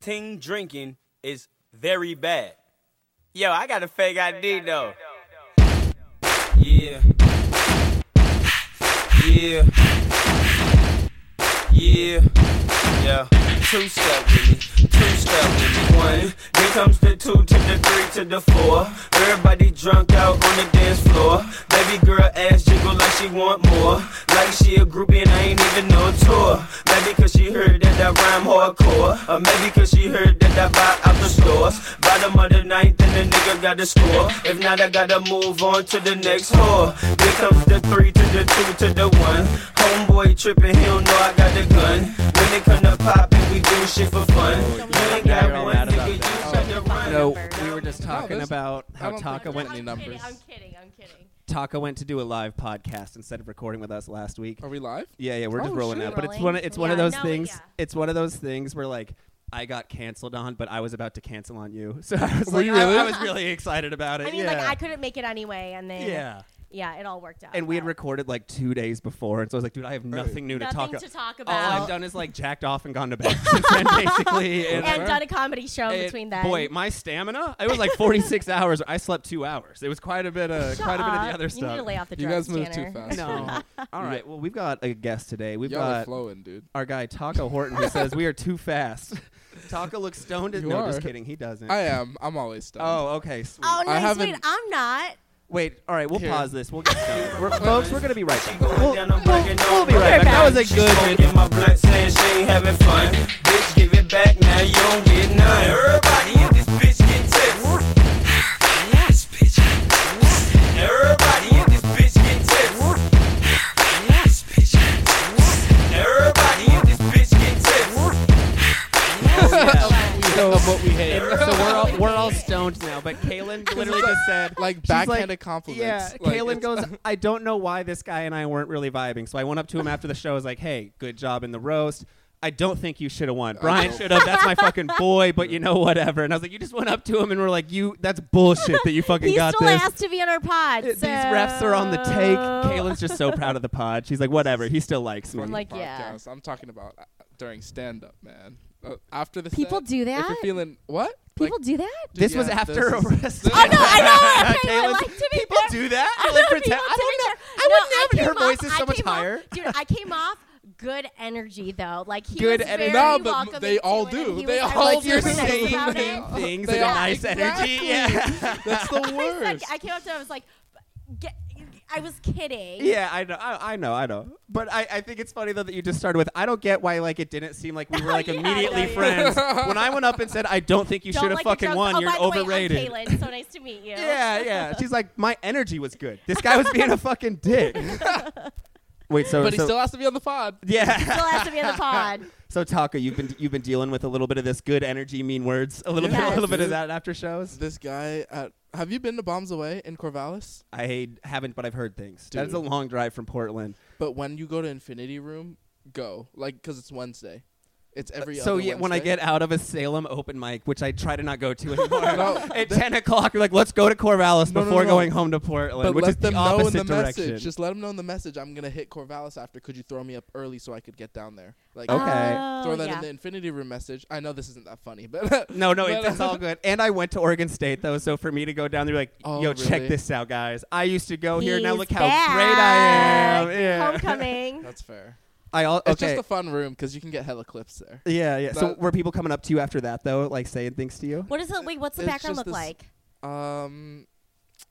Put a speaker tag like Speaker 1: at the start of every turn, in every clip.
Speaker 1: ting drinking is very bad. Yo, I got a fake ID though. Yeah. Yeah. Yeah. Yeah. Two step with me. Two step with me. One. Here comes the two to the three to the four. Everybody drunk out on the dance floor. Baby girl ass jiggle like she want more. Like she a groupie and I ain't even no tour. Maybe cause she heard that I rhyme hardcore. Or Uh, maybe cause she heard that I buy out the stores. Bottom of the ninth and the nigga got a score. If not, I gotta move on to the next whore. Here comes the three to the two to the one. Homeboy tripping, he don't know I got the gun. When it come to popping, we do shit for fun. You ain't got one nigga, you trying to run.
Speaker 2: No, we were just talking
Speaker 3: this-
Speaker 2: about
Speaker 3: I
Speaker 2: how
Speaker 3: don't
Speaker 2: Taka
Speaker 3: think-
Speaker 2: went.
Speaker 4: I'm
Speaker 3: numbers.
Speaker 4: Kidding, I'm kidding. I'm kidding.
Speaker 2: Taka went to do a live podcast instead of recording with us last week.
Speaker 3: Are we live?
Speaker 2: Yeah, yeah, we're just
Speaker 3: Oh,
Speaker 2: rolling
Speaker 3: shit.
Speaker 2: out. But it's
Speaker 4: Rolling.
Speaker 2: one. It's one of
Speaker 4: Oh. Yeah,
Speaker 2: those
Speaker 4: no, but
Speaker 2: things.
Speaker 4: yeah.
Speaker 2: It's one of those things where like I got canceled on, but I was about to cancel on you. So I was
Speaker 3: Were
Speaker 2: like,
Speaker 3: you
Speaker 2: I- I,
Speaker 3: really?
Speaker 2: was really excited about it.
Speaker 4: I mean,
Speaker 2: yeah.
Speaker 4: like I couldn't make it anyway, and then
Speaker 2: Yeah.
Speaker 4: yeah, it all worked out.
Speaker 2: And we had
Speaker 4: but
Speaker 2: recorded like two days before, and so I was like, dude, I have nothing new to talk.
Speaker 4: nothing
Speaker 2: about.
Speaker 4: to talk
Speaker 2: All
Speaker 4: about.
Speaker 2: I've done is like jacked off and gone to bed since then, basically.
Speaker 4: and done a comedy show
Speaker 2: it-
Speaker 4: between that.
Speaker 2: Boy, my stamina. It was like 46 hours. I slept two hours. It was quite a bit
Speaker 3: uh,
Speaker 2: of quite a bit of the other
Speaker 4: You need to
Speaker 2: stuff.
Speaker 4: lay off the
Speaker 3: You
Speaker 4: drugs,
Speaker 3: guys move too
Speaker 4: Tanner.
Speaker 3: fast.
Speaker 2: No. All right. Well, we've got a guest today. We've
Speaker 3: Y'all are
Speaker 2: got
Speaker 3: flowing, dude.
Speaker 2: our guy Taco Horton who says we are too fast. Taco looks stoned. At,
Speaker 3: You
Speaker 2: no, just
Speaker 3: are.
Speaker 2: kidding. He doesn't.
Speaker 3: I am. I'm always stoned.
Speaker 2: oh, okay. sweet.
Speaker 4: Oh
Speaker 3: I
Speaker 4: no, sweet.
Speaker 3: haven't-
Speaker 4: I'm not.
Speaker 2: Wait. All right. We'll
Speaker 3: Here.
Speaker 2: pause this. We'll get stoned. we're, folks, we're gonna be right back. We'll,
Speaker 1: down, I'm
Speaker 2: we'll-
Speaker 1: breaking
Speaker 2: we'll
Speaker 1: on
Speaker 2: be right
Speaker 4: We're
Speaker 2: back.
Speaker 4: back.
Speaker 2: That was a good.
Speaker 1: Smoking my blunt, saying she ain't having fun. Bitch, give it back now, you don't get none. Everybody in this bitch get tips. Everybody in this bitch get tips. Everybody in this bitch get tips. Everybody in this bitch get tips. Everybody in this bitch get tips.
Speaker 3: so, of what we hate.
Speaker 2: So we're all, we're all stoned now. But Kaylin literally just said
Speaker 3: like
Speaker 2: She's like-
Speaker 3: backhanded compliments.
Speaker 2: Yeah,
Speaker 3: Like,
Speaker 2: Kaylin
Speaker 3: it's-
Speaker 2: goes, I don't know why this guy and I weren't really vibing. So I went up to him after the show. I was like, hey, good job in the roast. I don't think you should have won. Brian
Speaker 3: don't-
Speaker 2: should have. That's my fucking boy, but you know, whatever. And I was like, you just went up to him and were like, you, that's bullshit that you fucking
Speaker 4: He
Speaker 2: got
Speaker 4: still
Speaker 2: this.
Speaker 4: asked to be on our pod.
Speaker 2: These
Speaker 4: so-
Speaker 2: refs are on the take. Kaylin's just so proud of the pod. She's like, whatever. He still likes me.
Speaker 3: fucking
Speaker 4: like, yeah.
Speaker 3: podcast. I'm talking about uh, during stand up, man. Uh, after the
Speaker 4: People
Speaker 3: set,
Speaker 4: do
Speaker 3: If
Speaker 4: that?
Speaker 3: you're feeling what?
Speaker 4: People
Speaker 3: like,
Speaker 4: do that.
Speaker 2: this was
Speaker 3: yeah,
Speaker 2: after
Speaker 3: this
Speaker 2: a
Speaker 3: is-
Speaker 2: rest.
Speaker 3: Oh, no,
Speaker 4: I know. Okay, I
Speaker 2: Kaylin's-
Speaker 4: like to be
Speaker 2: people
Speaker 4: fair.
Speaker 2: do that.
Speaker 4: I
Speaker 2: Like,
Speaker 4: love
Speaker 2: pretend-
Speaker 4: people
Speaker 2: I don't know.
Speaker 4: doing
Speaker 2: I
Speaker 4: that.
Speaker 2: would
Speaker 4: No, I
Speaker 2: never. Her
Speaker 4: came off-
Speaker 2: voice is so
Speaker 4: I
Speaker 2: much
Speaker 4: came off-
Speaker 2: higher.
Speaker 4: dude, I came off good energy though. Like he
Speaker 2: Good
Speaker 4: was very
Speaker 2: energy. No,
Speaker 3: but m-
Speaker 4: welcoming
Speaker 3: they
Speaker 4: to
Speaker 3: all
Speaker 4: it,
Speaker 3: do.
Speaker 4: and he
Speaker 3: They
Speaker 4: was- I
Speaker 3: all
Speaker 4: was
Speaker 2: like
Speaker 3: do
Speaker 2: you're
Speaker 3: the
Speaker 4: very nice
Speaker 2: saying
Speaker 4: about
Speaker 3: thing.
Speaker 4: it.
Speaker 2: the things
Speaker 3: They
Speaker 2: in a
Speaker 3: are.
Speaker 2: nice energy. Yeah.
Speaker 3: That's the
Speaker 4: I was like-
Speaker 3: worst.
Speaker 4: I came up to him. I was like, "Get- I was kidding.
Speaker 2: Yeah, I know, I, I know, I know. But I, I think it's funny though that you just started with I don't get why like it didn't seem like we were like
Speaker 4: Yeah, no,
Speaker 2: immediately
Speaker 4: yeah.
Speaker 2: friends when I went up and said I don't think you
Speaker 4: Don't
Speaker 2: should have
Speaker 4: like the
Speaker 2: fucking
Speaker 4: drugs.
Speaker 2: won.
Speaker 4: Oh,
Speaker 2: You're
Speaker 4: by the way, I'm
Speaker 2: overrated.
Speaker 4: Caitlin. So nice to meet you.
Speaker 2: yeah, yeah. She's like my energy was good. This guy was being a fucking dick. Wait, so
Speaker 3: but he
Speaker 2: so-
Speaker 3: still has to be on the pod.
Speaker 4: Still
Speaker 2: yeah.
Speaker 4: has to be in the pod.
Speaker 2: So Taka, you've been you've been dealing with a little bit of this good energy, mean words, a little bit, a
Speaker 4: Yes.
Speaker 2: little bit of that after shows.
Speaker 3: This guy at. Have you been to Bombs Away in Corvallis?
Speaker 2: I haven't, but I've heard things. That is a
Speaker 3: Dude.
Speaker 2: long drive from Portland.
Speaker 3: But when you go to Infinity Room, go like because it's Wednesday. It's every
Speaker 2: Uh, so
Speaker 3: other
Speaker 2: yeah, when I
Speaker 3: Wednesday.
Speaker 2: get out of a Salem open mic, which I try to not go to anymore,
Speaker 3: No,
Speaker 2: at ten o'clock, you're like, let's go to Corvallis
Speaker 3: No, no,
Speaker 2: before
Speaker 3: no.
Speaker 2: going home to Portland,
Speaker 3: but
Speaker 2: which
Speaker 3: let
Speaker 2: is
Speaker 3: them
Speaker 2: the
Speaker 3: know in
Speaker 2: opposite
Speaker 3: the
Speaker 2: direction.
Speaker 3: message. Just let them know in the message. I'm gonna hit Corvallis after. Could you throw me up early so I could get down there? Like
Speaker 2: Okay.
Speaker 4: Oh,
Speaker 3: throw that
Speaker 4: yeah.
Speaker 3: in the Infinity Room message. I know this isn't that funny, but
Speaker 2: no, no,
Speaker 3: but,
Speaker 2: it's, it's all good. And I went to Oregon State though, so for me to go down there, like,
Speaker 3: Oh,
Speaker 2: yo, check
Speaker 3: really?
Speaker 2: this out, guys. I used to go here. Now
Speaker 4: He's
Speaker 2: look how great I am.
Speaker 4: back.
Speaker 2: Yeah.
Speaker 4: Homecoming.
Speaker 3: That's fair.
Speaker 2: I all,
Speaker 3: It's
Speaker 2: okay.
Speaker 3: just a fun room because you can get hella clips there.
Speaker 2: yeah, yeah. So
Speaker 3: That-
Speaker 2: were people coming up to you after that though, like saying things to you?
Speaker 4: What is it? Wait, what's the
Speaker 3: It's
Speaker 4: background
Speaker 3: just
Speaker 4: look
Speaker 3: this-
Speaker 4: like?
Speaker 3: Um,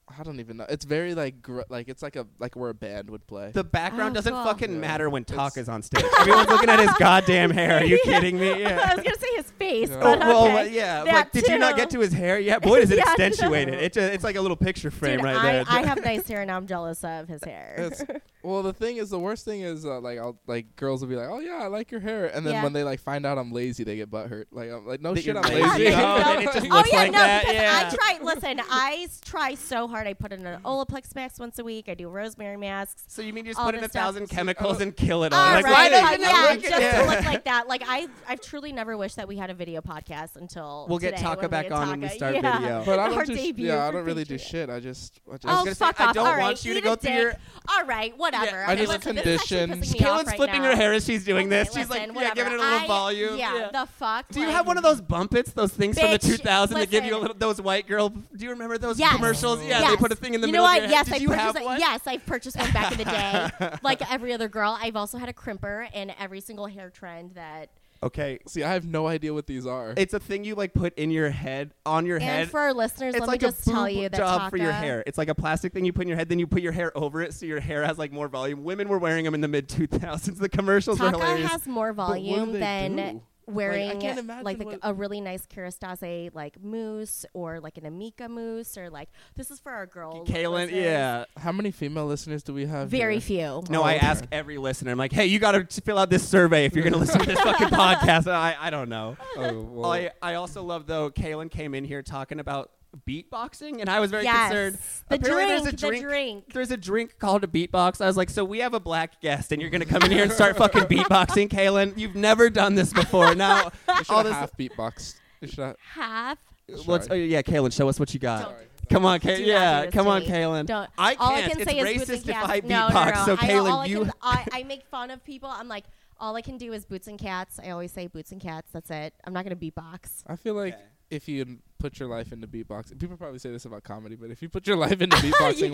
Speaker 3: I don't even know. It's very like gr- like it's like a like where a band would play.
Speaker 2: The background
Speaker 4: Oh,
Speaker 2: doesn't
Speaker 4: cool.
Speaker 2: fucking
Speaker 3: Yeah.
Speaker 2: matter when
Speaker 3: It's-
Speaker 2: Taka's on stage. Everyone's looking at his goddamn hair. Are you kidding me? Yeah.
Speaker 4: I was gonna say his face,
Speaker 3: Yeah.
Speaker 2: Oh,
Speaker 4: but okay.
Speaker 2: well, well, yeah.
Speaker 4: That
Speaker 2: like, did you not
Speaker 4: too.
Speaker 2: get to his hair yet? Boy, does it
Speaker 4: Yeah.
Speaker 2: accentuate it. It ju- it's like a little picture frame
Speaker 4: Dude,
Speaker 2: right
Speaker 4: I,
Speaker 2: there.
Speaker 4: I have nice hair, and I'm jealous of his hair.
Speaker 3: It's- well, the thing is, the worst thing is uh, like I'll like girls will be like, oh yeah, I like your hair, and then
Speaker 4: Yeah.
Speaker 3: when they like find out I'm lazy, they get butthurt. Like I'm like no
Speaker 2: That
Speaker 3: shit,
Speaker 2: you're
Speaker 3: I'm
Speaker 2: lazy.
Speaker 3: lazy.
Speaker 2: Oh, then it just
Speaker 4: oh
Speaker 2: looks
Speaker 4: yeah,
Speaker 2: like
Speaker 4: no,
Speaker 2: that,
Speaker 4: because
Speaker 2: yeah.
Speaker 4: I try. Listen, I s- try so hard. I put in an Olaplex mask once a week. I do rosemary masks.
Speaker 2: so you mean you just
Speaker 4: all
Speaker 2: put in a
Speaker 4: this stuff.
Speaker 2: thousand chemicals and kill it all?
Speaker 4: All
Speaker 2: Like,
Speaker 4: right,
Speaker 2: why
Speaker 3: did
Speaker 4: but
Speaker 2: didn't it
Speaker 4: yeah,
Speaker 2: work?
Speaker 4: just
Speaker 2: Yeah.
Speaker 4: to look like that. Like I, I've truly never wished that we had a video podcast until
Speaker 2: We'll get
Speaker 4: today
Speaker 2: Taka
Speaker 4: when we
Speaker 2: back
Speaker 4: had
Speaker 2: on when we
Speaker 4: Taka.
Speaker 2: start
Speaker 4: yeah.
Speaker 2: video.
Speaker 3: But I
Speaker 4: Our
Speaker 3: don't do sh-
Speaker 4: debut
Speaker 3: yeah, I
Speaker 4: for
Speaker 3: don't really do
Speaker 4: Patriot.
Speaker 3: shit. I just I just
Speaker 2: was
Speaker 4: Oh
Speaker 2: gonna say,
Speaker 4: fuck
Speaker 2: I
Speaker 4: off!
Speaker 2: don't
Speaker 4: All
Speaker 2: want
Speaker 4: right,
Speaker 2: you to
Speaker 4: eat
Speaker 2: go
Speaker 4: a
Speaker 2: through
Speaker 4: dick.
Speaker 2: your-
Speaker 4: All right, whatever.
Speaker 3: I
Speaker 4: Okay,
Speaker 3: just
Speaker 4: listen, this is actually
Speaker 3: conditioned.
Speaker 4: pissing me off
Speaker 2: Caitlin's
Speaker 4: right
Speaker 2: flipping
Speaker 4: now.
Speaker 2: her hair as she's doing
Speaker 4: Okay,
Speaker 2: this. She's like,
Speaker 4: listen,
Speaker 2: yeah, giving it a little
Speaker 4: whatever. I-
Speaker 2: volume.
Speaker 4: Yeah, the fuck.
Speaker 2: Do you
Speaker 4: like-
Speaker 2: have one of those bumpets, those things from the
Speaker 4: Bitch,
Speaker 2: 2000 that give you a
Speaker 4: listen.
Speaker 2: little those white girl? Do you remember those
Speaker 4: Yes.
Speaker 2: commercials? Yeah, they
Speaker 4: Yes.
Speaker 2: put a thing in the
Speaker 4: you
Speaker 2: middle.
Speaker 4: know
Speaker 2: of
Speaker 4: what?
Speaker 2: your
Speaker 4: yes,
Speaker 2: head.
Speaker 4: I've
Speaker 2: Did you
Speaker 4: purchased.
Speaker 2: have one?
Speaker 4: Yes, I've purchased one back in the day. like every other girl, I've also had a crimper and every single hair trend that.
Speaker 2: Okay,
Speaker 3: See, I have no idea what these are.
Speaker 2: it's a thing you like put in your head, on your
Speaker 4: And
Speaker 2: head.
Speaker 4: for our listeners,
Speaker 2: it's
Speaker 4: let
Speaker 2: like
Speaker 4: me just
Speaker 2: a boob
Speaker 4: tell you that
Speaker 2: job for your
Speaker 4: Taka-
Speaker 2: hair. It's like a plastic thing you put in your head, then you put your hair over it, so your hair has like more volume. Women were wearing them in the mid 2000s. The commercials were
Speaker 4: Taka
Speaker 2: hilarious.
Speaker 4: has more
Speaker 3: do
Speaker 4: volume
Speaker 3: they
Speaker 4: than
Speaker 3: do?
Speaker 4: wearing
Speaker 3: Like, I
Speaker 4: like,
Speaker 3: can't imagine
Speaker 4: the-
Speaker 3: what-
Speaker 4: a really nice Kerastase like mousse or like an Amika mousse or like this is for our girl.
Speaker 2: Kaylin,
Speaker 4: listeners.
Speaker 2: yeah.
Speaker 3: How many female listeners do we have?
Speaker 4: Very
Speaker 3: here?
Speaker 4: few.
Speaker 2: No,
Speaker 3: Oh,
Speaker 2: I
Speaker 3: okay.
Speaker 2: ask every listener. I'm like, hey, you got to fill out this survey if you're going to listen to this fucking podcast. I, I don't know.
Speaker 3: Oh, well,
Speaker 2: I, I also love though. Kaylin came in here talking about beatboxing, and I was very
Speaker 4: Yes.
Speaker 2: concerned.
Speaker 4: The
Speaker 2: Apparently, there's a
Speaker 4: drink, the
Speaker 2: drink.
Speaker 4: drink.
Speaker 2: There's a drink called a beatbox. I was like, so we have a black guest, and you're gonna come in here and start fucking beatboxing, Kaylin. You've never done this before. Now all this.
Speaker 3: half beatbox. You should have-
Speaker 4: half.
Speaker 2: Let's. Oh,
Speaker 3: Sorry.
Speaker 2: yeah, Kaylin, show us what you got.
Speaker 4: Don't-
Speaker 2: Come on, Kay-
Speaker 4: Do not
Speaker 2: yeah,
Speaker 4: do this
Speaker 2: come
Speaker 4: to
Speaker 2: on,
Speaker 4: me.
Speaker 2: Kaylin.
Speaker 4: Don't.
Speaker 2: I can't.
Speaker 4: All I can
Speaker 2: it's
Speaker 4: say
Speaker 2: racist
Speaker 4: is boots and
Speaker 2: if
Speaker 4: cats.
Speaker 2: I
Speaker 4: no, No,
Speaker 2: beatbox.
Speaker 4: no,
Speaker 2: So,
Speaker 4: I,
Speaker 2: Kaylin,
Speaker 4: all I
Speaker 2: you.
Speaker 4: Can, I, I make fun of people. I'm like, all I can do is boots and cats. I always say boots and cats. That's it. I'm not gonna beatbox.
Speaker 3: I feel like
Speaker 2: Okay.
Speaker 3: if you n- put your life into beatboxing, people probably say this about comedy, but if you put your life into beatboxing,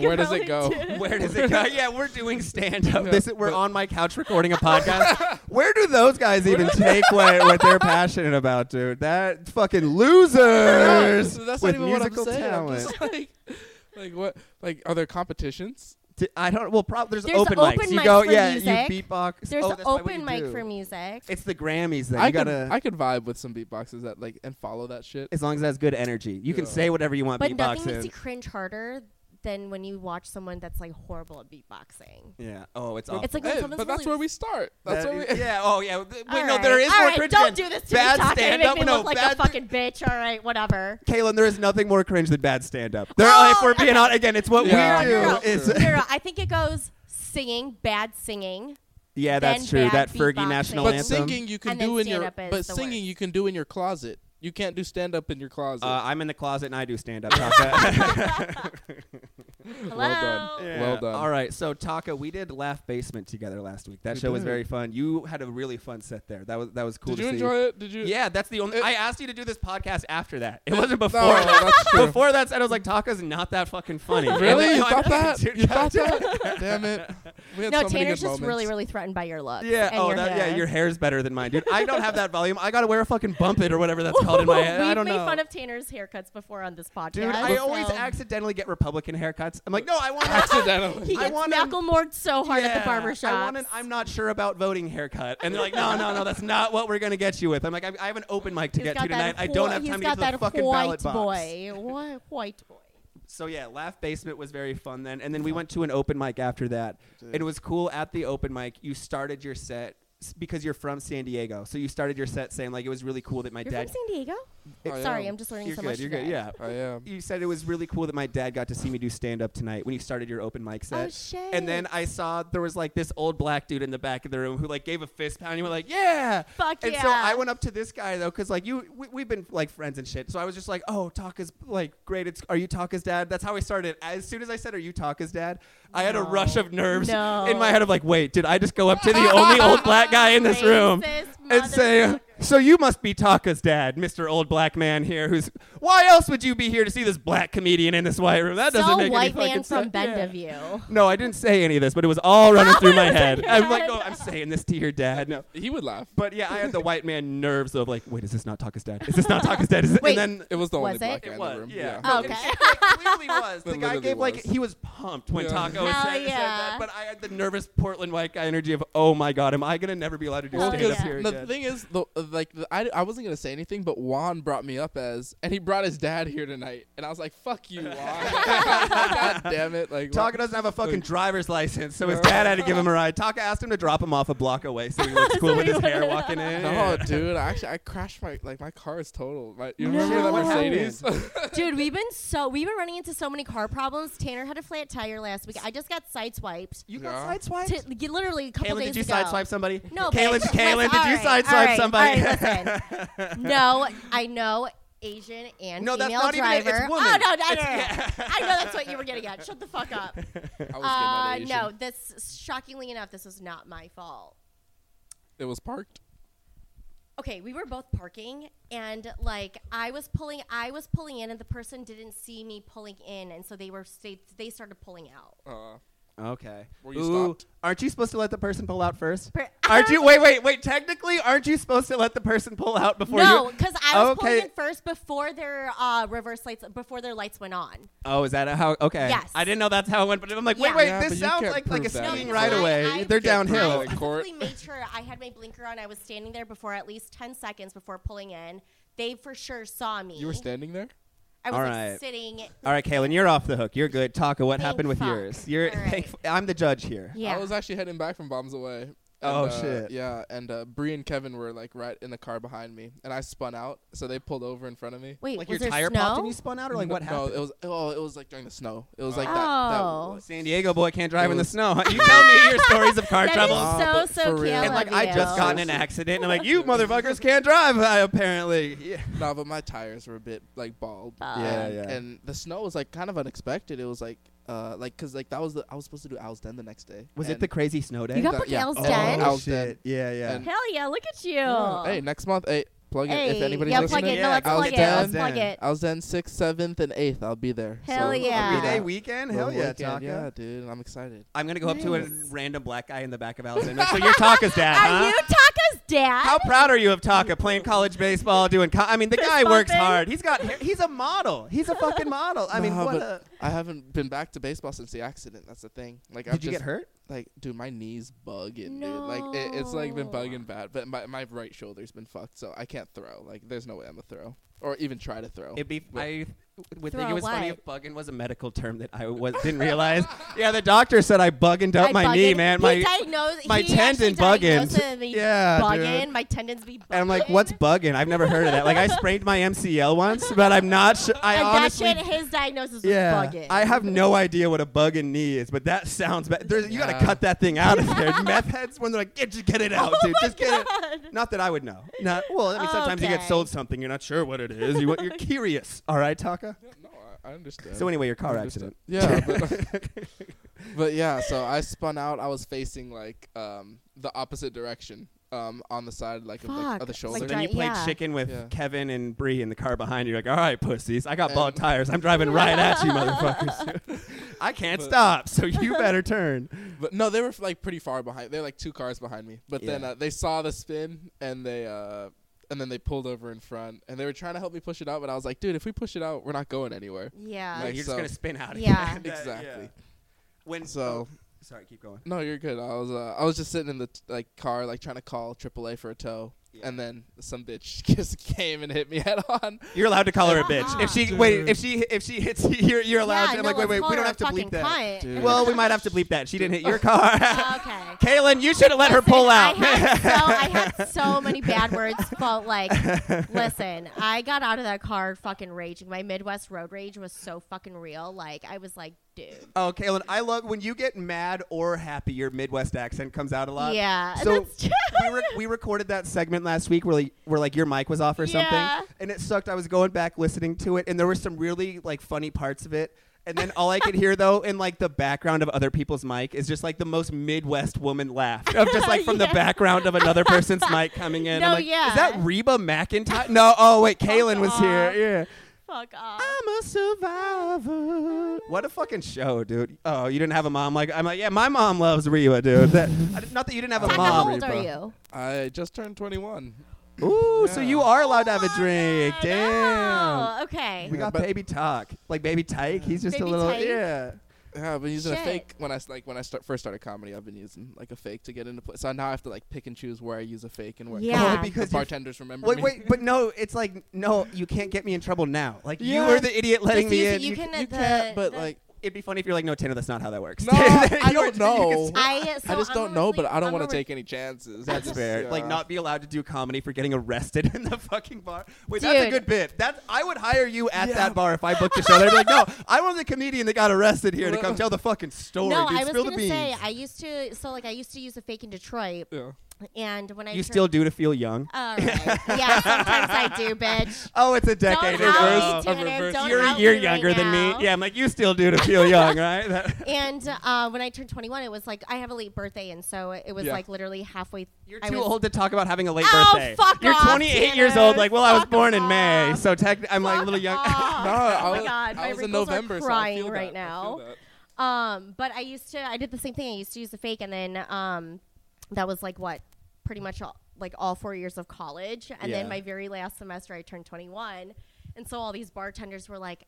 Speaker 4: You
Speaker 3: where does it
Speaker 4: probably
Speaker 3: go?
Speaker 4: did.
Speaker 2: Where does it go? Yeah, we're doing stand up.
Speaker 3: Yeah,
Speaker 2: This we're
Speaker 3: but-
Speaker 2: on my couch recording a podcast. Where do those guys even take what, what they're passionate about, dude? That fucking
Speaker 3: No,
Speaker 2: losers
Speaker 3: so that's
Speaker 2: with
Speaker 3: not even what I'm
Speaker 2: musical
Speaker 3: saying. I'm
Speaker 2: talent.
Speaker 3: just like, like what? Like are there competitions?
Speaker 2: D- I don't. Well, prob- there's,
Speaker 4: There's
Speaker 2: open,
Speaker 4: open
Speaker 2: mics. You
Speaker 4: mics
Speaker 2: go,
Speaker 4: for
Speaker 2: yeah,
Speaker 4: music.
Speaker 2: you beatbox.
Speaker 4: There's
Speaker 2: oh,
Speaker 4: an
Speaker 2: that's probably what
Speaker 4: open
Speaker 2: you
Speaker 4: mic
Speaker 2: do.
Speaker 4: for music.
Speaker 2: It's the Grammys that
Speaker 3: I
Speaker 2: you
Speaker 3: could
Speaker 2: gotta.
Speaker 3: I could vibe with some beatboxes that like and follow that shit.
Speaker 2: as long as that's good energy, you can
Speaker 3: Yeah.
Speaker 2: say whatever you want.
Speaker 4: But nothing
Speaker 2: beatboxing.
Speaker 4: makes you cringe harder than when you watch someone that's like horrible at beatboxing.
Speaker 2: yeah. Oh, it's
Speaker 3: Well,
Speaker 2: awful.
Speaker 4: It's like when
Speaker 3: Hey,
Speaker 4: someone's
Speaker 3: but that's
Speaker 4: really-
Speaker 3: where we start. That's
Speaker 2: That
Speaker 3: where
Speaker 2: is-
Speaker 3: we.
Speaker 2: yeah. Oh, yeah. Wait,
Speaker 4: All
Speaker 2: no,
Speaker 4: right,
Speaker 2: there is
Speaker 4: all
Speaker 2: more
Speaker 4: right,
Speaker 2: cringe
Speaker 4: Don't
Speaker 2: than
Speaker 4: do this to
Speaker 2: bad
Speaker 4: me, Taka. You
Speaker 2: stand-up.
Speaker 4: make me
Speaker 2: no,
Speaker 4: look like
Speaker 2: bad
Speaker 4: a fucking bitch. All right, whatever.
Speaker 2: Kaylin, there is nothing more cringe than bad stand up. There,
Speaker 4: Oh,
Speaker 2: if we're being
Speaker 4: okay.
Speaker 2: honest, again, it's what
Speaker 3: Yeah.
Speaker 4: No,
Speaker 2: we do.
Speaker 4: no, no,
Speaker 2: Is,
Speaker 4: no, no, no. I think it goes singing, bad singing.
Speaker 2: yeah,
Speaker 4: Then
Speaker 2: that's true.
Speaker 4: bad
Speaker 2: That Fergie
Speaker 4: beatboxing.
Speaker 2: national
Speaker 3: But
Speaker 2: anthem.
Speaker 3: singing you can
Speaker 4: And then
Speaker 3: do in your.
Speaker 4: stand-up is
Speaker 3: But
Speaker 4: the
Speaker 3: singing
Speaker 4: worst.
Speaker 3: you can do in your closet. You can't do stand up in your closet.
Speaker 2: uh, I'm in the closet and I do stand up. Taka.
Speaker 4: Hello.
Speaker 3: Well done.
Speaker 2: Yeah.
Speaker 3: Well done.
Speaker 2: All right, so Taka, we did Laugh Basement together last week. That
Speaker 3: We
Speaker 2: show was
Speaker 3: did.
Speaker 2: very fun. You had a really fun set there. That was that was cool. to
Speaker 3: Did you
Speaker 2: see.
Speaker 3: enjoy it? Did you?
Speaker 2: Yeah, that's the only.
Speaker 3: It-
Speaker 2: I asked you to do this podcast after that. It wasn't
Speaker 3: No,
Speaker 2: before. that.
Speaker 3: that's true.
Speaker 2: Before that said, I was like, Taka's not that fucking funny.
Speaker 3: Really? You
Speaker 2: No, I-
Speaker 3: thought that?
Speaker 2: Dude,
Speaker 3: You thought that? Damn it. We had
Speaker 4: No,
Speaker 3: so many
Speaker 4: Tanner's just
Speaker 3: good moments.
Speaker 4: really, really threatened by your look.
Speaker 2: Yeah.
Speaker 4: And
Speaker 2: oh,
Speaker 4: your
Speaker 2: that,
Speaker 4: hair.
Speaker 2: yeah. Your hair's better than mine, dude. I don't have that volume. I gotta wear a fucking bump it or whatever that's called in my head.
Speaker 4: We've
Speaker 2: I don't
Speaker 4: made
Speaker 2: know.
Speaker 4: fun of Tanner's haircuts before on this podcast.
Speaker 2: dude, I always
Speaker 4: so-
Speaker 2: accidentally get Republican haircuts. I'm like, no, I want.
Speaker 3: accidentally.
Speaker 4: He
Speaker 2: I
Speaker 4: gets
Speaker 2: want an-
Speaker 4: Macklemored so hard at
Speaker 2: Yeah,
Speaker 4: the barber shop.
Speaker 2: I want an I'm not sure about voting haircut, and they're like, no, no, no, that's not what we're gonna get you with. I'm like, I, I have an open mic to get to tonight. I don't have time to get to the fucking ballot box.
Speaker 4: boy. What white boy?
Speaker 2: so yeah, Laugh Basement was very fun then. And then we went to an open mic after that. And it was cool at the open mic. You started your set s- because you're from San Diego. So you started your set saying like it was really cool that my
Speaker 4: You're
Speaker 2: dad Oh,
Speaker 4: from San Diego?
Speaker 3: I
Speaker 4: Sorry,
Speaker 3: am.
Speaker 4: I'm just learning
Speaker 2: You're
Speaker 4: so
Speaker 2: good,
Speaker 4: much.
Speaker 2: you're good.
Speaker 4: today.
Speaker 2: Yeah.
Speaker 3: I am.
Speaker 2: You said it was really cool that my dad got to see me do stand up tonight when you started your open mic set.
Speaker 4: Oh, shit.
Speaker 2: And then I saw there was like this old black dude in the back of the room who like gave a fist pound. And you were like, yeah.
Speaker 4: Fuck
Speaker 2: and
Speaker 4: yeah.
Speaker 2: so I went up to this guy though, because like you, we, we've been like friends and shit. So I was just like, oh, Taka's like great. It's are you Taka's dad? That's how I started. As soon as I said, are you Taka's dad? I had a
Speaker 4: No.
Speaker 2: rush of nerves
Speaker 4: No.
Speaker 2: in my head of like, wait, did I just go up to the only old black guy in this room?
Speaker 4: Racist
Speaker 2: and say, uh,
Speaker 4: motherfucker.
Speaker 2: "So you must be Taka's dad, Mr. Old Black Man here. Who's why else would you be here to see this black comedian in this white room? That doesn't
Speaker 4: So
Speaker 2: make
Speaker 4: white
Speaker 2: any fucking
Speaker 4: man
Speaker 2: sense."
Speaker 4: from Bendeview.
Speaker 2: Yeah. No, I didn't say any of this, but it was all running through my head. I'm like, no, I'm saying this to your dad. No.
Speaker 3: He would laugh.
Speaker 2: But yeah, I had the white man nerves of like, wait, is this not Taka's dad? Is this not Taka's dad? Is it?
Speaker 4: Wait.
Speaker 2: And then
Speaker 3: It was the
Speaker 4: Was
Speaker 3: only
Speaker 4: it? It
Speaker 3: black guy in the
Speaker 2: was,
Speaker 3: room.
Speaker 2: yeah.
Speaker 4: Oh, okay.
Speaker 2: It clearly was. The guy
Speaker 3: It literally
Speaker 2: gave like
Speaker 3: was.
Speaker 2: he was pumped when
Speaker 3: Yeah.
Speaker 2: Taka was
Speaker 4: Hell
Speaker 2: said, said that.
Speaker 4: Oh, yeah.
Speaker 2: But I had the nervous Portland white guy energy of, oh my god, am I gonna never be allowed to do
Speaker 4: Well,
Speaker 2: stand up
Speaker 4: yeah.
Speaker 2: here
Speaker 3: the
Speaker 2: again?
Speaker 3: thing is, the, uh, like, the, I, I wasn't gonna say anything, but Juan brought me up as, and he brought his dad here tonight, and I was like, "Fuck you, Juan! God damn it!" Like,
Speaker 2: Taka doesn't have a fucking driver's license, so his dad had to give him a ride. Taka asked him to drop him off a block away so he looks cool with his hair walking in.
Speaker 3: no, dude. I actually, I crashed my like my car is totaled. My, you remember
Speaker 4: No.
Speaker 3: that
Speaker 4: What happened?
Speaker 3: Mercedes?
Speaker 4: Dude, we've been so we've been running into so many car problems. Tanner had a flat tire last week. I just got sideswiped.
Speaker 2: You
Speaker 3: Yeah.
Speaker 2: got sideswiped?
Speaker 4: T- like, literally a couple
Speaker 2: Kaylin,
Speaker 4: days
Speaker 2: did you
Speaker 4: ago.
Speaker 2: sideswipe somebody?
Speaker 4: No,
Speaker 2: Kaylin,
Speaker 4: bitch.
Speaker 2: Kaylin,
Speaker 4: Let's-
Speaker 2: did you
Speaker 4: all right,
Speaker 2: sideswipe
Speaker 4: all right,
Speaker 2: somebody?
Speaker 4: all right, listen. no, I know Asian and
Speaker 2: No, that's
Speaker 4: female
Speaker 2: not even
Speaker 4: driver.
Speaker 2: it, it's woman.
Speaker 4: Oh no, no, no, no,
Speaker 2: It's-
Speaker 4: no.
Speaker 2: yeah.
Speaker 4: I know that's what you were getting at. Shut the fuck up.
Speaker 3: I was
Speaker 4: Uh,
Speaker 3: getting that
Speaker 4: no,
Speaker 3: Asian.
Speaker 4: this shockingly enough, this was not my fault.
Speaker 3: It was parked.
Speaker 4: okay we were both parking and like i was pulling i was pulling in and the person didn't see me pulling in and so they were they, they started pulling out
Speaker 3: Uh,
Speaker 2: Okay.
Speaker 3: Were you stopped?
Speaker 2: Aren't you supposed to let the person pull out first?
Speaker 4: Per-
Speaker 2: Aren't you? Wait, wait, wait. Technically, aren't you supposed to let the person pull out before
Speaker 4: no
Speaker 2: you?
Speaker 4: because i was
Speaker 2: Okay.
Speaker 4: pulling in first before their uh, reverse lights before their lights went on
Speaker 2: Oh, is that how? Okay.
Speaker 4: Yes.
Speaker 2: I didn't know that's how it went, but I'm like, wait,
Speaker 4: Yeah.
Speaker 2: wait.
Speaker 3: Yeah, but
Speaker 2: this
Speaker 3: you
Speaker 2: sounds
Speaker 3: can't
Speaker 2: like like a
Speaker 3: prove that.
Speaker 2: skiing
Speaker 4: because
Speaker 2: right
Speaker 4: I-
Speaker 2: away.
Speaker 4: I-
Speaker 2: They're
Speaker 4: I
Speaker 2: downhill.
Speaker 3: in court.
Speaker 4: specifically made sure I had my blinker on. I was standing there before at least ten seconds before pulling in. They for sure saw me.
Speaker 3: you were standing there.
Speaker 4: I was
Speaker 2: All
Speaker 4: like
Speaker 2: right.
Speaker 4: sitting.
Speaker 2: All right, Kaylin, you're off the hook. You're good. Taka, what
Speaker 4: Thank
Speaker 2: happened with
Speaker 4: fuck.
Speaker 2: yours? You're.
Speaker 4: All right.
Speaker 2: thankful- I'm the judge here.
Speaker 4: Yeah.
Speaker 3: I was actually heading back from Bombs Away. and,
Speaker 2: Oh,
Speaker 3: uh,
Speaker 2: shit.
Speaker 3: Yeah, and uh, Bree and Kevin were like right in the car behind me, and I spun out, so they pulled over in front of me.
Speaker 4: Wait,
Speaker 2: Like
Speaker 4: was there
Speaker 2: your tire
Speaker 4: snow?
Speaker 2: popped and you spun out, or like
Speaker 3: No,
Speaker 2: what happened?
Speaker 3: No, it was oh, it was like during the snow. It was like
Speaker 4: Oh.
Speaker 3: that. that
Speaker 2: San Diego boy can't drive in the
Speaker 3: was-
Speaker 2: snow. huh? You tell me your stories of car
Speaker 4: That is
Speaker 2: trouble. Oh,
Speaker 3: Ah,
Speaker 4: so
Speaker 3: but
Speaker 4: so
Speaker 3: for real.
Speaker 4: Caleb.
Speaker 2: and like I just
Speaker 4: you.
Speaker 2: got in an accident, and I'm like, you motherfuckers can't drive. I apparently. Yeah.
Speaker 3: no, but my tires were a bit like bald.
Speaker 4: Bald.
Speaker 2: Yeah,
Speaker 3: and,
Speaker 2: yeah.
Speaker 3: And the snow was like kind of unexpected. It was like uh like cuz like that was the I was supposed to do Owl's Den the next day.
Speaker 2: Was it
Speaker 3: and-
Speaker 2: the crazy snow day?
Speaker 4: You got
Speaker 3: That-
Speaker 4: booked
Speaker 3: yeah.
Speaker 4: L's
Speaker 3: Oh,
Speaker 4: Den.
Speaker 3: I was
Speaker 2: shit.
Speaker 3: dead.
Speaker 2: Yeah, yeah.
Speaker 3: And-
Speaker 4: Hell yeah! Look at you.
Speaker 3: Yeah. Hey, next month, hey, plug it if
Speaker 4: Hey,
Speaker 3: anybody's
Speaker 4: yeah,
Speaker 3: listening.
Speaker 4: plug it.
Speaker 2: Yeah,
Speaker 4: No, let's
Speaker 3: I was
Speaker 4: plug it. Let's
Speaker 2: down.
Speaker 4: plug it.
Speaker 3: I was then 6th, 7th and 8th. I'll be there.
Speaker 4: Hell
Speaker 3: so-
Speaker 4: yeah.
Speaker 2: Every day
Speaker 4: Yeah.
Speaker 2: weekend?
Speaker 3: Little
Speaker 2: Hell yeah,
Speaker 3: weekend,
Speaker 2: Taka.
Speaker 3: Yeah, dude, I'm excited.
Speaker 2: I'm gonna go up to a
Speaker 3: Nice.
Speaker 2: random black guy in the back of Al's and be like, so you're Taka's dad,
Speaker 4: Are
Speaker 2: huh?
Speaker 4: you Taka's dad?
Speaker 2: How proud are you of Taka playing college baseball, doing? Co- I mean, the
Speaker 4: Fist
Speaker 2: guy works
Speaker 4: bumping.
Speaker 2: hard. He's got. hair- He's a model. He's a fucking model. I mean,
Speaker 3: Nah,
Speaker 2: what?
Speaker 3: but
Speaker 2: A,
Speaker 3: I haven't been back to baseball since the accident. That's the thing. Like, I've
Speaker 2: did you
Speaker 3: just,
Speaker 2: get hurt?
Speaker 3: Like, dude, my knee's bugging, dude. Like, it, it's like been
Speaker 4: No.
Speaker 3: bugging bad. But my, my right shoulder's been fucked, so I can't throw. Like, there's no way I'm gonna throw or even try to throw.
Speaker 2: It'd be. I would think
Speaker 4: Throw
Speaker 2: it was funny
Speaker 4: what?
Speaker 2: if bugging was a medical term that I was didn't realize. yeah, the doctor said I buggined up
Speaker 4: I
Speaker 2: my knee,
Speaker 4: buggin'.
Speaker 2: man.
Speaker 4: He
Speaker 2: My
Speaker 4: diagnosed,
Speaker 2: my
Speaker 4: he actually
Speaker 2: tendon buggin'.
Speaker 4: diagnosed it, he
Speaker 2: Yeah,
Speaker 4: buggin',
Speaker 2: dude.
Speaker 4: My tendons be bugging.
Speaker 2: and I'm like, what's bugging? I've never heard of that. Like, I sprained my MCL once, but I'm not sure. I
Speaker 4: and
Speaker 2: honestly
Speaker 4: that shit, his diagnosis was
Speaker 2: Yeah,
Speaker 4: bugging.
Speaker 2: I have no idea what a bug in knee is, but that sounds bad. There's, you gotta
Speaker 3: Yeah.
Speaker 2: cut that thing out of there. Meth heads when they're like, get just get it
Speaker 4: Oh
Speaker 2: out, dude. Just get it. Not that I would know. Not well. I mean, sometimes you get
Speaker 4: Okay.
Speaker 2: sold something, you're not sure what it is. You, you're curious. All right, Taka.
Speaker 3: no, I, I understand.
Speaker 2: So anyway, your car accident.
Speaker 3: Understood. Yeah, but, but yeah, so I spun out. I was facing like um, the opposite direction um, on the side, like of,
Speaker 4: Fuck,
Speaker 3: like, of the
Speaker 4: like
Speaker 3: shoulder.
Speaker 2: So then
Speaker 4: dri-
Speaker 2: you played
Speaker 4: yeah.
Speaker 2: chicken with
Speaker 3: Yeah.
Speaker 2: Kevin and Bree in the car behind you. You're like, all right, pussies, I got
Speaker 3: And-
Speaker 2: bald tires. I'm driving right at you, motherfuckers. I can't
Speaker 3: But-
Speaker 2: stop, so you better turn.
Speaker 3: but no, they were like pretty far behind. They're like two cars behind me. But then
Speaker 2: Yeah.
Speaker 3: uh, they saw the spin and they uh, and then they pulled over in front and they were trying to help me push it out. But I was like, dude, if we push it out, we're not going anywhere.
Speaker 4: Yeah.
Speaker 2: Like,
Speaker 3: Like,
Speaker 2: you're just
Speaker 3: so-
Speaker 2: gonna spin out.
Speaker 4: Yeah.
Speaker 2: again. That-
Speaker 3: Exactly.
Speaker 2: When oh,
Speaker 3: So-
Speaker 2: sorry, keep going.
Speaker 3: No, you're good. I was uh, I was just sitting in the t- like car, like trying to call AAA for a tow.
Speaker 2: Yeah.
Speaker 3: And then some bitch just came and hit me head on.
Speaker 2: You're allowed to call her a bitch.
Speaker 4: Uh-uh.
Speaker 2: If she wait, if she if she hits you, you're, you're allowed.
Speaker 4: yeah,
Speaker 2: to. I'm
Speaker 4: no,
Speaker 2: like, wait,
Speaker 4: let's
Speaker 2: wait,
Speaker 4: call
Speaker 2: we
Speaker 4: her
Speaker 2: don't
Speaker 4: a
Speaker 2: have to
Speaker 4: fucking
Speaker 2: bleep that.
Speaker 4: cunt.
Speaker 3: Dude.
Speaker 2: Well, we might have to bleep that. She didn't hit your car.
Speaker 4: okay.
Speaker 2: Kaylin, you should have let her pull
Speaker 4: Listen, I
Speaker 2: out.
Speaker 4: had, so, I had so many bad words. Felt like, listen, I got out of that car fucking raging. My Midwest road rage was so fucking real. Like, I was like, dude.
Speaker 2: oh, Kaylin, I love when you get mad or happy. Your Midwest accent comes out a lot.
Speaker 4: Yeah.
Speaker 2: So
Speaker 4: that's true.
Speaker 2: we, re- we recorded that segment last week where, like, where like your mic was off or something,
Speaker 4: Yeah.
Speaker 2: and it sucked. I was going back listening to it, and there were some really like funny parts of it. And then all I could hear though in like the background of other people's mic is just like the most Midwest woman laugh of just like from the
Speaker 4: Yeah.
Speaker 2: background of another person's mic coming in. I'm
Speaker 4: No,
Speaker 2: like, Is
Speaker 4: yeah.
Speaker 2: that Reba McIntyre? No. Oh wait, Kaylin
Speaker 4: Fuck
Speaker 2: was here.
Speaker 4: off.
Speaker 2: Yeah.
Speaker 4: Fuck off.
Speaker 2: I'm a survivor. What a fucking show, dude. Oh, you didn't have a mom like I'm like yeah, my mom loves Reba, dude. That, I did- not that you didn't have a
Speaker 4: Taka,
Speaker 2: mom.
Speaker 4: how old are
Speaker 3: Reba.
Speaker 4: you?
Speaker 3: I just turned 21.
Speaker 2: Ooh, so
Speaker 3: Yeah.
Speaker 2: you are allowed to have a drink.
Speaker 4: Oh,
Speaker 2: Damn.
Speaker 4: no. Okay.
Speaker 2: We
Speaker 3: Yeah,
Speaker 2: got
Speaker 3: but-
Speaker 2: baby talk. Like baby Tyke. He's just a
Speaker 4: Baby
Speaker 2: little
Speaker 4: Tyke?
Speaker 2: yeah.
Speaker 3: Yeah, I've been using
Speaker 4: Shit.
Speaker 3: a fake when I s- like when I start first started comedy. I've been using like a fake to get into play. So now I have to like pick and choose where I use a fake and where.
Speaker 4: Yeah. Oh,
Speaker 3: the
Speaker 2: because you-
Speaker 3: bartenders remember
Speaker 2: Wait,
Speaker 3: me.
Speaker 2: wait, but no, it's like no, you can't get me in trouble now. Like you
Speaker 3: Yeah.
Speaker 2: were the idiot letting
Speaker 4: Just
Speaker 2: me
Speaker 4: use
Speaker 2: in.
Speaker 4: it. You
Speaker 2: You-
Speaker 4: can-
Speaker 3: you
Speaker 4: the-
Speaker 3: can't. But
Speaker 4: the-
Speaker 3: like,
Speaker 2: It'd be funny if you're like, no, Tanner, that's not how that works.
Speaker 3: no, I
Speaker 2: You were-
Speaker 3: don't know.
Speaker 4: I, so
Speaker 3: I just
Speaker 4: I'm
Speaker 3: don't
Speaker 4: a
Speaker 3: know.
Speaker 4: really-
Speaker 3: But I don't
Speaker 4: I'm
Speaker 3: want
Speaker 4: a
Speaker 3: to
Speaker 4: re-
Speaker 3: take any chances.
Speaker 2: That's
Speaker 3: Just,
Speaker 2: fair. Like
Speaker 3: yeah.
Speaker 2: not be allowed to do comedy for getting arrested in the fucking bar. Wait, that's a
Speaker 4: Dude.
Speaker 2: good bit. That I would hire you at
Speaker 3: Yeah.
Speaker 2: that bar if I booked a show. They'd be like, no, I want the comedian that got arrested here to come tell the fucking story.
Speaker 4: No,
Speaker 2: dude,
Speaker 4: I was
Speaker 2: spill the
Speaker 4: gonna
Speaker 2: beans.
Speaker 4: say I used to. So like I used to use a fake in Detroit,
Speaker 3: Yeah.
Speaker 4: And when I Oh.
Speaker 2: You
Speaker 4: turned-
Speaker 2: still do to feel young.
Speaker 4: All right. yeah, sometimes I do, bitch.
Speaker 2: Oh, it's a decade.
Speaker 4: Don't
Speaker 2: reverse.
Speaker 4: out me, Tanner.
Speaker 3: reverse.
Speaker 4: Don't
Speaker 2: You're a
Speaker 4: out
Speaker 2: year
Speaker 4: me right
Speaker 2: younger than
Speaker 4: now.
Speaker 2: me. Yeah, I'm like, you still do to feel young, right? That-
Speaker 4: And uh, when I turned 21, it was like I have a late birthday, and so it was
Speaker 3: Yeah.
Speaker 4: like literally halfway.
Speaker 2: You're
Speaker 4: I
Speaker 2: too
Speaker 4: was-
Speaker 2: old to talk about having a late
Speaker 4: Oh,
Speaker 2: birthday.
Speaker 4: fuck
Speaker 2: You're
Speaker 4: off,
Speaker 2: 28 years
Speaker 4: Tanner.
Speaker 2: old. Like, well, I was
Speaker 4: Fuck
Speaker 2: born in May,
Speaker 4: off.
Speaker 2: so technically, I'm like a
Speaker 4: Fuck
Speaker 2: little young.
Speaker 4: off.
Speaker 3: No,
Speaker 4: oh
Speaker 3: I
Speaker 4: my
Speaker 3: was,
Speaker 4: God,
Speaker 3: I was in
Speaker 4: wrinkles are
Speaker 3: November,
Speaker 4: crying
Speaker 3: so I feel
Speaker 4: right
Speaker 3: that. I
Speaker 4: now.
Speaker 3: feel that.
Speaker 4: Um, but I used to, I did the same thing. I used to use the fake, and then um, that was like what, pretty much all, like all four years of college, and
Speaker 2: Yeah.
Speaker 4: then my very last semester, I turned twenty one, and so all these bartenders were like.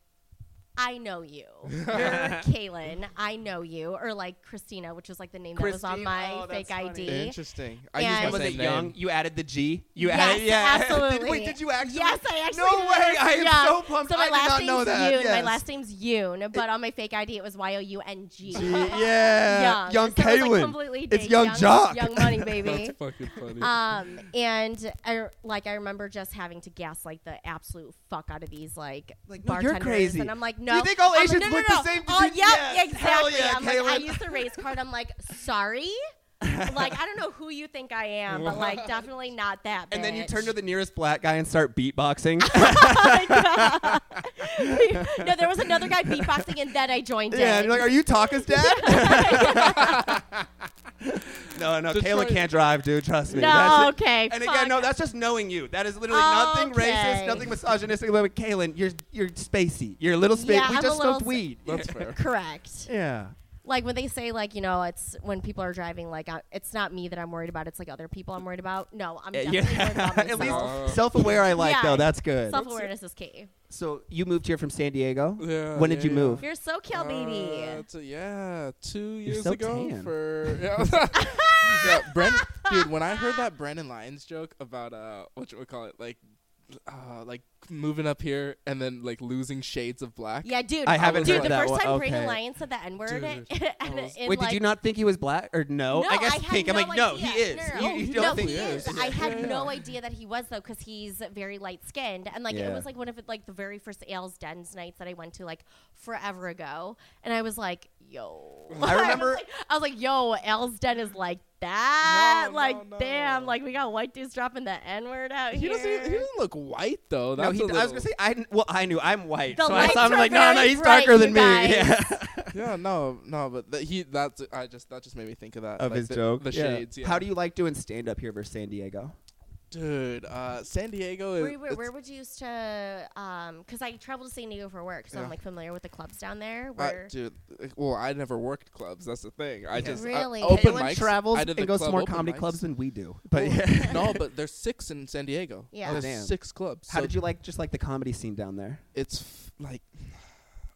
Speaker 4: I know you. You're Kaylin. I know you. Or like Christina, which was like the name that was on
Speaker 2: Christine.
Speaker 4: my
Speaker 2: Oh,
Speaker 4: fake
Speaker 2: that's funny.
Speaker 4: ID.
Speaker 3: Interesting. I
Speaker 4: And-
Speaker 3: use
Speaker 2: was
Speaker 3: my
Speaker 2: it
Speaker 3: same
Speaker 2: young?
Speaker 3: name.
Speaker 2: You added the G. You
Speaker 4: Yes,
Speaker 2: added, yeah.
Speaker 4: absolutely.
Speaker 2: Did, wait, did you actually?
Speaker 4: Yes, I actually.
Speaker 2: No
Speaker 4: did.
Speaker 2: way! I am
Speaker 4: Yeah.
Speaker 2: so pumped.
Speaker 4: So my
Speaker 2: I did
Speaker 4: last
Speaker 2: not
Speaker 4: name's
Speaker 2: know that.
Speaker 4: Yoon. My
Speaker 2: Yes.
Speaker 4: last name's Yoon, but on my fake ID it was Y O U N G.
Speaker 2: G, yeah.
Speaker 4: Young.
Speaker 2: Young
Speaker 4: So it was, like,
Speaker 2: Kaylin.
Speaker 4: completely
Speaker 2: it's
Speaker 4: dig-
Speaker 2: young Jock.
Speaker 4: Young money,
Speaker 3: That's
Speaker 4: baby.
Speaker 3: fucking funny.
Speaker 4: um, and I, like I remember just having to gaslight the absolute fuck out of these like,
Speaker 2: Like, no, you're
Speaker 4: bartenders,
Speaker 2: crazy.
Speaker 4: and I'm like,
Speaker 2: Do you
Speaker 4: no.
Speaker 2: think all
Speaker 4: I'm like,
Speaker 2: Asians
Speaker 4: no, no,
Speaker 2: look
Speaker 4: no.
Speaker 2: the same?
Speaker 4: Oh, yep,
Speaker 2: Did you- Yes. Hell
Speaker 4: exactly.
Speaker 2: yeah,
Speaker 4: I'm like, I
Speaker 2: Kaylin.
Speaker 4: used the race card. I'm like, sorry. like I don't know who you think I am, but like definitely not that.
Speaker 2: And then you
Speaker 4: bitch.
Speaker 2: turn to the nearest black guy and start beatboxing.
Speaker 4: no, there was another guy beatboxing, and then I joined in.
Speaker 2: yeah, and you're like, are you Taka's dad? no, no, Kayla
Speaker 3: Detroit-
Speaker 2: can't drive, dude. Trust me.
Speaker 4: No,
Speaker 2: That's it.
Speaker 4: okay,
Speaker 2: And again,
Speaker 4: fuck.
Speaker 2: no, that's just knowing you. That is literally nothing
Speaker 4: Okay.
Speaker 2: racist, nothing misogynistic. But Kaylin, you're you're spacey. You're a little spacey.
Speaker 4: Yeah,
Speaker 2: we
Speaker 4: I'm a
Speaker 2: just
Speaker 4: little
Speaker 2: smoked
Speaker 4: s-
Speaker 2: weed.
Speaker 3: That's fair.
Speaker 4: Correct.
Speaker 2: yeah.
Speaker 4: Like when they say, like you know, it's when people are driving. Like I, it's not me that I'm worried about. It's like other people I'm worried about. No, I'm definitely worried about
Speaker 2: Uh, At
Speaker 4: myself.
Speaker 3: myself.
Speaker 2: least self-aware, I like
Speaker 4: Yeah.
Speaker 2: though. That's good.
Speaker 4: Self awareness is key.
Speaker 2: So you moved here from San Diego.
Speaker 3: Yeah,
Speaker 2: when did
Speaker 3: yeah,
Speaker 2: you
Speaker 3: yeah.
Speaker 2: move?
Speaker 4: You're so kill, baby.
Speaker 3: Uh, t- yeah, two years
Speaker 2: so
Speaker 3: ago
Speaker 2: tan.
Speaker 3: for yeah. yeah Bren- dude. When I heard that Brandon Lyons joke about uh, what you would call it, like, uh, like moving up here and then like losing shades of black.
Speaker 4: yeah, dude.
Speaker 2: I haven't
Speaker 4: dude,
Speaker 2: heard
Speaker 4: the
Speaker 2: that
Speaker 4: first
Speaker 2: one.
Speaker 4: time Brandon
Speaker 2: Okay.
Speaker 4: Lyon said the N word, and
Speaker 3: Dude, I was-
Speaker 4: in,
Speaker 2: Wait,
Speaker 4: like,
Speaker 2: did you not think he was black or no?
Speaker 4: No,
Speaker 2: Oh, I guess
Speaker 4: had
Speaker 2: pink. I'm like, no, he
Speaker 4: idea.
Speaker 2: is. You, you don't
Speaker 4: no,
Speaker 2: think
Speaker 4: he is. I
Speaker 3: Yeah,
Speaker 4: had
Speaker 3: yeah,
Speaker 4: no
Speaker 3: yeah.
Speaker 4: idea that he was though, because he's very light skinned, and like
Speaker 2: Yeah.
Speaker 4: it was like one of like the very first Ales Dens nights that I went to like forever ago, and I was like, yo,
Speaker 2: I
Speaker 4: was
Speaker 2: remember-
Speaker 4: like- I was like, yo, Ales Den is like that,
Speaker 3: No,
Speaker 4: like
Speaker 3: no,
Speaker 4: damn,
Speaker 3: no.
Speaker 4: like we got white dudes dropping the N word out
Speaker 3: He
Speaker 4: here.
Speaker 3: doesn't. He doesn't look white though.
Speaker 2: No,
Speaker 3: That's
Speaker 2: he,
Speaker 3: a
Speaker 2: I was
Speaker 3: little-
Speaker 2: gonna say I. kn- Well, I knew I'm white,
Speaker 4: The
Speaker 2: so I
Speaker 4: lights
Speaker 2: saw him
Speaker 4: are
Speaker 2: like, no, no,
Speaker 4: very
Speaker 2: he's
Speaker 4: bright,
Speaker 2: darker
Speaker 4: you
Speaker 2: than me.
Speaker 4: guys.
Speaker 2: Yeah.
Speaker 3: Yeah, no, no, but th he that's I just that just made me think of that like, the, The shades. Yeah.
Speaker 2: How do you like doing stand up here versus San Diego?
Speaker 3: dude? Uh, San Diego. is-
Speaker 4: Where, where,
Speaker 3: it's-
Speaker 4: where would you used to? Um, because I traveled to San Diego for work, so
Speaker 3: Yeah.
Speaker 4: I'm like familiar with the clubs down there.
Speaker 3: I,
Speaker 4: Where
Speaker 3: dude, uh, well, I never worked clubs. That's the thing. I just I-
Speaker 4: Really?
Speaker 3: open
Speaker 2: Caitlin
Speaker 3: mics.
Speaker 2: travels
Speaker 3: I
Speaker 2: and
Speaker 3: did the
Speaker 2: goes to
Speaker 3: club
Speaker 2: more
Speaker 3: open
Speaker 2: comedy
Speaker 3: mics.
Speaker 2: clubs than we do. But
Speaker 3: Well,
Speaker 2: yeah.
Speaker 3: no, but there's six in San Diego.
Speaker 4: Yeah. Oh,
Speaker 3: there's
Speaker 2: damn.
Speaker 3: six clubs.
Speaker 2: how
Speaker 3: so
Speaker 2: did you like just like the comedy scene down there?
Speaker 3: It's f- like,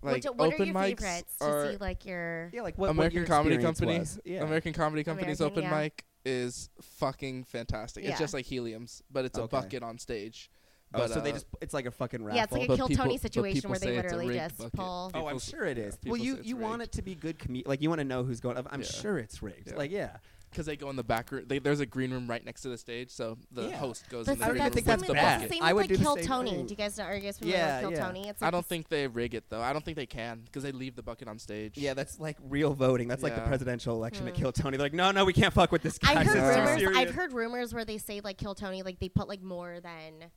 Speaker 3: like
Speaker 4: Which, what
Speaker 3: open
Speaker 4: are your
Speaker 3: mics
Speaker 4: favorites
Speaker 3: are
Speaker 4: to see? Like your
Speaker 2: Yeah, like what
Speaker 3: American Comedy Company.
Speaker 2: Yeah.
Speaker 3: American Comedy Company's
Speaker 4: American,
Speaker 3: open
Speaker 4: yeah.
Speaker 3: mic is fucking fantastic.
Speaker 4: Yeah.
Speaker 3: It's just like heliums, but it's a
Speaker 2: Okay.
Speaker 3: bucket on stage.
Speaker 2: oh,
Speaker 3: But,
Speaker 2: so they
Speaker 3: uh,
Speaker 2: just it's like a fucking raffle.
Speaker 4: Yeah, it's like a
Speaker 3: But
Speaker 4: Kill
Speaker 3: people-
Speaker 4: Tony
Speaker 3: but
Speaker 4: situation
Speaker 3: people
Speaker 4: where
Speaker 3: say
Speaker 4: they
Speaker 3: it's a
Speaker 4: literally
Speaker 3: rigged
Speaker 4: just
Speaker 3: bucket.
Speaker 4: pull.
Speaker 2: Oh, I'm
Speaker 3: People s-
Speaker 2: sure it is.
Speaker 3: yeah,
Speaker 2: well,
Speaker 3: people
Speaker 2: you
Speaker 3: say it's
Speaker 2: you want it
Speaker 3: rigged.
Speaker 2: to be good comedian. Like you want to know who's going. up. I'm
Speaker 3: Yeah.
Speaker 2: sure it's rigged.
Speaker 3: Yeah.
Speaker 2: Like yeah.
Speaker 3: because they go in the back room. They, there's a green room right next to the stage, so the
Speaker 2: Yeah.
Speaker 3: host goes
Speaker 4: But
Speaker 3: in the
Speaker 2: I
Speaker 4: that's
Speaker 2: don't
Speaker 3: green
Speaker 2: even think
Speaker 3: room
Speaker 4: the
Speaker 3: with
Speaker 2: that's
Speaker 4: same-
Speaker 3: the
Speaker 2: bad.
Speaker 4: Same with
Speaker 3: bucket.
Speaker 2: I would
Speaker 4: like
Speaker 2: do the
Speaker 4: Kill
Speaker 2: same
Speaker 4: Tony.
Speaker 2: thing.
Speaker 4: Do you guys know? Are you guys familiar
Speaker 2: Yeah,
Speaker 4: with Kill
Speaker 2: yeah.
Speaker 4: Tony? It's like
Speaker 3: I don't
Speaker 4: this-
Speaker 3: think they rig it though. I don't think they can because they leave the bucket on stage.
Speaker 2: Yeah, that's like real voting. That's like the
Speaker 3: Yeah.
Speaker 2: presidential election that
Speaker 4: Hmm.
Speaker 2: killed Tony. They're like, no, no, we can't fuck with this guy.
Speaker 4: I
Speaker 2: This
Speaker 4: heard
Speaker 2: is
Speaker 3: Yeah.
Speaker 2: too
Speaker 4: rumors. I've
Speaker 2: serious."
Speaker 4: heard rumors where they say like Kill Tony, like they put like more than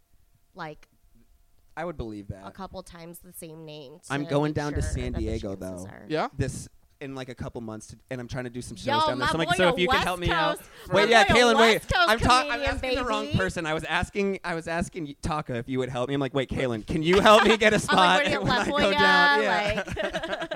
Speaker 4: like
Speaker 2: I would believe that.
Speaker 4: a couple times the same name.
Speaker 2: I'm
Speaker 4: to
Speaker 2: going
Speaker 4: make
Speaker 2: down to
Speaker 4: sure
Speaker 2: San
Speaker 4: that the
Speaker 2: Diego,
Speaker 4: chances
Speaker 2: though.
Speaker 4: are-
Speaker 3: Yeah.
Speaker 2: This in like a couple months, to, and I'm trying to do some shows
Speaker 4: Yo,
Speaker 2: down there.
Speaker 4: my
Speaker 2: So I'm
Speaker 4: boy
Speaker 2: like, so
Speaker 4: a
Speaker 2: if you can
Speaker 4: West
Speaker 2: help me out.
Speaker 4: Coast- my
Speaker 2: Wait, yeah,
Speaker 4: boy a
Speaker 2: Kaylin, wait.
Speaker 4: West Coast
Speaker 2: I'm, ta- I'm
Speaker 4: comedian,
Speaker 2: asking the wrong
Speaker 4: baby.
Speaker 2: person. I was asking, I was asking y- Taka if you would help me. I'm like, wait, Kaylin, can you help me get a
Speaker 4: I'm like,
Speaker 2: spot
Speaker 4: where do you
Speaker 2: when I
Speaker 4: left
Speaker 2: go
Speaker 4: one?
Speaker 2: down?
Speaker 4: Yeah,
Speaker 2: Yeah.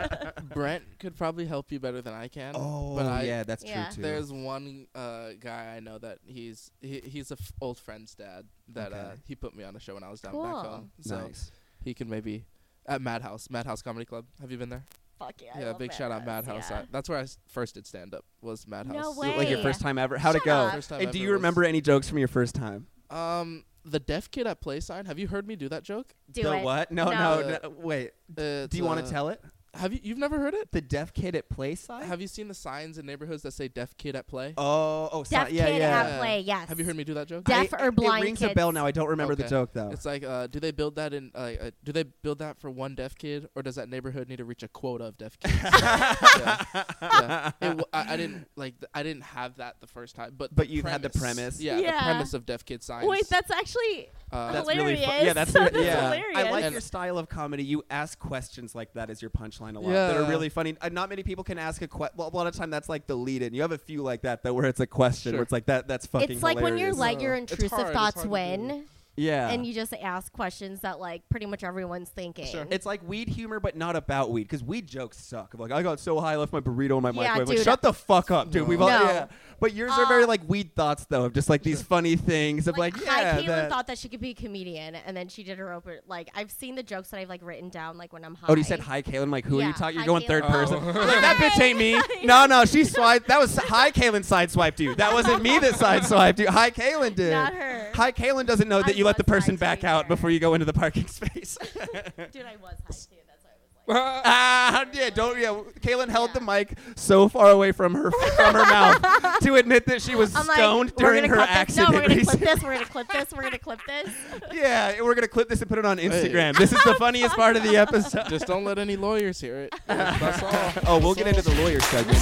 Speaker 4: like
Speaker 3: Brent could probably help you better than I can.
Speaker 2: oh,
Speaker 3: but I,
Speaker 2: yeah, that's true
Speaker 4: Yeah.
Speaker 2: too.
Speaker 3: There's one uh, guy I know that he's he, he's a f- old friend's dad that uh,
Speaker 2: Okay.
Speaker 3: he put me on a show when I was down back
Speaker 4: Cool.
Speaker 3: home. So
Speaker 2: nice.
Speaker 3: he can maybe at Madhouse, Madhouse Comedy Club. Have you been there?
Speaker 4: fuck yeah. I
Speaker 3: yeah,
Speaker 4: love
Speaker 3: big shout out Madhouse.
Speaker 4: yeah.
Speaker 3: I, that's where I s- first did stand up was Madhouse.
Speaker 4: way.
Speaker 2: Like your
Speaker 4: Hey.
Speaker 2: first time ever. How'd it
Speaker 4: Shut
Speaker 2: go?
Speaker 4: up.
Speaker 3: First time
Speaker 2: And do
Speaker 3: ever
Speaker 2: you
Speaker 3: was-
Speaker 2: remember any jokes from your first time?
Speaker 3: Um, the deaf kid at Play Sign. Have you heard me do that joke?
Speaker 4: Do
Speaker 2: the
Speaker 4: it.
Speaker 2: what? No, no,
Speaker 4: No.
Speaker 2: no, Wait.
Speaker 3: Uh,
Speaker 2: Do you want to tell it?
Speaker 3: Have you you've never heard it?
Speaker 2: The deaf kid at play sign.
Speaker 3: Have you seen the signs in neighborhoods that say "deaf kid at play"?
Speaker 2: oh, oh,
Speaker 4: Deaf
Speaker 2: si- yeah,
Speaker 4: kid
Speaker 2: yeah.
Speaker 4: at play, yes.
Speaker 3: Have you heard me do that joke?
Speaker 4: Deaf
Speaker 2: I-
Speaker 4: or blind
Speaker 2: It rings a
Speaker 4: kids.
Speaker 2: bell now. I don't remember the
Speaker 3: Okay.
Speaker 2: joke though.
Speaker 3: It's like, uh, do they build that in? Uh, uh, do they build that for one deaf kid, or does that neighborhood need to reach a quota of deaf kids? yeah. yeah. It w- I, I didn't like. th- I didn't have that the first time, but
Speaker 2: But
Speaker 3: the
Speaker 2: you've had
Speaker 3: premise,
Speaker 2: the premise.
Speaker 3: Yeah,
Speaker 4: Yeah.
Speaker 3: the premise of deaf kid signs.
Speaker 4: Wait, that's actually
Speaker 3: uh,
Speaker 2: That's really
Speaker 4: hilarious.
Speaker 2: fu- yeah, that's
Speaker 4: that's
Speaker 2: re- yeah.
Speaker 4: hilarious.
Speaker 2: I like
Speaker 3: And-
Speaker 2: your style of comedy. You ask questions like that as your punchline a lot that
Speaker 3: Yeah.
Speaker 2: are really funny. Uh, not many people can ask a question. Well, a lot of time that's like the lead in. You have a few like that though, where it's a question
Speaker 3: Sure.
Speaker 2: where it's like that. That's fucking.
Speaker 4: it's like when your
Speaker 2: hilarious.
Speaker 4: like your
Speaker 3: It's
Speaker 4: intrusive
Speaker 3: hard, it's
Speaker 4: thoughts
Speaker 3: hard to
Speaker 4: win,
Speaker 3: do.
Speaker 2: yeah,
Speaker 4: and you just ask questions that like pretty much everyone's thinking.
Speaker 2: It's like weed humor, but not about weed, because weed jokes suck. Like I got so high, I left my burrito in my
Speaker 4: Yeah,
Speaker 2: microwave. Like,
Speaker 4: dude.
Speaker 2: shut the fuck up, dude. We've all
Speaker 4: No.
Speaker 2: yeah. But yours are very
Speaker 4: Uh,
Speaker 2: like weed thoughts though, of just like these funny things of like,
Speaker 4: like,
Speaker 2: yeah,
Speaker 4: hi, Caitlin
Speaker 2: that-
Speaker 4: thought that she could be a comedian, and then she did her open. Like I've seen the jokes that I've like written down, like when I'm high.
Speaker 2: Oh, you said hi, Kaylin. Like, who are
Speaker 4: Yeah,
Speaker 2: you talking?
Speaker 4: hi,
Speaker 2: You're going third
Speaker 4: Kaylin.
Speaker 2: person.
Speaker 3: Oh.
Speaker 2: Like, that bitch ain't me. No, no, she swiped. That was hi, Kaylin sideswiped you. That wasn't me that sideswiped you. Hi, Kaylin did.
Speaker 4: Not her.
Speaker 2: Hi, Kaylin doesn't know that
Speaker 4: I
Speaker 2: you let the
Speaker 4: was
Speaker 2: person
Speaker 4: sideswiped
Speaker 2: back out
Speaker 4: her.
Speaker 2: before you go into the parking space.
Speaker 4: Dude, I was high too. That's why I was like.
Speaker 2: ah, yeah, don't. Yeah, Kaylin held the
Speaker 4: Yeah.
Speaker 2: mic so far away from her from her mouth to admit that she was
Speaker 4: I'm like,
Speaker 2: stoned
Speaker 4: we're
Speaker 2: during
Speaker 4: gonna
Speaker 2: her
Speaker 4: clip
Speaker 2: accident.
Speaker 4: This. No, we're gonna clip
Speaker 2: recently.
Speaker 4: this. We're gonna clip this. We're gonna clip this.
Speaker 2: yeah, we're gonna clip this and put it on Instagram. This is the funniest part of the episode.
Speaker 3: Just don't let any lawyers hear it. That's all.
Speaker 2: Oh, we'll get into the lawyer segment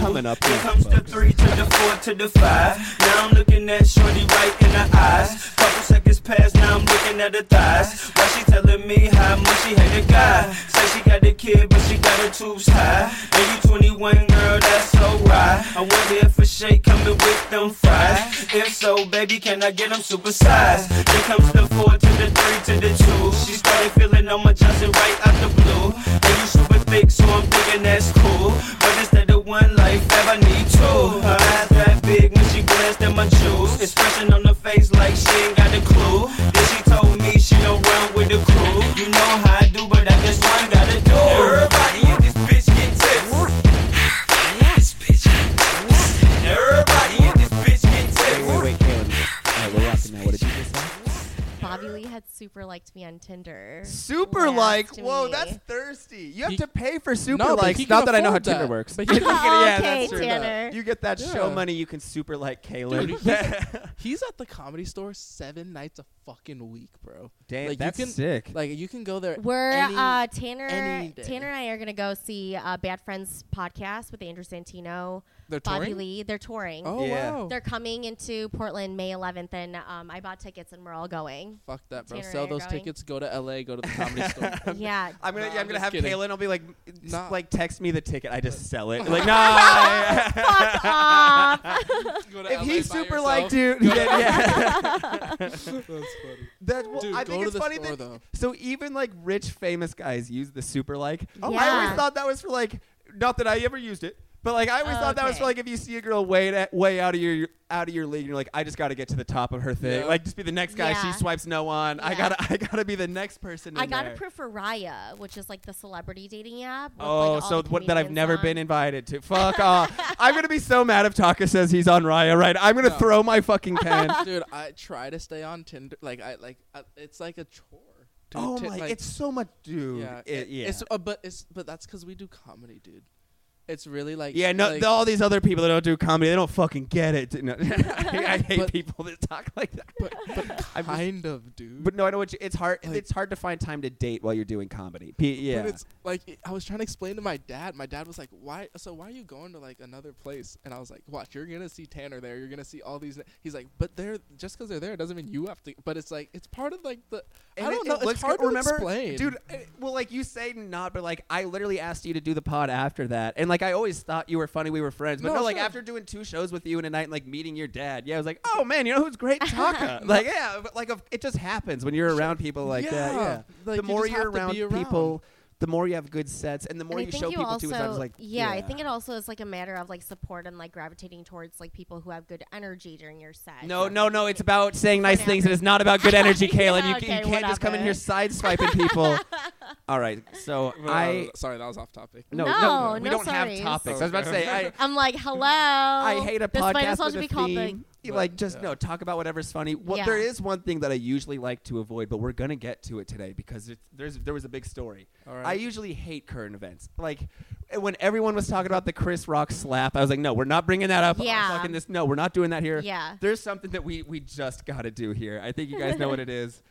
Speaker 2: coming up.
Speaker 1: Here comes the three to the four to the five. Now I'm looking at Shorty right in the eyes. Couple seconds pass, now I'm looking at her thighs. Why she telling me how much she hate a guy? Say she got a kid, but she got her tubes high. And you 21, girl, that's so right. I wonder if a shake coming with them fries. If so, baby, can I get them supersized? Here comes the four to the three to the two. She started feeling on my Johnson right out the blue. And you super thick, so I'm thinking that's cool. But instead of one life, have I need two? Her eyes that big when she glanced at my jewels. Expression on her face like she ain't got a clue. Then she told me she don't run with the crew. You know how I do, but I just one gotta do. Everybody in this bitch get tips. This bitch get tips. Everybody in this bitch get
Speaker 2: Wait, wait,
Speaker 1: tips.
Speaker 2: wait, Kaylin. All right, we're rocking now. What did you just say?
Speaker 4: Bobby Lee had super liked me on Tinder.
Speaker 2: Super
Speaker 4: Last
Speaker 2: like, whoa,
Speaker 4: me.
Speaker 2: that's thirsty. You have
Speaker 3: He-
Speaker 2: to pay for super
Speaker 3: No, but
Speaker 2: likes.
Speaker 3: he can
Speaker 2: Not that I know how
Speaker 3: afford
Speaker 2: Tinder
Speaker 3: that.
Speaker 2: works.
Speaker 3: But he
Speaker 2: You
Speaker 3: can-
Speaker 2: get- yeah,
Speaker 4: Oh, okay,
Speaker 2: that's true.
Speaker 4: Tanner.
Speaker 2: You get that show
Speaker 3: Yeah.
Speaker 2: money, you can super like Kaylin.
Speaker 3: Dude, he's- He's at the comedy store seven nights a fucking week, bro.
Speaker 2: Damn,
Speaker 3: like,
Speaker 2: that's
Speaker 3: you can,
Speaker 2: sick.
Speaker 3: Like you can go there.
Speaker 4: We're
Speaker 3: any-
Speaker 4: uh, Tanner.
Speaker 3: any day.
Speaker 4: Tanner and I are gonna go see uh, Bad Friends podcast with Andrew Santino,
Speaker 3: They're
Speaker 4: Bobby
Speaker 3: touring?
Speaker 4: Lee. They're touring.
Speaker 3: Oh
Speaker 2: Yeah.
Speaker 3: wow.
Speaker 4: They're coming into Portland May 11th, and um, I bought tickets, and we're all going.
Speaker 3: Fuck that, bro.
Speaker 4: Tanner and I
Speaker 3: Sell
Speaker 4: are
Speaker 3: those
Speaker 4: going.
Speaker 3: tickets. Go to LA. Go to the comedy store.
Speaker 4: yeah.
Speaker 2: I'm gonna,
Speaker 3: Nah,
Speaker 2: yeah, I'm
Speaker 3: I'm
Speaker 2: gonna
Speaker 3: just
Speaker 2: have
Speaker 3: kidding.
Speaker 2: Kaylin. I'll be like, just,
Speaker 3: Nah.
Speaker 2: like, text me the ticket. I just sell it. Like, nah.
Speaker 4: Fuck off.
Speaker 3: Go to
Speaker 2: if
Speaker 3: LA
Speaker 2: he's
Speaker 3: by
Speaker 2: super
Speaker 3: yourself.
Speaker 2: liked you, then yeah.
Speaker 3: That's funny.
Speaker 2: That's well,
Speaker 3: Dude,
Speaker 2: I
Speaker 3: go
Speaker 2: think
Speaker 3: to
Speaker 2: it's
Speaker 3: the
Speaker 2: funny
Speaker 3: store,
Speaker 2: that
Speaker 3: though.
Speaker 2: so even like rich famous guys use the super like.
Speaker 4: Oh,
Speaker 2: I always
Speaker 4: Yeah.
Speaker 2: thought that was for like not that I ever used it, but like I always
Speaker 4: Oh,
Speaker 2: thought that was for
Speaker 4: okay.
Speaker 2: like if you see a girl way to, way out of your out of your league, and you're like, I just got to get to the top of her thing,
Speaker 3: Yeah.
Speaker 2: like just be the next guy she
Speaker 4: Yeah.
Speaker 2: swipes no on. I
Speaker 4: Yeah.
Speaker 2: gotta I gotta be the next person.
Speaker 4: I
Speaker 2: in
Speaker 4: got
Speaker 2: there.
Speaker 4: approved for Raya, which is like the celebrity dating app. with, like,
Speaker 2: Oh,
Speaker 4: all
Speaker 2: so
Speaker 4: the
Speaker 2: what, that I've
Speaker 4: comedians
Speaker 2: never
Speaker 4: on.
Speaker 2: been invited to. Fuck off! I'm gonna be so mad if Taka says he's on Raya. Right? I'm gonna
Speaker 3: No.
Speaker 2: throw my fucking pen.
Speaker 3: Dude, I try to stay on Tinder. Like I like I, it's like a chore. to-
Speaker 2: oh
Speaker 3: to,
Speaker 2: my!
Speaker 3: like,
Speaker 2: it's so much, dude.
Speaker 3: yeah,
Speaker 2: It- yeah.
Speaker 3: It's uh, but it's but that's because we do comedy, dude. It's really like
Speaker 2: Yeah, no,
Speaker 3: like,
Speaker 2: all these other people that don't do comedy, they don't fucking get it. No. I, I hate
Speaker 3: But-
Speaker 2: people that talk like that.
Speaker 3: but, but
Speaker 2: I'm just-
Speaker 3: kind of, dude.
Speaker 2: But no, I know what you, it's hard.
Speaker 3: Like-
Speaker 2: it's hard to find time to date while you're doing comedy. P- yeah,
Speaker 3: But it's like it- I was trying to explain to my dad. My dad was like, "Why? So why are you going to like another place?" And I was like, "Watch, you're gonna see Tanner there. You're gonna see all these." na-" He's like, "But they're just because they're there doesn't mean you have to." But it's like it's part of like the. I
Speaker 2: And
Speaker 3: don't
Speaker 2: it-
Speaker 3: know.
Speaker 2: it looks
Speaker 3: it's hard
Speaker 2: good-
Speaker 3: to
Speaker 2: remember,
Speaker 3: explain,
Speaker 2: dude. it- well, like you say not, but like I literally asked you to do the pod after that, and like I always thought you were funny. We were friends, but no,
Speaker 3: No,
Speaker 2: like
Speaker 3: sure.
Speaker 2: after doing two shows with you in a night, and like meeting your dad, yeah, I was like, oh man, you know who's great, Taka. like yeah, but like of- it just happens when you're around people like that.
Speaker 3: Yeah,
Speaker 2: Yeah,
Speaker 3: like,
Speaker 2: the
Speaker 3: you
Speaker 2: more
Speaker 3: just
Speaker 2: you're
Speaker 3: have to
Speaker 2: around,
Speaker 3: be
Speaker 2: people. The more you have good sets, and the more
Speaker 4: And
Speaker 2: you show people
Speaker 4: also,
Speaker 2: too, is I was like,
Speaker 4: yeah, I think it also is like a matter of like support and like gravitating towards like people who have good energy during your set.
Speaker 2: No, no, no. It's about saying nice
Speaker 4: Whatever.
Speaker 2: things. It is not about good energy,
Speaker 4: Yeah,
Speaker 2: Kaylin. you, ca- you
Speaker 4: okay,
Speaker 2: can't just come in here
Speaker 4: whatever.
Speaker 2: sideswiping people. All right. So I
Speaker 3: sorry, that was off topic.
Speaker 2: no,
Speaker 4: No,
Speaker 2: no, we
Speaker 4: no
Speaker 2: don't
Speaker 4: sorries.
Speaker 2: have topics. I was about to say I
Speaker 4: I'm like, hello.
Speaker 2: I hate a
Speaker 4: Oh, this
Speaker 2: podcast
Speaker 4: might as well
Speaker 2: with
Speaker 4: just be
Speaker 2: a
Speaker 4: called the
Speaker 2: theme. You, like just
Speaker 3: yeah.
Speaker 2: no talk about whatever's funny. Well,
Speaker 4: Yeah.
Speaker 2: there is one thing that I usually like to avoid, but we're gonna get to it today because it, there's there was a big story.
Speaker 3: All right.
Speaker 2: I usually hate current events. Like when everyone was talking about the Chris Rock slap, I was like, no, we're not bringing that up. on
Speaker 4: Yeah.
Speaker 2: fucking this. No, we're not doing that here.
Speaker 4: Yeah.
Speaker 2: There's something that we we just gotta do here. I think you guys know what it is.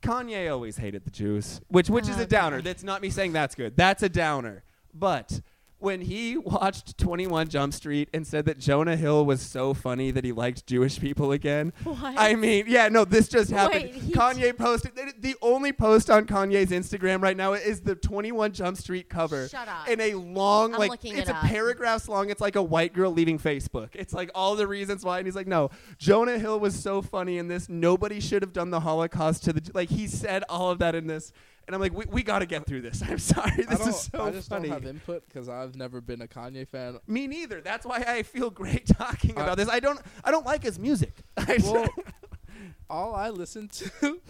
Speaker 2: Kanye always hated the Jews, which which is a
Speaker 4: Okay.
Speaker 2: downer. That's not me saying that's good. That's a downer. But when he watched 21 Jump Street and said that Jonah Hill was so funny that he liked Jewish people again.
Speaker 4: What?
Speaker 2: I mean, yeah, no, this just happened.
Speaker 4: Wait, he-
Speaker 2: Kanye posted the- the only post on Kanye's Instagram right now is the 21 Jump Street cover.
Speaker 4: Shut up.
Speaker 2: And a long
Speaker 4: I'm
Speaker 2: like
Speaker 4: looking
Speaker 2: it's
Speaker 4: it
Speaker 2: a
Speaker 4: up.
Speaker 2: paragraphs long. It's like a white girl leaving Facebook. It's like all the reasons why and he's like, "No, Jonah Hill was so funny in this. Nobody should have done the Holocaust to the like he said all of that in this." And I'm like, "We, we got to get through this. I'm sorry.
Speaker 3: I
Speaker 2: This
Speaker 3: don't-
Speaker 2: is so
Speaker 3: I just
Speaker 2: funny."
Speaker 3: don't have input because I've never been a Kanye fan.
Speaker 2: Me neither. That's why I feel great talking
Speaker 3: Uh,
Speaker 2: about this. I don't. I don't like his music. I
Speaker 3: Well, all I listen to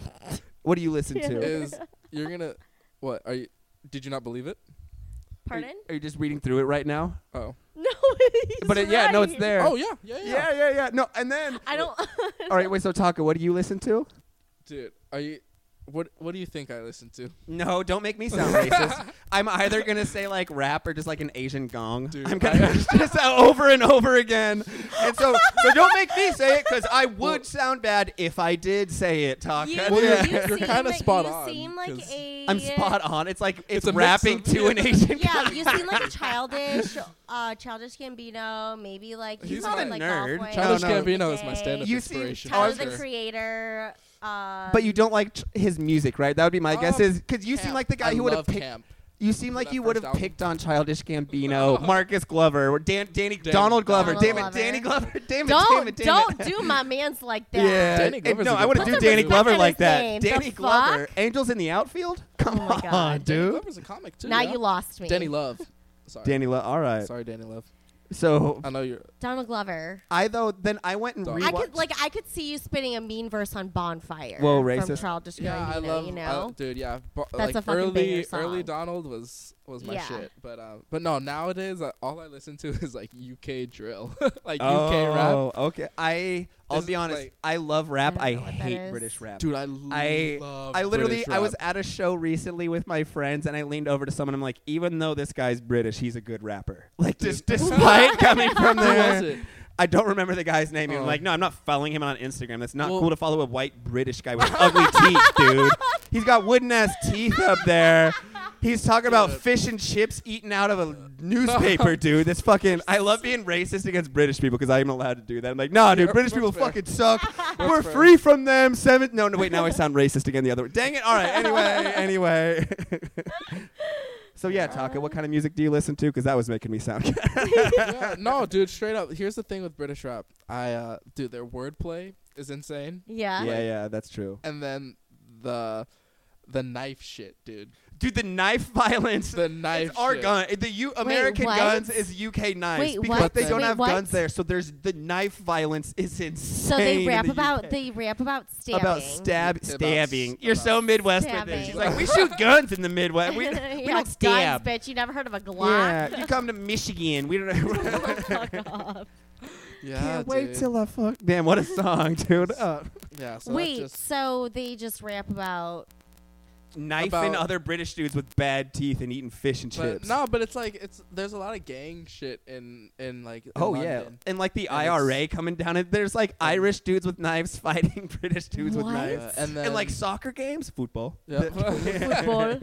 Speaker 2: what do you listen to? Are you-
Speaker 3: is you're gonna. What are you? Did you not believe it?
Speaker 4: Pardon?
Speaker 2: Are you just reading through it right now?
Speaker 3: Oh.
Speaker 4: No. he's
Speaker 2: But it, yeah, no, it's
Speaker 4: right.
Speaker 2: there.
Speaker 3: Oh yeah, yeah, yeah.
Speaker 2: yeah, yeah, yeah. No, and then.
Speaker 4: I don't.
Speaker 2: All right, wait. So Taka, what do you listen to?
Speaker 3: Dude, are you? What What do you think I listen to?
Speaker 2: No, don't make me sound racist. I'm either gonna say like rap or just like an Asian gong.
Speaker 3: Dude,
Speaker 2: I'm gonna just uh, over and over again. And so, so don't make me say it because I would
Speaker 3: Well-
Speaker 2: sound bad if I did say it, Taka.
Speaker 4: You,
Speaker 3: Well, you're-
Speaker 4: you
Speaker 3: you're
Speaker 4: seem-
Speaker 3: kinda spot
Speaker 4: you
Speaker 3: on,
Speaker 4: seem like
Speaker 3: 'cause
Speaker 4: a.
Speaker 2: I'm spot on. It's like it's,
Speaker 3: It's a mix
Speaker 2: rapping
Speaker 3: of-
Speaker 2: to an Asian.
Speaker 4: Yeah,
Speaker 2: gong.
Speaker 4: you seem like a childish, uh, childish Gambino. Maybe like you
Speaker 3: He's
Speaker 4: saw
Speaker 3: not
Speaker 4: it,
Speaker 3: a
Speaker 4: like
Speaker 2: nerd.
Speaker 4: Golfway
Speaker 3: Childish
Speaker 2: no.
Speaker 4: back in the
Speaker 3: Gambino is my
Speaker 4: day.
Speaker 3: stand-up
Speaker 2: You see
Speaker 3: inspiration.
Speaker 4: Tyler
Speaker 2: Tyler,
Speaker 4: the
Speaker 2: Oscar.
Speaker 4: Creator. Uh,
Speaker 2: But you don't like tr- his music, right? That would be my
Speaker 4: Oh,
Speaker 2: guess.
Speaker 3: Um,
Speaker 2: Is because you seem
Speaker 3: Camp.
Speaker 2: like the guy
Speaker 3: I
Speaker 2: who would have
Speaker 3: love
Speaker 2: picked.
Speaker 3: Camp.
Speaker 2: You seem like
Speaker 3: that
Speaker 2: you would
Speaker 3: first
Speaker 2: have
Speaker 3: album.
Speaker 2: picked on Childish Gambino, Marcus Glover, or Dan, Danny Donald Glover.
Speaker 4: Donald
Speaker 2: damn it,
Speaker 4: Glover.
Speaker 2: Danny Glover. Damn it,
Speaker 4: don't
Speaker 2: damn it, damn
Speaker 4: don't
Speaker 2: it.
Speaker 4: do my man's like that.
Speaker 2: Yeah,
Speaker 3: Danny
Speaker 2: and-
Speaker 3: Glover's
Speaker 2: no,
Speaker 3: a
Speaker 2: I
Speaker 3: good
Speaker 2: would have
Speaker 3: one.
Speaker 2: do
Speaker 3: Put some
Speaker 2: Danny
Speaker 4: respect
Speaker 2: Glover
Speaker 4: on
Speaker 2: like
Speaker 4: his
Speaker 2: that.
Speaker 4: name. The
Speaker 2: Danny
Speaker 4: fuck?
Speaker 2: Glover, Angels in the Outfield. Come
Speaker 4: Oh my God.
Speaker 2: on,
Speaker 3: Danny
Speaker 2: dude.
Speaker 3: Glover's a comic too.
Speaker 4: Now
Speaker 3: yeah?
Speaker 4: you lost me.
Speaker 3: Danny Love. Sorry.
Speaker 2: Danny, uh, Lo- all right.
Speaker 3: Sorry, Danny Love.
Speaker 2: So
Speaker 3: I know you're.
Speaker 4: Donald Glover.
Speaker 2: I though then I went and
Speaker 3: Sorry.
Speaker 2: rewatched.
Speaker 4: I could like I could see you spitting a mean verse on Bonfire.
Speaker 2: Whoa,
Speaker 4: From
Speaker 2: racist.
Speaker 4: Child Destroy,
Speaker 3: Yeah, I
Speaker 4: you know,
Speaker 3: love, uh,
Speaker 4: you
Speaker 3: I-
Speaker 4: know.
Speaker 3: dude. Yeah, bo-
Speaker 4: That's
Speaker 3: like
Speaker 4: a fucking banger
Speaker 3: early,
Speaker 4: song.
Speaker 3: early Donald was was my
Speaker 4: Yeah.
Speaker 3: shit. But uh, but no, nowadays uh, all I listen to is like UK drill, like UK rap.
Speaker 2: oh, okay. I I'll
Speaker 3: This
Speaker 2: be
Speaker 3: is
Speaker 2: honest.
Speaker 3: like-
Speaker 2: I love rap.
Speaker 4: I
Speaker 2: I,
Speaker 4: don't know what that
Speaker 2: hate
Speaker 4: is.
Speaker 2: British rap.
Speaker 3: Dude, I
Speaker 2: I
Speaker 3: love
Speaker 2: I literally
Speaker 3: British
Speaker 2: I was
Speaker 3: rap.
Speaker 2: at a show recently with my friends and I leaned over to someone I'm like even though this guy's British he's a good rapper like just despite coming from
Speaker 3: Who was
Speaker 2: there
Speaker 3: it?
Speaker 2: I don't remember the guy's name I'm
Speaker 3: Oh.
Speaker 2: like no I'm not following him on Instagram that's not
Speaker 3: Well-
Speaker 2: cool to follow a white British guy with ugly teeth dude he's got wooden ass teeth up there he's talking about
Speaker 3: Dude.
Speaker 2: fish and chips eating out of a newspaper dude this fucking I love being racist against British people because I'm allowed to do that I'm like nah dude
Speaker 3: Yeah,
Speaker 2: British
Speaker 3: that's
Speaker 2: people
Speaker 3: fair.
Speaker 2: fucking suck
Speaker 3: That's
Speaker 2: we're
Speaker 3: fair.
Speaker 2: free from them. Seven. No, no. Wait. Now I sound racist again. The other way. Dang it. All right. Anyway. anyway. so yeah, Taka. What kind of music do you listen to? Because that was making me sound. good.
Speaker 3: yeah, no, dude, straight up. Here's the thing with British rap. I uh, dude, their wordplay is insane,
Speaker 4: yeah.
Speaker 2: yeah, yeah. That's true.
Speaker 3: and then the the knife shit, dude.
Speaker 2: Dude, the knife violence.
Speaker 3: The knife.
Speaker 2: it's our
Speaker 3: shit.
Speaker 2: gun. The U- American
Speaker 4: what?
Speaker 2: guns is UK knives
Speaker 4: Wait,
Speaker 2: because
Speaker 4: what?
Speaker 2: they don't
Speaker 4: Wait,
Speaker 2: have
Speaker 4: what?
Speaker 2: guns there. So there's the knife violence is insane.
Speaker 4: So they
Speaker 2: in
Speaker 4: rap
Speaker 2: the
Speaker 4: about
Speaker 2: UK.
Speaker 4: they rap about stabbing.
Speaker 2: About stab
Speaker 3: About s-
Speaker 2: stabbing. You're
Speaker 3: about
Speaker 2: so Midwest with
Speaker 4: stabbing.
Speaker 2: it. She's like, we shoot guns in the Midwest. We,
Speaker 4: yeah,
Speaker 2: we don't stab.
Speaker 4: Guns, bitch. You never heard of a Glock?
Speaker 2: Yeah, you come to Michigan. We don't
Speaker 4: Fuck off.
Speaker 3: Yeah,
Speaker 2: Can't wait
Speaker 3: dude.
Speaker 2: till I fuck. Damn, what a song, dude. Uh,
Speaker 3: yeah. So that
Speaker 4: Wait,
Speaker 3: just-
Speaker 4: so they just rap about
Speaker 2: knifing
Speaker 3: About-
Speaker 2: other British dudes with bad teeth and eating fish and
Speaker 3: But
Speaker 2: chips.
Speaker 3: no, but it's like it's there's a lot of gang shit in in like in
Speaker 2: Oh yeah,
Speaker 3: London.
Speaker 2: and like the
Speaker 3: And it's-
Speaker 2: IRA coming down, and there's like Irish dudes with knives fighting British dudes with
Speaker 4: What?
Speaker 2: knives,
Speaker 3: Uh, and then
Speaker 2: and like soccer games, football.
Speaker 3: Yeah.
Speaker 4: football.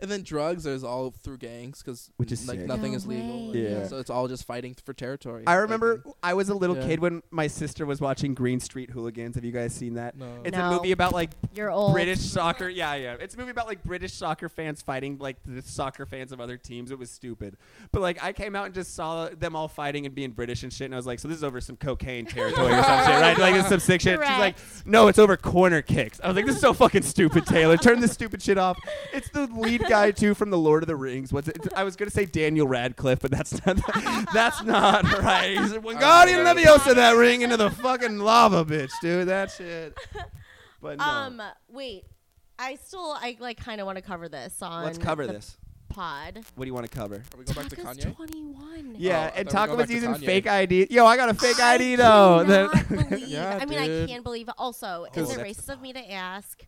Speaker 3: and then drugs is all through gangs because
Speaker 2: Which is
Speaker 3: like
Speaker 2: sick.
Speaker 3: nothing
Speaker 4: No
Speaker 3: is legal.
Speaker 4: way.
Speaker 2: Yeah.
Speaker 3: so it's all just fighting for territory.
Speaker 2: I
Speaker 3: like,
Speaker 2: remember I was a little
Speaker 3: Yeah.
Speaker 2: kid when my sister was watching Green Street Hooligans. Have you guys seen that?
Speaker 3: and- no.
Speaker 2: It's
Speaker 4: No.
Speaker 2: a movie about like
Speaker 4: your old
Speaker 2: British soccer. Yeah, yeah. It's a movie about like British soccer fans fighting like the soccer fans of other teams. It was stupid. But like I came out and just saw them all fighting and being British and shit, and I was like, so this is over some cocaine territory or some shit, right? Like this is some sick shit. She's like, no, it's over corner kicks. I was like, this is so fucking stupid, Taylor. Turn this stupid shit off. It's the lead guy too from the Lord of the Rings. What's it? it's- I was gonna say Daniel Radcliffe, but that's not. that's not right. He's like, Wingardium
Speaker 3: know.
Speaker 2: Leviosa, that ring into the fucking lava, bitch, dude. That shit. But no.
Speaker 4: Um, wait. I still, I like, kind of want to cover this on.
Speaker 2: Let's cover
Speaker 4: the
Speaker 2: this.
Speaker 4: Pod.
Speaker 2: What do you want to cover?
Speaker 3: Are we going back to
Speaker 4: Taka's
Speaker 3: Kanye?
Speaker 4: 21.
Speaker 2: Yeah,
Speaker 3: I
Speaker 2: and
Speaker 3: thought we
Speaker 2: Taco
Speaker 3: were
Speaker 2: was
Speaker 3: going
Speaker 2: using
Speaker 3: back to Kanye.
Speaker 2: fake ID. Yo, I got a fake ID though.
Speaker 4: I
Speaker 2: That-
Speaker 4: cannot believe.
Speaker 3: Yeah,
Speaker 4: I mean, I
Speaker 3: dude.
Speaker 4: can believe. Also,
Speaker 2: Cool.
Speaker 4: is it
Speaker 2: That's
Speaker 4: racist of me to ask?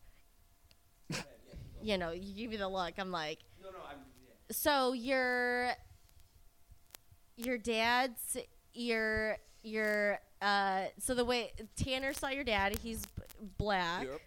Speaker 4: you know, you give me the look. I'm like, so your your dad's your your uh. So the way Tanner saw your dad, he's b- black.
Speaker 3: Yep.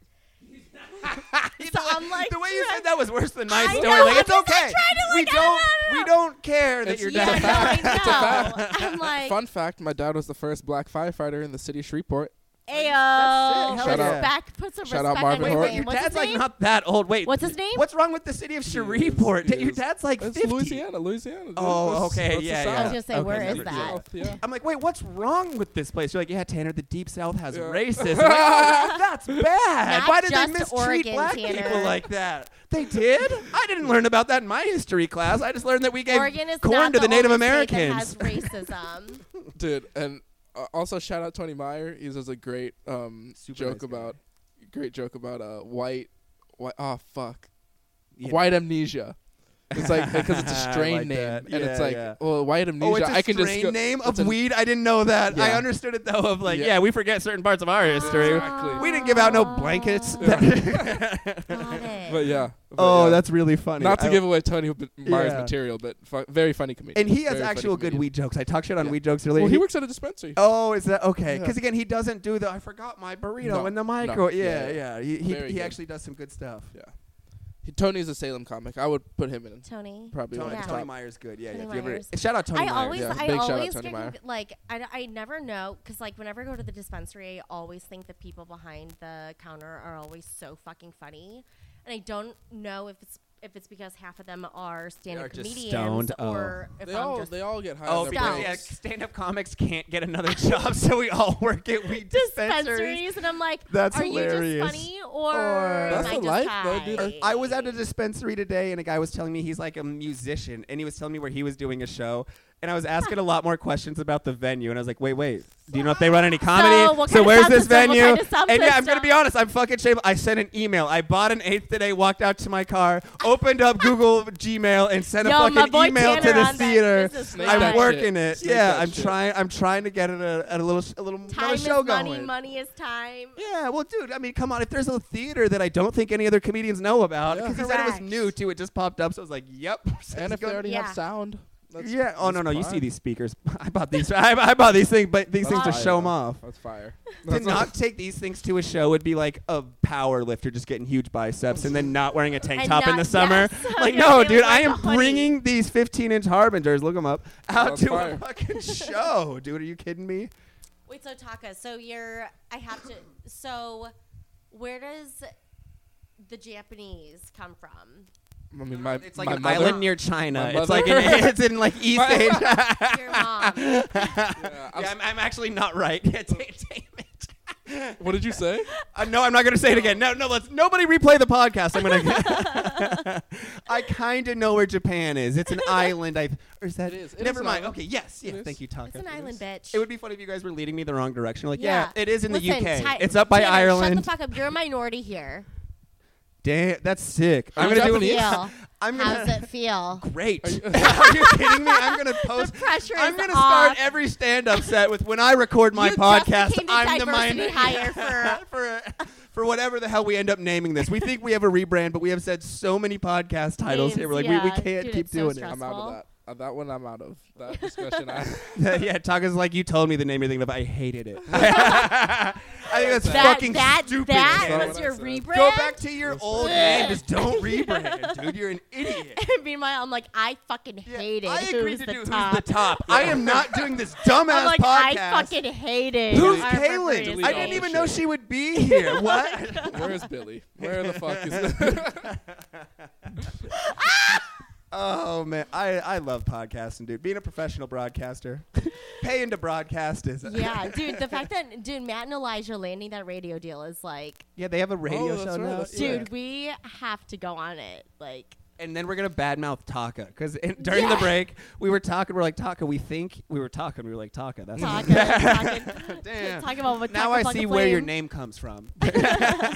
Speaker 4: So I'm like,
Speaker 2: the way you said that was worse than my
Speaker 4: I
Speaker 2: story.
Speaker 4: know,
Speaker 2: like
Speaker 4: I'm just,
Speaker 2: it's
Speaker 4: like,
Speaker 2: okay.
Speaker 4: trying to,
Speaker 2: we
Speaker 4: like, I
Speaker 2: don't
Speaker 4: don't
Speaker 2: we
Speaker 4: know.
Speaker 2: don't care that
Speaker 3: It's-
Speaker 2: your
Speaker 3: It's a
Speaker 4: Yeah,
Speaker 2: dad.
Speaker 4: no, I know. I'm like,
Speaker 3: Fun fact: My dad was the first black firefighter in the city of Shreveport.
Speaker 4: ayo,
Speaker 2: That's
Speaker 3: it. Hell yeah.
Speaker 4: respect. Put some
Speaker 3: Shout out
Speaker 4: respect on
Speaker 3: Marvin
Speaker 2: Wait,
Speaker 4: his
Speaker 3: Hort.
Speaker 2: wait,
Speaker 4: name.
Speaker 2: your
Speaker 4: What's his
Speaker 2: dad's like
Speaker 4: name?
Speaker 2: not that old. Wait,
Speaker 4: What's his name?
Speaker 2: What's wrong with the city of Shreveport?
Speaker 3: Jeez,
Speaker 2: Your
Speaker 3: jeez.
Speaker 2: dad's like
Speaker 3: That's
Speaker 2: 50.
Speaker 3: Louisiana, Louisiana. dude.
Speaker 2: Oh,
Speaker 3: That's-
Speaker 2: okay,
Speaker 3: that's the
Speaker 2: yeah, yeah.
Speaker 3: South.
Speaker 4: I was gonna say,
Speaker 2: Okay,
Speaker 4: where
Speaker 2: never
Speaker 4: is
Speaker 2: mind.
Speaker 4: that?
Speaker 3: South, yeah.
Speaker 2: I'm like, wait, what's wrong with this place? You're like, yeah, Tanner, the Deep South has
Speaker 3: Yeah.
Speaker 2: racism. I'm like, "Oh, that's bad.
Speaker 4: Not
Speaker 2: Why did they
Speaker 4: just
Speaker 2: mistreat
Speaker 4: Oregon,
Speaker 2: black
Speaker 4: Tanner.
Speaker 2: people like that? They did. I didn't learn about that in my history class. I just learned that we gave
Speaker 4: Oregon is
Speaker 2: corn
Speaker 4: not
Speaker 2: to the, Native
Speaker 4: only state
Speaker 2: Americans.
Speaker 4: That has racism.
Speaker 3: dude. And uh, also shout out Tony Meyer. He does a great um
Speaker 2: Super
Speaker 3: joke
Speaker 2: nice guy.
Speaker 3: about, great joke about uh white, white. Oh fuck,
Speaker 2: Yeah.
Speaker 3: white amnesia. It's like because it's
Speaker 2: I
Speaker 3: a strain
Speaker 2: like
Speaker 3: name,
Speaker 2: that.
Speaker 3: and it's
Speaker 2: Yeah,
Speaker 3: like
Speaker 2: yeah.
Speaker 3: well, white amnesia.
Speaker 2: Oh, it's a
Speaker 3: I can
Speaker 2: strain
Speaker 3: just go,
Speaker 2: name of
Speaker 3: it's a-
Speaker 2: weed. I didn't know that. I
Speaker 3: Yeah.
Speaker 2: understood it though. Of like, yeah.
Speaker 3: Yeah.
Speaker 2: we forget certain parts of our history.
Speaker 3: Exactly.
Speaker 2: We didn't give out no blankets.
Speaker 4: Got it.
Speaker 3: But yeah. but
Speaker 2: oh,
Speaker 3: yeah.
Speaker 2: that's really funny.
Speaker 3: not to
Speaker 2: I-
Speaker 3: give away Tony Hub- Meyer's
Speaker 2: Yeah.
Speaker 3: material, but fu- very funny comedian.
Speaker 2: And he has
Speaker 3: Very funny
Speaker 2: actual good
Speaker 3: comedian.
Speaker 2: weed jokes. I talk shit on
Speaker 3: Yeah.
Speaker 2: weed jokes earlier.
Speaker 3: Well,
Speaker 2: He-
Speaker 3: he works at a dispensary.
Speaker 2: Oh, is that okay?
Speaker 3: Yeah.
Speaker 2: Because again, he doesn't do the I forgot my burrito
Speaker 3: No,
Speaker 2: in the
Speaker 3: no,
Speaker 2: micro. Yeah,
Speaker 3: yeah,
Speaker 2: yeah. He he,
Speaker 3: Very
Speaker 2: he
Speaker 3: good.
Speaker 2: actually does some good stuff.
Speaker 3: Yeah. He, Tony's a Salem comic. I would put him in.
Speaker 4: Tony.
Speaker 3: Probably
Speaker 2: Tony,
Speaker 3: one of the
Speaker 2: Tony
Speaker 3: top.
Speaker 2: Meyer's good. Yeah,
Speaker 4: Tony
Speaker 2: yeah. If you ever,
Speaker 4: Meyer's-
Speaker 2: shout out Tony
Speaker 4: I
Speaker 2: Meyer.
Speaker 4: always,
Speaker 3: yeah.
Speaker 4: I
Speaker 3: Big shout out
Speaker 4: always
Speaker 3: Tony
Speaker 4: get
Speaker 3: Meyer.
Speaker 4: conf- like I, I never know because like whenever I go to the dispensary, I always think the people behind the counter are always so fucking funny, and I don't know if it's if it's because half of them are stand-up
Speaker 2: just
Speaker 4: comedians
Speaker 2: stoned, oh.
Speaker 4: or if
Speaker 3: They
Speaker 4: I'm
Speaker 3: all
Speaker 4: just
Speaker 3: they all get high.
Speaker 2: Oh,
Speaker 3: on their
Speaker 2: because
Speaker 4: because,
Speaker 3: bros.
Speaker 2: yeah,
Speaker 4: yeah,
Speaker 2: stand-up comics can't get another job, so we all work at weed dispensaries.
Speaker 4: dispensaries, and I'm like,
Speaker 2: That's
Speaker 4: are you
Speaker 2: hilarious.
Speaker 4: just funny or
Speaker 2: Or-
Speaker 4: am
Speaker 2: That's
Speaker 4: I
Speaker 3: the
Speaker 4: just
Speaker 3: life, though,
Speaker 4: high?
Speaker 3: dude. That's-
Speaker 2: I was at a dispensary today, and a guy was telling me he's like a musician, and he was telling me where he was doing a show. And I was asking a lot more questions about the venue, and I was like, "Wait, wait, do you know if they run any comedy?
Speaker 4: what kind of
Speaker 2: where's
Speaker 4: sound
Speaker 2: this
Speaker 4: system? What
Speaker 2: venue?"
Speaker 4: kind of sound
Speaker 2: and yeah, I'm
Speaker 4: system?
Speaker 2: gonna be honest, I'm fucking shamed. I sent an email. I bought an eighth today, walked out to my car, opened up Google Gmail, and sent
Speaker 4: Yo,
Speaker 2: a
Speaker 4: my
Speaker 2: fucking
Speaker 4: boy
Speaker 2: email
Speaker 4: Tanner
Speaker 2: to the
Speaker 4: on that.
Speaker 2: theater.
Speaker 4: This is
Speaker 3: Snake
Speaker 4: right.
Speaker 2: I'm
Speaker 3: that
Speaker 2: working
Speaker 3: shit.
Speaker 2: it.
Speaker 3: Snake
Speaker 2: yeah,
Speaker 3: that
Speaker 2: I'm
Speaker 3: shit.
Speaker 2: trying. I'm trying to get it a, a little, sh- a little another
Speaker 4: Time is
Speaker 2: show
Speaker 4: money.
Speaker 2: going.
Speaker 4: Money is time.
Speaker 2: Yeah, well, dude, I mean, come on. If there's a theater that I don't think any other comedians know about,
Speaker 3: Yeah.
Speaker 2: because he said it was
Speaker 4: Correct.
Speaker 2: new too, it just popped up. So I was like, yep. So
Speaker 3: And
Speaker 2: it's
Speaker 3: if they
Speaker 2: going-
Speaker 3: already
Speaker 4: Yeah.
Speaker 3: have sound. that's-
Speaker 2: yeah. Oh
Speaker 3: that's
Speaker 2: no, no. You see
Speaker 3: fine.
Speaker 2: these speakers? I bought these. I, I bought these things, but these
Speaker 3: That's
Speaker 2: things to
Speaker 3: fire,
Speaker 2: show them
Speaker 3: though.
Speaker 2: off.
Speaker 3: That's fire.
Speaker 2: To
Speaker 3: That's
Speaker 2: not take these things to a show would be like a power lifter just getting huge biceps and then not wearing a tank
Speaker 4: And
Speaker 2: top in
Speaker 4: not-
Speaker 2: the summer.
Speaker 4: yes.
Speaker 2: Like,
Speaker 4: Yeah,
Speaker 2: no,
Speaker 4: they
Speaker 2: dude,
Speaker 4: look
Speaker 2: I
Speaker 4: like
Speaker 2: am
Speaker 4: a hoodie.
Speaker 2: bringing these 15-inch harbingers. Look them up out
Speaker 3: That's
Speaker 2: to a
Speaker 3: fire.
Speaker 2: fucking show, dude. Are you kidding me?
Speaker 4: Wait, so Taka, so you're I have to so where does the Japanese come from?
Speaker 3: I mean, my
Speaker 2: It's like
Speaker 3: my
Speaker 2: an
Speaker 3: mother-
Speaker 2: island near China.
Speaker 3: My
Speaker 2: It's like in,
Speaker 3: mother-
Speaker 2: it's in like East
Speaker 3: My-
Speaker 2: Asia.
Speaker 4: Your mom.
Speaker 3: Yeah,
Speaker 2: Yeah,
Speaker 3: I'm-
Speaker 2: I'm, I'm actually not right. Yeah, da- Damn it.
Speaker 3: what did you say?
Speaker 2: Uh, no, I'm not gonna say it again. No, no, let's nobody replay the podcast. I'm gonna. I kind of know where Japan is. It's an island. I or is that
Speaker 3: It is. It
Speaker 2: Never
Speaker 3: is an
Speaker 2: mind.
Speaker 3: island.
Speaker 2: Okay. Yes.
Speaker 3: It
Speaker 2: Yeah.
Speaker 3: is.
Speaker 2: Thank you, Taka.
Speaker 4: It's an island bitch.
Speaker 2: It would be funny if you guys were leading me the wrong direction. Like, yeah, it is in the
Speaker 4: Listen,
Speaker 2: UK.
Speaker 4: Ty-
Speaker 2: it's up by
Speaker 4: Tanner,
Speaker 2: Ireland.
Speaker 4: Shut the fuck up. You're a minority here.
Speaker 2: Damn, that's sick. I'm
Speaker 3: you
Speaker 2: gonna do
Speaker 3: Japanese?
Speaker 2: it.
Speaker 4: Feel.
Speaker 2: I'm gonna.
Speaker 4: How does it feel?
Speaker 2: Great. Are you, kidding me? I'm gonna post.
Speaker 4: pressure
Speaker 2: I'm
Speaker 4: is
Speaker 2: gonna
Speaker 4: off.
Speaker 2: start every stand-up set with when I record my
Speaker 4: You just
Speaker 2: podcast.
Speaker 4: became the
Speaker 2: I'm the
Speaker 4: diversity
Speaker 2: minor
Speaker 4: hire for-
Speaker 2: for for whatever the hell we end up naming this. We think we have a rebrand, but we have said so many podcast titles here. We're like, we, we
Speaker 4: Yeah,
Speaker 2: can't
Speaker 4: dude,
Speaker 2: keep
Speaker 4: it's so
Speaker 2: doing
Speaker 4: stressful.
Speaker 3: I'm out
Speaker 4: Well-
Speaker 3: of that. Uh, that one I'm out of. That discussion. I,
Speaker 2: it. yeah, Taka's like, you told me the name of your thing, but I hated it. I think that's
Speaker 4: That
Speaker 2: fucking
Speaker 4: that
Speaker 2: stupid.
Speaker 4: that
Speaker 3: That's not
Speaker 4: was
Speaker 3: what I
Speaker 4: your
Speaker 3: said.
Speaker 4: rebrand.
Speaker 2: Go back to your old name. Just don't rebrand, dude. You're an idiot.
Speaker 4: Meanwhile, I'm like, I fucking
Speaker 2: Yeah,
Speaker 4: hate it.
Speaker 2: I
Speaker 4: Who's
Speaker 2: agreed to
Speaker 4: the
Speaker 2: do
Speaker 4: top?
Speaker 2: who's the top. I am not doing this dumbass
Speaker 4: I'm like,
Speaker 2: podcast.
Speaker 4: I fucking hate it.
Speaker 2: Who's
Speaker 4: I
Speaker 2: Kaylin?
Speaker 4: represent
Speaker 2: I
Speaker 3: Delete all
Speaker 2: didn't
Speaker 3: the
Speaker 4: it.
Speaker 2: even
Speaker 3: shit.
Speaker 2: know she would be here. What?
Speaker 3: where is Billy? Where the fuck is?
Speaker 2: oh man, I, I love podcasting, dude. Being a professional broadcaster, paying to broadcast is
Speaker 4: Yeah, dude, the fact that dude Matt and Elijah landing that radio deal is like,
Speaker 2: yeah. They have a radio
Speaker 3: Oh, that's
Speaker 2: show
Speaker 3: right,
Speaker 2: now,
Speaker 3: that's
Speaker 4: dude, we have to go on it. Like,
Speaker 2: And then we're gonna badmouth Taka because during the
Speaker 4: Yeah.
Speaker 2: break we were talking. We're like Taka. We think we were talking. We were like Taka. That's
Speaker 4: talking, talking,
Speaker 2: Damn.
Speaker 4: talking about what
Speaker 2: now
Speaker 4: Taka
Speaker 2: I
Speaker 4: Plug
Speaker 2: see
Speaker 4: the
Speaker 2: where your
Speaker 4: Flame-
Speaker 2: name comes from.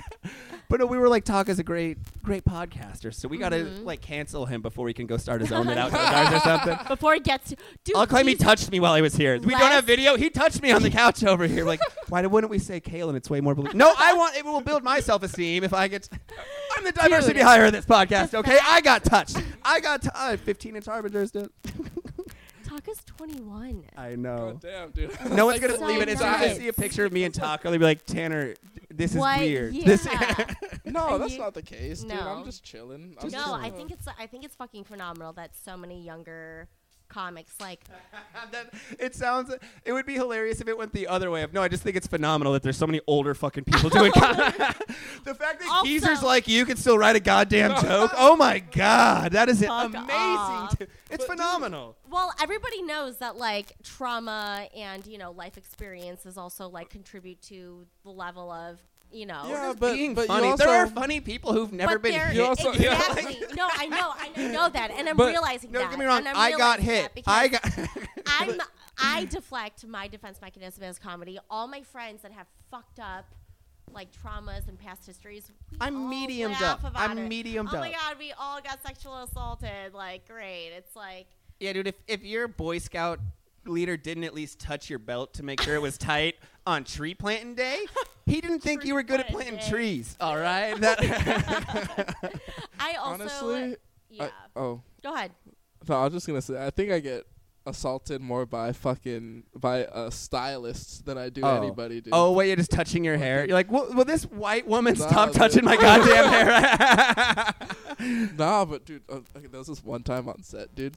Speaker 2: But no, we were like Talk is a great great podcaster, so we gotta
Speaker 4: Mhm.
Speaker 2: like cancel him before he can go start his own at Outdoor Darts or something.
Speaker 4: Before it gets, dude,
Speaker 2: I'll claim he
Speaker 4: he's-
Speaker 2: touched me while I was here. We don't
Speaker 4: Last-
Speaker 2: have video. He touched me on the couch over here. Like, why wouldn't we say Kalen? It's way more believable. No, I want it will build my self esteem if I get. I'm the diversity
Speaker 4: Dude.
Speaker 2: hire of this podcast.
Speaker 4: The
Speaker 2: Okay,
Speaker 4: fact-
Speaker 2: I got touched. I got t- uh, 15 inch arbiters. Dude.
Speaker 4: Taka's 21.
Speaker 2: I know.
Speaker 3: God damn, dude.
Speaker 2: No one's gonna
Speaker 4: so
Speaker 2: believe it. As soon as they
Speaker 4: nuts.
Speaker 2: see a picture of me and Taco, they'll be like, Tanner, this is
Speaker 4: What?
Speaker 2: weird.
Speaker 4: Yeah.
Speaker 2: This
Speaker 3: no, that's
Speaker 4: you-
Speaker 3: not the case, dude.
Speaker 4: No.
Speaker 3: I'm just chilling. I'm just
Speaker 4: no, I
Speaker 3: chilling.
Speaker 4: think it's I think it's fucking phenomenal that so many younger comics like
Speaker 2: That- it sounds. It would be hilarious if it went the other way. Of no, I just think it's phenomenal that there's so many older fucking people doing. comedy. the fact that
Speaker 4: Also-
Speaker 2: geezers like you can still write a goddamn joke. Oh my god, that is
Speaker 4: Fuck
Speaker 2: amazing.
Speaker 4: off.
Speaker 2: dude. It's phenomenal.
Speaker 4: well everybody knows that like trauma and you know life experiences also like contribute to the level of you know
Speaker 3: Yeah,
Speaker 2: Just
Speaker 3: but-
Speaker 2: being
Speaker 3: but you
Speaker 2: funny. there are
Speaker 3: also-
Speaker 2: funny people who've never
Speaker 4: but
Speaker 2: been
Speaker 4: they're-
Speaker 2: hit.
Speaker 3: You also- yeah.
Speaker 4: exactly no I know I kn- know that and I'm
Speaker 3: But-
Speaker 4: realizing
Speaker 2: no,
Speaker 4: that
Speaker 2: don't get me wrong.
Speaker 4: and I'm
Speaker 2: I got
Speaker 4: realizing
Speaker 2: hit.
Speaker 4: that because
Speaker 2: I got.
Speaker 4: I'm I deflect my defense mechanism as comedy all my friends that have fucked up like traumas and past histories. We
Speaker 2: I'm
Speaker 4: all
Speaker 2: mediumed
Speaker 4: laugh
Speaker 2: up.
Speaker 4: about
Speaker 2: I'm
Speaker 4: it.
Speaker 2: mediumed
Speaker 4: Oh my
Speaker 2: up.
Speaker 4: god, we all got sexual assaulted. Like, great. It's like,
Speaker 2: Yeah, dude, if, if your Boy Scout leader didn't at least touch your belt to make sure it was tight on tree planting day, he didn't think
Speaker 4: Tree
Speaker 2: you were good at
Speaker 4: planting
Speaker 2: planting
Speaker 4: day.
Speaker 2: trees. All right? That-
Speaker 4: I also
Speaker 3: honestly.
Speaker 4: yeah.
Speaker 3: I- oh
Speaker 4: Go ahead.
Speaker 3: no, I was just gonna say. I think I get assaulted more by fucking by uh, stylists than I do
Speaker 2: Oh.
Speaker 3: anybody. Dude.
Speaker 2: oh, wait, you're just touching your hair. You're like, well, will this white woman
Speaker 3: Nah,
Speaker 2: stop
Speaker 3: dude.
Speaker 2: touching my goddamn hair?
Speaker 3: Nah, but dude, uh, okay, there was this one time on set, dude.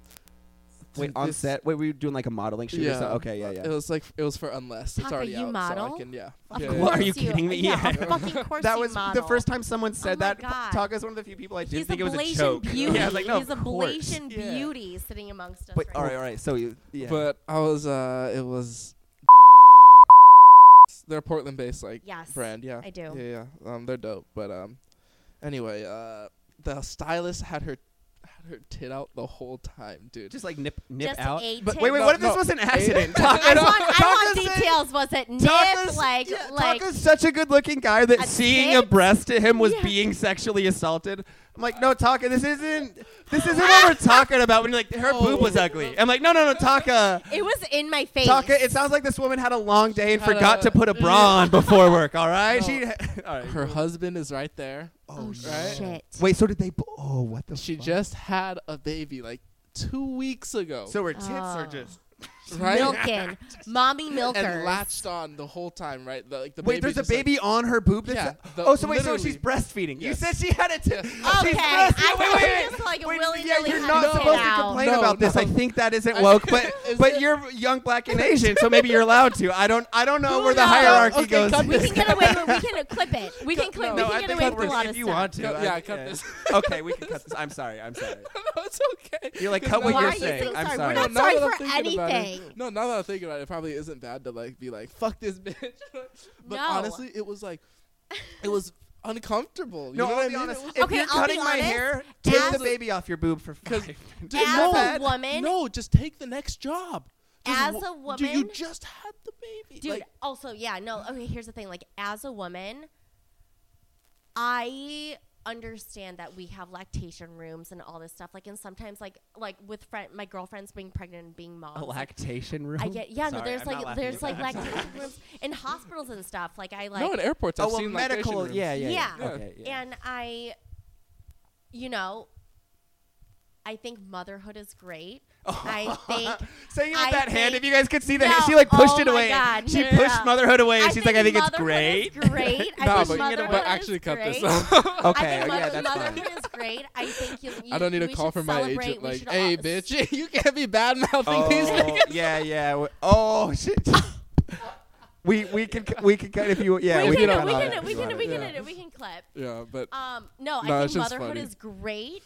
Speaker 2: wait,
Speaker 3: Dude,
Speaker 2: on
Speaker 3: this- Uh,
Speaker 2: set? Wait, were you doing like a modeling shoot or something? Okay, yeah,
Speaker 3: It
Speaker 2: yeah.
Speaker 3: was like it was for unless it's
Speaker 4: Taka,
Speaker 3: already
Speaker 4: you
Speaker 3: out, so
Speaker 4: model?
Speaker 3: I can yeah.
Speaker 4: Of course
Speaker 3: yeah, yeah,
Speaker 2: What, are you kidding me?
Speaker 4: Yeah,
Speaker 2: Yeah.
Speaker 4: of fucking course
Speaker 2: That
Speaker 4: you
Speaker 2: was
Speaker 4: model. Oh
Speaker 2: the first time someone said
Speaker 4: my
Speaker 2: that.
Speaker 4: God.
Speaker 2: Taga's one of the few people I didn't
Speaker 4: He's
Speaker 2: think
Speaker 4: a
Speaker 2: it was a
Speaker 4: Blasian
Speaker 2: joke.
Speaker 4: beauty.
Speaker 2: Yeah, I was like, no,
Speaker 4: He's
Speaker 2: of
Speaker 4: a
Speaker 2: course.
Speaker 4: Blasian
Speaker 3: Yeah.
Speaker 4: beauty sitting amongst us.
Speaker 2: But
Speaker 4: right
Speaker 2: all right,
Speaker 4: now.
Speaker 2: all right. So you, yeah.
Speaker 3: But I was uh it was they're Portland based like
Speaker 4: Yes,
Speaker 3: brand, yeah.
Speaker 4: I do.
Speaker 3: Yeah, yeah. Um they're dope. But um anyway, uh the stylist had her had her tit out the whole time, dude.
Speaker 2: just like nip, nip
Speaker 4: Just
Speaker 2: out.
Speaker 4: a
Speaker 2: but
Speaker 4: tip.
Speaker 2: wait, wait,
Speaker 3: No,
Speaker 2: what if this
Speaker 3: no.
Speaker 2: was an accident?
Speaker 4: I
Speaker 2: Taka-
Speaker 4: want, I want
Speaker 2: Taka's saying-
Speaker 4: details. Was it
Speaker 2: Taka's-
Speaker 4: nip? Like,
Speaker 2: yeah,
Speaker 4: like,
Speaker 2: Taka's such a good-looking guy that
Speaker 4: A
Speaker 2: seeing a
Speaker 4: tit?
Speaker 2: breast to him was
Speaker 4: Yeah.
Speaker 2: being sexually assaulted. I'm like, no, Taka, this isn't this isn't what we're talking about. When you're like, her boob was ugly. I'm like, no, no, no, Taka,
Speaker 4: it was in my face.
Speaker 2: Taka. It sounds like this woman had a long day and
Speaker 3: Had
Speaker 2: forgot
Speaker 3: a-
Speaker 2: to put a bra on before work. All right,
Speaker 3: No.
Speaker 2: she. All right.
Speaker 3: her husband is right there.
Speaker 4: oh
Speaker 3: Right?
Speaker 4: shit.
Speaker 2: Wait, so did they? bo- Oh, what the?
Speaker 3: She
Speaker 2: fuck?
Speaker 3: just had a baby like 2 weeks ago.
Speaker 2: So her tits are
Speaker 4: Oh.
Speaker 2: just.
Speaker 3: right?
Speaker 4: Milking, mommy milker.
Speaker 3: and latched on the whole time, right? The, like the
Speaker 2: Wait, there's a
Speaker 3: just, like,
Speaker 2: baby on her boob. That's
Speaker 3: Yeah, the-
Speaker 2: oh, so wait, so she's
Speaker 3: literally.
Speaker 2: breastfeeding.
Speaker 3: Yes.
Speaker 2: You said she had a tit.
Speaker 3: Yes.
Speaker 2: She's
Speaker 4: Okay,
Speaker 2: breast-
Speaker 4: I
Speaker 2: wait,
Speaker 4: thought
Speaker 2: wait,
Speaker 4: you
Speaker 2: wait.
Speaker 4: just, like,
Speaker 2: Wait,
Speaker 4: willy-nilly
Speaker 2: Yeah, you're
Speaker 4: had
Speaker 2: not
Speaker 3: it
Speaker 2: supposed
Speaker 4: out.
Speaker 2: to complain
Speaker 3: No,
Speaker 2: about this. I
Speaker 3: no.
Speaker 2: think that isn't
Speaker 3: I-
Speaker 2: woke, but
Speaker 3: Is
Speaker 2: but
Speaker 3: it-
Speaker 2: you're young, black, and Asian, so maybe you're allowed to. I don't I don't know
Speaker 4: Who
Speaker 2: where the
Speaker 4: knows?
Speaker 2: hierarchy
Speaker 3: Okay,
Speaker 2: goes.
Speaker 3: cut
Speaker 4: we
Speaker 3: this.
Speaker 4: can get away with. We can clip it. We can clip.
Speaker 3: No,
Speaker 4: we
Speaker 3: I
Speaker 4: can get
Speaker 3: think
Speaker 4: away
Speaker 3: cut
Speaker 4: with a
Speaker 3: this
Speaker 4: lot
Speaker 2: if
Speaker 4: of
Speaker 2: you
Speaker 4: stuff.
Speaker 2: want to.
Speaker 3: Cut-
Speaker 2: I-
Speaker 3: yeah, cut this.
Speaker 2: okay, we can cut this. I'm sorry. I'm sorry.
Speaker 3: no, it's okay.
Speaker 2: You're like,
Speaker 3: 'Cause
Speaker 2: cut what
Speaker 3: now
Speaker 4: Why
Speaker 2: you're
Speaker 4: are you
Speaker 2: saying.
Speaker 4: saying
Speaker 2: I'm
Speaker 4: sorry?
Speaker 2: sorry.
Speaker 4: We're not
Speaker 3: now that
Speaker 4: sorry
Speaker 3: I'm
Speaker 4: for
Speaker 3: thinking about
Speaker 4: anything.
Speaker 3: It, no, now that I'm thinking about it, it probably isn't bad to like be like, "Fuck this bitch."
Speaker 4: No.
Speaker 3: but honestly, it was like, it was uncomfortable. You
Speaker 2: no,
Speaker 3: know
Speaker 2: I'll
Speaker 3: what I
Speaker 2: be
Speaker 3: mean? It
Speaker 2: honest.
Speaker 3: was-
Speaker 2: If
Speaker 4: Okay,
Speaker 2: you're
Speaker 4: I'll be
Speaker 2: cutting my
Speaker 4: honest.
Speaker 2: hair, take
Speaker 4: As-
Speaker 2: the baby off your boob for five.
Speaker 3: 'Cause-
Speaker 2: minutes.
Speaker 3: Dude,
Speaker 4: as
Speaker 3: no,
Speaker 4: a woman,
Speaker 3: no, just take the next job. Just
Speaker 4: As
Speaker 3: wo-
Speaker 4: a
Speaker 3: dude, you
Speaker 4: woman-
Speaker 3: just had the baby.
Speaker 4: dude.
Speaker 3: Like,
Speaker 4: also, yeah, no. Okay, here's the thing. Like, as a woman, I understand that we have lactation rooms and all this stuff. Like, and sometimes, like, like with friend, my girlfriends being pregnant and being moms.
Speaker 2: A
Speaker 4: like,
Speaker 2: lactation room.
Speaker 4: I get yeah. no,
Speaker 2: Sorry,
Speaker 4: there's
Speaker 2: I'm not
Speaker 4: like
Speaker 2: laughing.
Speaker 4: there's like
Speaker 2: I'm sorry.
Speaker 4: lactation rooms in hospitals and stuff. Like, I like
Speaker 3: no, in airports, I've
Speaker 2: Oh, a
Speaker 3: seen
Speaker 2: medical.
Speaker 3: lactation
Speaker 2: Yeah,
Speaker 3: rooms.
Speaker 2: yeah, yeah.
Speaker 3: Yeah.
Speaker 2: Okay, yeah.
Speaker 4: And I, you know, I think motherhood is great. I think.
Speaker 2: Saying Oh. it with
Speaker 4: I
Speaker 2: that hand,
Speaker 4: think-
Speaker 2: if you guys could see the
Speaker 4: No,
Speaker 2: hand, she like pushed
Speaker 4: oh
Speaker 2: it
Speaker 4: my
Speaker 2: away.
Speaker 4: God,
Speaker 2: she
Speaker 4: no, no,
Speaker 2: pushed
Speaker 4: no.
Speaker 2: motherhood away.
Speaker 4: I
Speaker 2: She's like, I think it's
Speaker 4: motherhood
Speaker 2: great.
Speaker 4: is great. I
Speaker 3: Nah,
Speaker 4: think
Speaker 3: but,
Speaker 4: motherhood
Speaker 3: but
Speaker 4: is
Speaker 3: actually, cut
Speaker 4: great.
Speaker 3: this off.
Speaker 4: I
Speaker 2: okay,
Speaker 4: think
Speaker 2: yeah,
Speaker 4: mother-
Speaker 2: that's fine.
Speaker 4: motherhood is great. I think you, you
Speaker 3: I don't need
Speaker 4: we
Speaker 3: to call
Speaker 4: should
Speaker 3: for my
Speaker 4: celebrate.
Speaker 3: agent.
Speaker 4: We
Speaker 3: Like,
Speaker 4: should
Speaker 3: hey,
Speaker 4: all-
Speaker 3: bitch, you can't be bad mouthing these
Speaker 2: Oh,
Speaker 3: niggas.
Speaker 2: yeah, yeah. w- Oh shit. we we can c- we can cut if you yeah
Speaker 4: we,
Speaker 2: we,
Speaker 4: can,
Speaker 2: can
Speaker 4: we
Speaker 2: cut all
Speaker 4: can,
Speaker 2: that
Speaker 4: we
Speaker 2: if you
Speaker 4: can,
Speaker 2: want
Speaker 4: we
Speaker 2: it.
Speaker 4: can,
Speaker 3: Yeah.
Speaker 4: we can clip.
Speaker 3: Yeah, but
Speaker 4: Um, no,
Speaker 3: No,
Speaker 4: I
Speaker 3: it's
Speaker 4: think
Speaker 3: just
Speaker 4: motherhood
Speaker 3: funny.
Speaker 4: is great.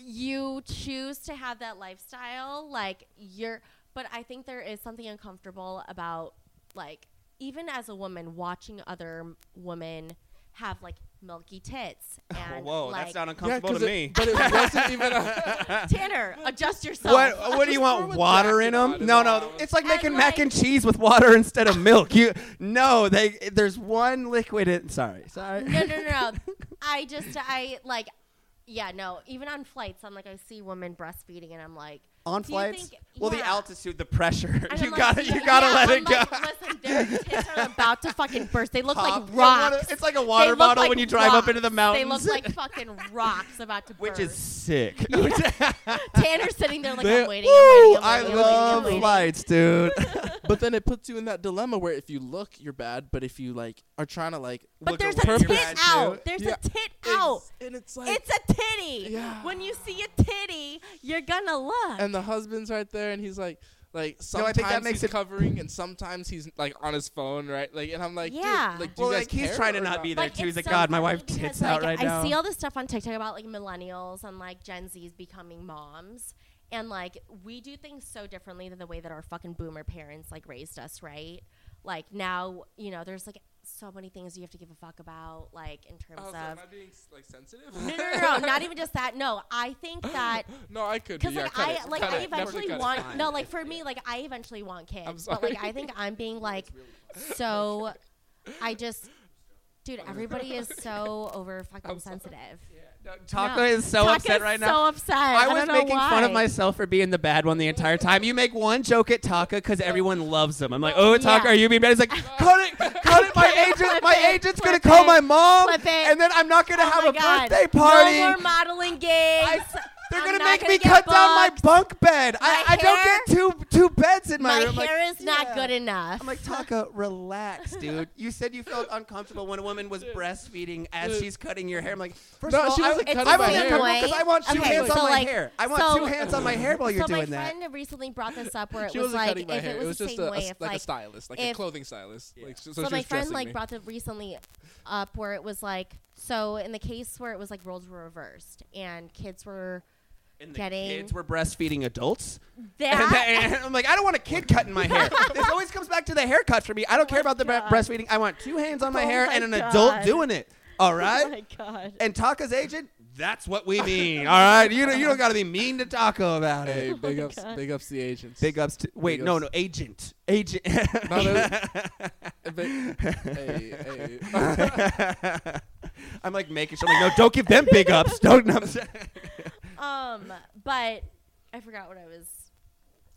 Speaker 4: You choose to have that lifestyle, like you're. But I think there is something uncomfortable about, like, even as a woman, watching other m- women have like milky tits. And
Speaker 2: Whoa,
Speaker 4: like,
Speaker 2: that's not uncomfortable to
Speaker 3: it,
Speaker 2: me.
Speaker 3: But it wasn't even. A,
Speaker 4: Tanner, adjust yourself.
Speaker 2: What what do you want?
Speaker 3: throw a
Speaker 2: Water in
Speaker 3: jacket on
Speaker 2: them?
Speaker 3: and
Speaker 2: No,
Speaker 3: all.
Speaker 2: no. It's like
Speaker 4: And,
Speaker 2: making mac
Speaker 4: like-
Speaker 2: and cheese with water instead of milk. You no, they there's one liquid in sorry. Sorry.
Speaker 4: No, no, no. no. I just, I like, yeah, no. Even on flights, I'm like, I see women breastfeeding, and I'm like,
Speaker 2: On
Speaker 4: do you
Speaker 2: flights?
Speaker 4: think-
Speaker 2: well, the
Speaker 4: yeah.
Speaker 2: altitude, the pressure.
Speaker 4: And I'm
Speaker 2: you
Speaker 4: like,
Speaker 2: got to
Speaker 4: yeah,
Speaker 2: you got to
Speaker 4: yeah,
Speaker 2: let
Speaker 4: I'm
Speaker 2: it go.
Speaker 4: like, Listen, their tits are about to fucking burst. They look
Speaker 2: Pop.
Speaker 4: like
Speaker 2: You wanna-
Speaker 4: rocks.
Speaker 2: it's like a
Speaker 4: They
Speaker 2: water
Speaker 4: look
Speaker 2: bottle
Speaker 4: like
Speaker 2: when you drive up into the
Speaker 4: rocks. They look
Speaker 2: mountains.
Speaker 4: like fucking rocks about to burst.
Speaker 2: Which is sick.
Speaker 4: Tanner's sitting there like
Speaker 3: They-
Speaker 4: I'm waiting, I'm
Speaker 2: Woo,
Speaker 4: waiting, I'm
Speaker 2: I
Speaker 4: waiting, I'm
Speaker 2: love
Speaker 4: waiting, I'm waiting.
Speaker 2: lights, dude.
Speaker 3: but then it puts you in that dilemma where if you look, you're bad. But if you like are trying to like,
Speaker 4: But
Speaker 2: Look
Speaker 4: there's
Speaker 2: away,
Speaker 4: a
Speaker 2: you're
Speaker 4: tit
Speaker 2: bad, dude.
Speaker 4: out. There's
Speaker 3: Yeah.
Speaker 4: a tit out.
Speaker 3: and it's like,
Speaker 4: It's a titty.
Speaker 3: Yeah.
Speaker 4: When you see a titty, you're gonna look.
Speaker 3: and the husband's right there, and he's like,
Speaker 2: No,
Speaker 3: like
Speaker 2: I
Speaker 3: sometimes
Speaker 2: think that makes
Speaker 3: he's
Speaker 2: it-
Speaker 3: covering, and sometimes he's like on his phone, right? Like, and I'm like, dude,
Speaker 4: Yeah.
Speaker 3: like, do
Speaker 2: Well,
Speaker 3: you guys
Speaker 2: like he's
Speaker 3: care
Speaker 2: trying to
Speaker 3: or
Speaker 2: not, be there
Speaker 4: Like,
Speaker 2: too. He's
Speaker 4: it's
Speaker 2: like,
Speaker 4: so
Speaker 2: God, my
Speaker 4: funny
Speaker 2: wife
Speaker 4: because,
Speaker 2: tits
Speaker 4: like,
Speaker 2: out right
Speaker 4: I
Speaker 2: now.
Speaker 4: see all this stuff on TikTok about like millennials and like Gen Zs becoming moms. And like we do things so differently than the way that our fucking boomer parents like raised us, right? Like now, you know, there's like so many things you have to give a fuck about, like in
Speaker 3: I
Speaker 4: terms
Speaker 3: was like, am
Speaker 4: of
Speaker 3: I being like sensitive?
Speaker 4: no, no, no, no, not even just that. No, I think that
Speaker 3: no, I could. be.
Speaker 4: because
Speaker 3: yeah,
Speaker 4: like
Speaker 3: cut
Speaker 4: I
Speaker 3: it,
Speaker 4: like
Speaker 3: cut
Speaker 4: I
Speaker 3: it, definitely
Speaker 4: eventually
Speaker 3: cut it.
Speaker 4: want no like for me like I eventually want kids, but like
Speaker 3: sorry.
Speaker 4: I think I'm being like so I just dude everybody is so over fucking sensitive.
Speaker 2: Taco
Speaker 4: No.
Speaker 2: is so
Speaker 4: Taka
Speaker 2: upset
Speaker 4: is
Speaker 2: right
Speaker 4: So
Speaker 2: now.
Speaker 4: upset.
Speaker 2: I
Speaker 4: don't
Speaker 2: was
Speaker 4: know
Speaker 2: making fun of
Speaker 4: why.
Speaker 2: myself for being the bad one the entire time. You make one joke at Taka because everyone loves him. I'm like, oh, Taka,
Speaker 4: Yeah.
Speaker 2: are you being bad? He's like, cut it, cut it. My agent,
Speaker 4: Flip
Speaker 2: my
Speaker 4: it,
Speaker 2: agent's gonna
Speaker 4: flip
Speaker 2: call
Speaker 4: it,
Speaker 2: my mom,
Speaker 4: flip it.
Speaker 2: and then I'm not gonna
Speaker 4: Oh
Speaker 2: have
Speaker 4: my
Speaker 2: a
Speaker 4: God.
Speaker 2: birthday party.
Speaker 4: No more modeling gigs.
Speaker 2: I- they're
Speaker 4: I'm
Speaker 2: gonna
Speaker 4: not
Speaker 2: make me
Speaker 4: get
Speaker 2: cut down my
Speaker 4: booked.
Speaker 2: bunk bed.
Speaker 4: My
Speaker 2: I, I don't
Speaker 4: hair-
Speaker 2: get two two beds in my,
Speaker 4: My
Speaker 2: room. Like,
Speaker 4: hair is not
Speaker 2: yeah.
Speaker 4: good enough.
Speaker 2: I'm like, Taka, relax, dude. You said you felt uncomfortable when a woman was breastfeeding as she's cutting your hair. I'm like, first
Speaker 3: No,
Speaker 2: of all,
Speaker 3: she
Speaker 2: I,
Speaker 3: wasn't
Speaker 4: cutting my
Speaker 2: I was
Speaker 4: hair.
Speaker 2: uncomfortable because I want two
Speaker 4: Okay,
Speaker 2: hands
Speaker 4: so
Speaker 2: on my
Speaker 4: like-
Speaker 2: hair. I want
Speaker 4: so-
Speaker 2: two hands on my hair while you're
Speaker 4: so
Speaker 2: doing
Speaker 4: my
Speaker 2: that.
Speaker 4: friend recently brought this up where it
Speaker 3: She
Speaker 4: was
Speaker 3: wasn't
Speaker 4: like
Speaker 3: cutting my
Speaker 4: if
Speaker 3: hair.
Speaker 4: it was, the
Speaker 3: just
Speaker 4: same
Speaker 3: a,
Speaker 4: way,
Speaker 3: a,
Speaker 4: if
Speaker 3: like a
Speaker 4: like
Speaker 3: stylist, like a
Speaker 4: if-
Speaker 3: clothing stylist. Like, so, so
Speaker 4: so
Speaker 3: she
Speaker 4: my
Speaker 3: was
Speaker 4: friend
Speaker 3: dressing
Speaker 4: like
Speaker 3: me.
Speaker 4: brought up recently up where it was like so in the case where it was like roles were reversed and kids were
Speaker 2: And
Speaker 4: getting-
Speaker 2: kids were breastfeeding adults.
Speaker 4: that,
Speaker 2: And, that- and I'm like, I don't want a kid cutting my hair. this always comes back to the haircut for me. I don't care about the bre-
Speaker 4: Oh God.
Speaker 2: breastfeeding. I want two hands on my
Speaker 4: Oh
Speaker 2: hair
Speaker 4: my
Speaker 2: and an
Speaker 4: God.
Speaker 2: adult doing it. All right.
Speaker 4: oh my god
Speaker 2: and Taka's agent, that's what we mean. all right. You don't, you don't got to be mean to Taco about it.
Speaker 3: Hey, big
Speaker 4: my
Speaker 3: ups,
Speaker 4: God.
Speaker 3: big ups the agents.
Speaker 2: Big ups to wait,
Speaker 3: Big
Speaker 2: no,
Speaker 3: ups.
Speaker 2: no, agent, agent.
Speaker 3: No, that- Big- hey, hey.
Speaker 2: I'm like making sure, I'm like, no, don't give them big ups. Don't. No.
Speaker 4: um but i forgot what i was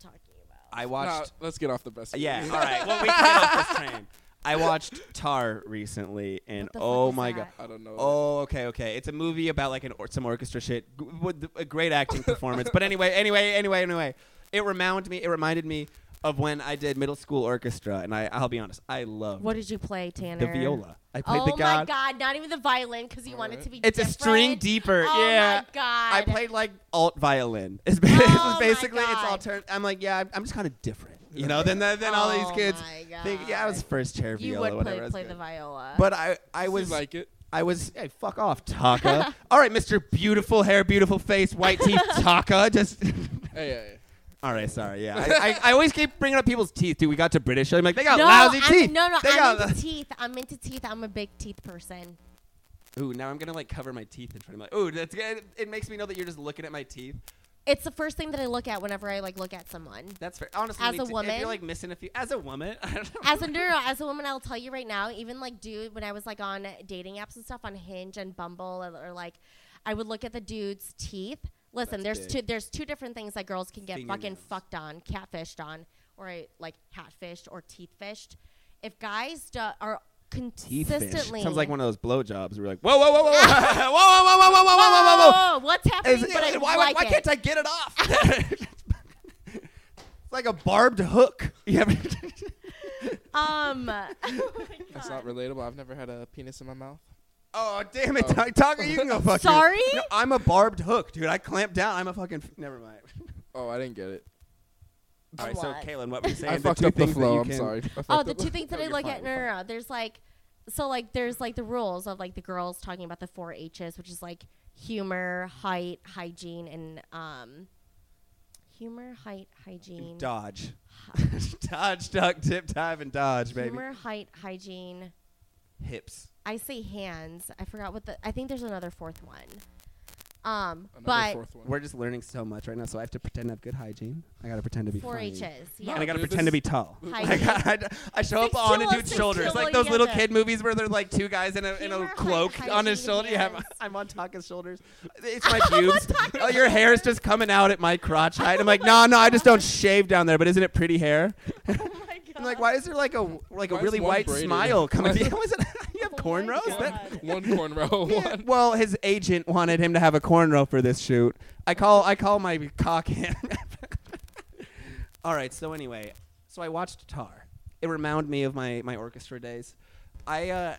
Speaker 4: talking about
Speaker 2: I
Speaker 3: Nah,
Speaker 2: watched.
Speaker 3: let's get off the best.
Speaker 2: Yeah. All right. Well, we can get off this train. I watched Tar recently, and
Speaker 4: What the fuck
Speaker 2: oh
Speaker 4: is
Speaker 2: my
Speaker 4: that?
Speaker 2: god.
Speaker 3: I don't know.
Speaker 2: Oh, okay, okay. It's a movie about like an or- some orchestra shit. G- with a great acting performance. But anyway, anyway, anyway, anyway. It reminded me. It reminded me of when I did middle school orchestra, and I, I'll be honest, I loved
Speaker 4: what did you play tanner
Speaker 2: the viola. I played
Speaker 4: oh
Speaker 2: the god.
Speaker 4: my god not even the violin because you want it to be
Speaker 2: It's a string
Speaker 4: different.
Speaker 2: deeper.
Speaker 4: oh
Speaker 2: yeah.
Speaker 4: my god
Speaker 2: I played like alt violin. It's ba-
Speaker 4: Oh my
Speaker 2: basically it's
Speaker 4: God.
Speaker 2: alternate. I'm like, yeah, I'm, I'm just kind of different, you know. Than than than all these
Speaker 4: Oh
Speaker 2: kids.
Speaker 4: my
Speaker 2: Think, yeah, I was
Speaker 4: God.
Speaker 2: first chair
Speaker 4: you
Speaker 2: viola,
Speaker 4: would
Speaker 2: whatever.
Speaker 4: play,
Speaker 2: that's
Speaker 4: play
Speaker 2: good.
Speaker 4: the viola
Speaker 2: But I I
Speaker 3: I
Speaker 2: was
Speaker 3: was like it.
Speaker 2: I was hey, fuck off, Taka. all right, Mr. Beautiful hair, beautiful face, white teeth, Taka. Just.
Speaker 3: Hey, hey,
Speaker 2: All right, sorry. Yeah, I, I, I always keep bringing up people's teeth. Dude, we got to British. I'm like, they got
Speaker 4: no,
Speaker 2: lousy
Speaker 4: I'm,
Speaker 2: teeth.
Speaker 4: no, no,
Speaker 2: they
Speaker 4: I'm
Speaker 2: got.
Speaker 4: into teeth. I'm into teeth. I'm a big teeth person.
Speaker 2: Ooh, now I'm gonna like cover my teeth in front of my. Ooh, that's good. It makes me know that you're just looking at my teeth.
Speaker 4: It's the first thing that I look at whenever I like look at someone.
Speaker 2: That's fair. Honestly,
Speaker 4: As
Speaker 2: me
Speaker 4: a
Speaker 2: too. if
Speaker 4: woman?
Speaker 2: you're like missing a few. As a woman, I don't know.
Speaker 4: As a no, no, no, as a woman, I'll tell you right now. Even like, dude, when I was like on dating apps and stuff on Hinge and Bumble, or, or, like, I would look at the dude's teeth. Listen, there's
Speaker 2: That's big.
Speaker 4: two. There's two different things that girls can get fucking
Speaker 2: Fingernails.
Speaker 4: fucked on, catfished on, or uh, like hatfished or teeth fished. If guys do, are consistently
Speaker 2: Sounds like one of those blowjobs. We're like, whoa, whoa, whoa, whoa, whoa, whoa, whoa, whoa, whoa, whoa, whoa, whoa, whoa, whoa.
Speaker 4: Whoa, what's happening?
Speaker 2: Is-
Speaker 4: but I
Speaker 2: why
Speaker 4: like
Speaker 2: why
Speaker 4: it.
Speaker 2: can't I get it off? it's like a barbed hook. You ever-
Speaker 4: Um, oh my
Speaker 3: That's
Speaker 4: God.
Speaker 3: not relatable. I've never had a penis in my mouth.
Speaker 2: oh damn it,
Speaker 3: Oh.
Speaker 2: Taka, you can go fuck. your-
Speaker 4: Sorry?
Speaker 2: No, I'm a barbed hook, dude. I clamped down. I'm a fucking. Never mind.
Speaker 3: Oh, I didn't get it.
Speaker 2: All right, so
Speaker 4: What?
Speaker 2: Kaylin, what were you saying?
Speaker 3: I
Speaker 2: The
Speaker 3: fucked
Speaker 2: two
Speaker 3: up the
Speaker 2: things that you
Speaker 3: flow. I'm
Speaker 2: can-
Speaker 3: sorry. I
Speaker 4: Oh,
Speaker 3: fucked
Speaker 4: the
Speaker 3: up
Speaker 4: two things that I
Speaker 3: you're
Speaker 4: look
Speaker 3: fine,
Speaker 4: at. No,
Speaker 3: you're
Speaker 4: no,
Speaker 3: fine.
Speaker 4: no. There's like, so like, there's like the rules of like the girls talking about the four H's, which is like humor, height, hygiene, and um, humor, height, hygiene,
Speaker 2: Dodge,
Speaker 4: hi-
Speaker 2: dodge, duck, tip, dive, and dodge, baby.
Speaker 4: humor, height, hygiene,
Speaker 2: Hips.
Speaker 4: I say hands. I forgot what the. I think there's another fourth one. Um,
Speaker 3: Another
Speaker 4: but
Speaker 3: fourth one.
Speaker 2: We're just learning so much right now, so I have to pretend I have good hygiene. I gotta pretend to be
Speaker 4: four
Speaker 2: funny.
Speaker 4: H's.
Speaker 3: No,
Speaker 4: Yeah.
Speaker 2: And I gotta
Speaker 3: Dude,
Speaker 2: pretend to
Speaker 3: this-
Speaker 2: be tall.
Speaker 4: Hygiene.
Speaker 2: I, got, I, I show up
Speaker 4: Six
Speaker 2: on a
Speaker 4: kilo,
Speaker 2: dude's
Speaker 4: six
Speaker 2: shoulders,
Speaker 4: kilo
Speaker 2: like those little
Speaker 4: together.
Speaker 2: kid movies where they're like two guys in a, in a
Speaker 4: Humor, hy-
Speaker 2: cloak on his
Speaker 4: hygiene,
Speaker 2: shoulder. Yeah, I'm,
Speaker 4: yes.
Speaker 2: I'm on Taka's shoulders. It's my pubes. Oh, your hair is just coming out at my crotch height. I'm like, no, no, I just don't shave down there. But isn't it pretty hair?
Speaker 4: oh my god.
Speaker 2: I'm like, why is there like a like a
Speaker 3: Why is
Speaker 2: really
Speaker 3: one
Speaker 2: white
Speaker 3: braided?
Speaker 2: smile coming?
Speaker 3: Why
Speaker 2: you
Speaker 3: is-
Speaker 2: have
Speaker 4: Oh my
Speaker 2: cornrows? That-
Speaker 4: God.
Speaker 3: one cornrow.
Speaker 2: Yeah,
Speaker 3: One.
Speaker 2: Well, his agent wanted him to have a cornrow for this shoot. I call I call my cock him. All right. So anyway, so I watched Tar. It reminded me of my my orchestra days. I uh,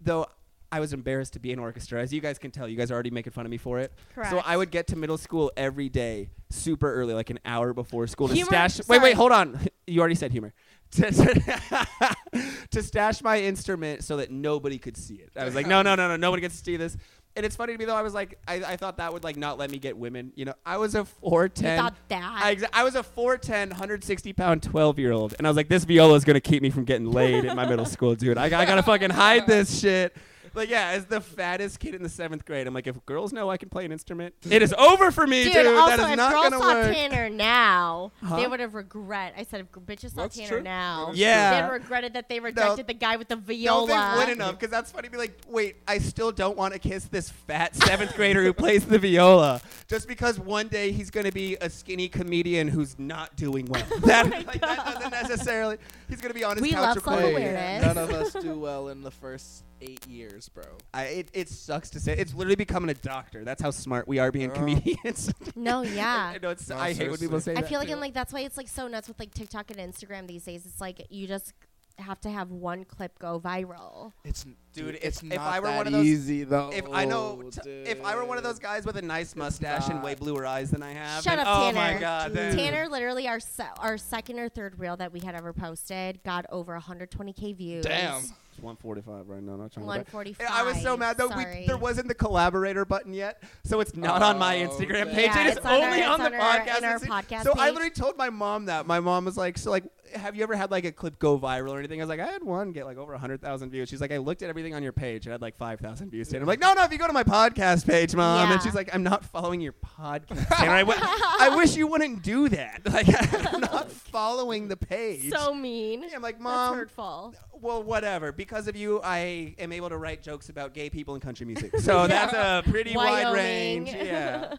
Speaker 2: though I was embarrassed to be in orchestra, as you guys can tell. You guys are already making fun of me for it. So
Speaker 4: Correct.
Speaker 2: I would get to middle school every day super early, like an hour before school to
Speaker 4: Humor?
Speaker 2: stash. Wait, wait,
Speaker 4: Sorry.
Speaker 2: hold on. You already said humor. To, to, to stash my instrument so that nobody could see it. I was like, no, no, no, no, nobody gets to see this. And it's funny to me though. I was like, I, I thought that would like not let me get women. You know, I was a four ten.
Speaker 4: thought that?
Speaker 2: I, exa- I was a 410, 160 pound 12 year old, and I was like, this viola is gonna keep me from getting laid in my middle school, dude. I, I gotta fucking hide this shit. Like, yeah, as the fattest kid in the seventh grade, I'm like, if girls know I can play an instrument, it is over for me, dude.
Speaker 4: Dude, also,
Speaker 2: that is
Speaker 4: if
Speaker 2: not
Speaker 4: girls
Speaker 2: gonna
Speaker 4: saw
Speaker 2: work.
Speaker 4: Tanner now,
Speaker 2: Huh?
Speaker 4: they would have regret. I said, if bitches saw
Speaker 3: That's
Speaker 4: Tanner
Speaker 3: true.
Speaker 4: now,
Speaker 3: That
Speaker 2: is Yeah.
Speaker 4: they
Speaker 2: true.
Speaker 4: regretted that they rejected the guy with the
Speaker 2: No,
Speaker 4: viola.
Speaker 2: they wouldn't have, because that's funny. Be like, wait, I still don't want to kiss this fat seventh grader who plays the viola, just because one day he's going to be a skinny comedian who's not doing well. That, like, that doesn't necessarily. He's going to be on his
Speaker 4: Oh We
Speaker 2: couch
Speaker 4: love
Speaker 2: recording.
Speaker 4: self-awareness.
Speaker 3: none of us do well in the first eight years, bro.
Speaker 2: I, it, it sucks to say. It's literally becoming a doctor. That's how smart we are being
Speaker 3: Yeah.
Speaker 2: comedians.
Speaker 4: No, yeah.
Speaker 2: I, know it's,
Speaker 3: No,
Speaker 2: I hate when people say
Speaker 3: seriously.
Speaker 4: I
Speaker 2: that
Speaker 4: feel like,
Speaker 2: too.
Speaker 4: and like that's why it's like so nuts with like TikTok and Instagram these days. It's like you just have to have one clip go viral.
Speaker 3: It's
Speaker 2: Dude,
Speaker 3: dude.
Speaker 2: if-
Speaker 3: It's
Speaker 2: if
Speaker 3: not
Speaker 2: I were
Speaker 3: that
Speaker 2: one of those-
Speaker 3: easy though. Oh,
Speaker 2: if I know, t- if I were one of those
Speaker 3: dude.
Speaker 2: guys with a nice mustache and
Speaker 3: not.
Speaker 2: way bluer eyes than I have,
Speaker 4: Shut up,
Speaker 2: then- oh
Speaker 4: Tanner.
Speaker 2: my god, then-
Speaker 4: Tanner, literally our se- our second or third reel that we had ever posted got over 120k views.
Speaker 3: Damn.
Speaker 2: It's 145 right now. Not trying to.
Speaker 4: 145.
Speaker 2: I was so mad though.
Speaker 4: Sorry.
Speaker 2: We, there wasn't the collaborator button yet, so it's not on my
Speaker 3: Oh,
Speaker 2: Instagram
Speaker 3: damn.
Speaker 2: page.
Speaker 4: Yeah,
Speaker 2: it is
Speaker 4: it's on our-
Speaker 2: only
Speaker 4: it's
Speaker 2: on the
Speaker 4: on our- in
Speaker 2: podcast.
Speaker 4: our
Speaker 2: It's-
Speaker 4: podcast
Speaker 2: so I
Speaker 4: page.
Speaker 2: literally told my mom that. My mom was like, "So like, have you ever had like a clip go viral or anything?" I was like, "I had one get like over hundred thousand views." She's like, "I looked at everything on your page. It had like five thousand views." And I'm like, "No, no. If you go to my podcast page, mom," and
Speaker 4: Yeah.
Speaker 2: she's like, "I'm not following your podcast." and I went, "I wish you wouldn't do that. Like, I'm not following the page."
Speaker 4: So mean.
Speaker 2: I'm like,
Speaker 4: That's
Speaker 2: "Mom,
Speaker 4: hurtful.
Speaker 2: well, whatever. Because of you, I am able to write jokes about gay people and country music. So that's a pretty wide
Speaker 4: Wyoming.
Speaker 2: range. Yeah.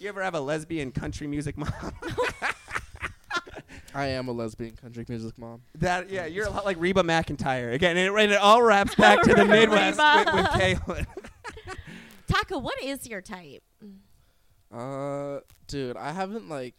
Speaker 2: you ever have a lesbian country music mom?
Speaker 3: I am a lesbian country music mom.
Speaker 2: that yeah, you're a lot like Reba McIntyre again, and it, and it all wraps back to the Midwest with, with Kaylin.
Speaker 4: Taka, what is your type?
Speaker 3: Uh, dude, I haven't like,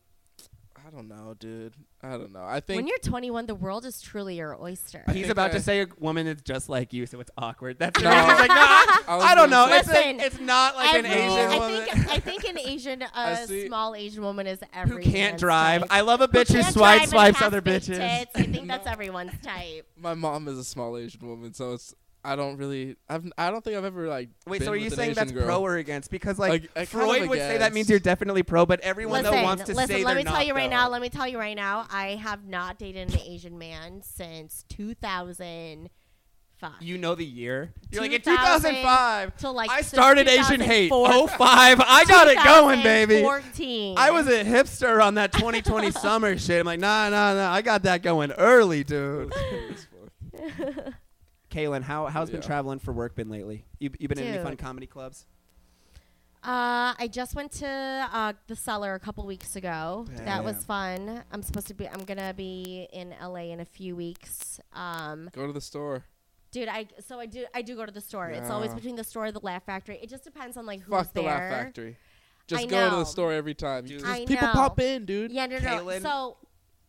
Speaker 3: I don't know, dude. I don't know. I think
Speaker 4: when you're 21, the world is truly your oyster.
Speaker 2: He's
Speaker 3: think
Speaker 2: about
Speaker 3: I-
Speaker 2: to say a woman that's just like you, so it's awkward. That's
Speaker 3: No.
Speaker 2: He's like, no, I,
Speaker 3: I was
Speaker 2: I don't know.
Speaker 3: gonna
Speaker 2: It's,
Speaker 3: say-
Speaker 2: like,
Speaker 4: Listen,
Speaker 2: it's not like an
Speaker 4: Every-
Speaker 2: Asian
Speaker 4: I
Speaker 2: woman.
Speaker 4: think I think an Asian, a
Speaker 3: see-
Speaker 4: small Asian woman is
Speaker 2: who
Speaker 4: every
Speaker 2: can't
Speaker 4: man's
Speaker 2: drive.
Speaker 4: type.
Speaker 2: I love a bitch who,
Speaker 4: can't drive
Speaker 2: swipe
Speaker 4: and
Speaker 2: swipes
Speaker 4: has
Speaker 2: other
Speaker 4: big
Speaker 2: bitches.
Speaker 4: tits. I think that's
Speaker 3: No.
Speaker 4: everyone's type.
Speaker 3: my mom is a small Asian woman, so it's I don't really I've I don't think I've ever like.
Speaker 2: Wait,
Speaker 3: been
Speaker 2: so are you
Speaker 3: with an
Speaker 2: saying
Speaker 3: Asian
Speaker 2: that's
Speaker 3: girl.
Speaker 2: pro or against? Because like
Speaker 3: I- I kind
Speaker 2: Freud
Speaker 3: of
Speaker 2: would say that
Speaker 3: guess.
Speaker 2: means you're definitely pro, but everyone
Speaker 4: Listen,
Speaker 2: though wants to
Speaker 4: listen.
Speaker 2: say
Speaker 4: Let
Speaker 2: they're
Speaker 4: me
Speaker 2: not.
Speaker 4: tell you right
Speaker 2: though.
Speaker 4: now. Let me tell you right now. I have not dated an Asian man since 2005.
Speaker 2: you know the year. You're like in
Speaker 4: 2000
Speaker 2: 2005.
Speaker 4: till like
Speaker 2: I
Speaker 4: since
Speaker 2: started Asian hate.
Speaker 4: 2004.
Speaker 2: 05. I got it going, baby.
Speaker 4: 14.
Speaker 2: I was a hipster on that 2020 summer shit. I'm like, nah, nah, nah. I got that going early, dude. Kaylin, how how's been
Speaker 3: Yeah.
Speaker 2: traveling for work been lately? You you been in any fun
Speaker 4: Dude.
Speaker 2: comedy clubs?
Speaker 4: Uh, I just went to uh, the cellar a couple weeks ago. That was
Speaker 2: Damn.
Speaker 4: fun. I'm supposed to be. I'm gonna be in LA in a few weeks. Um,
Speaker 3: Go to the store.
Speaker 4: dude, I so I do I do go to the store. It's always
Speaker 3: Yeah.
Speaker 4: between the store and the Laugh Factory. It just depends on like who's
Speaker 3: Fuck the
Speaker 4: there.
Speaker 3: Laugh Factory. Just
Speaker 4: I
Speaker 3: go to
Speaker 4: know.
Speaker 3: the store every time.
Speaker 2: Dude.
Speaker 3: Just
Speaker 4: I
Speaker 3: people
Speaker 4: know.
Speaker 3: pop in, dude.
Speaker 4: Yeah, no, no.
Speaker 2: Kaylin.
Speaker 4: So,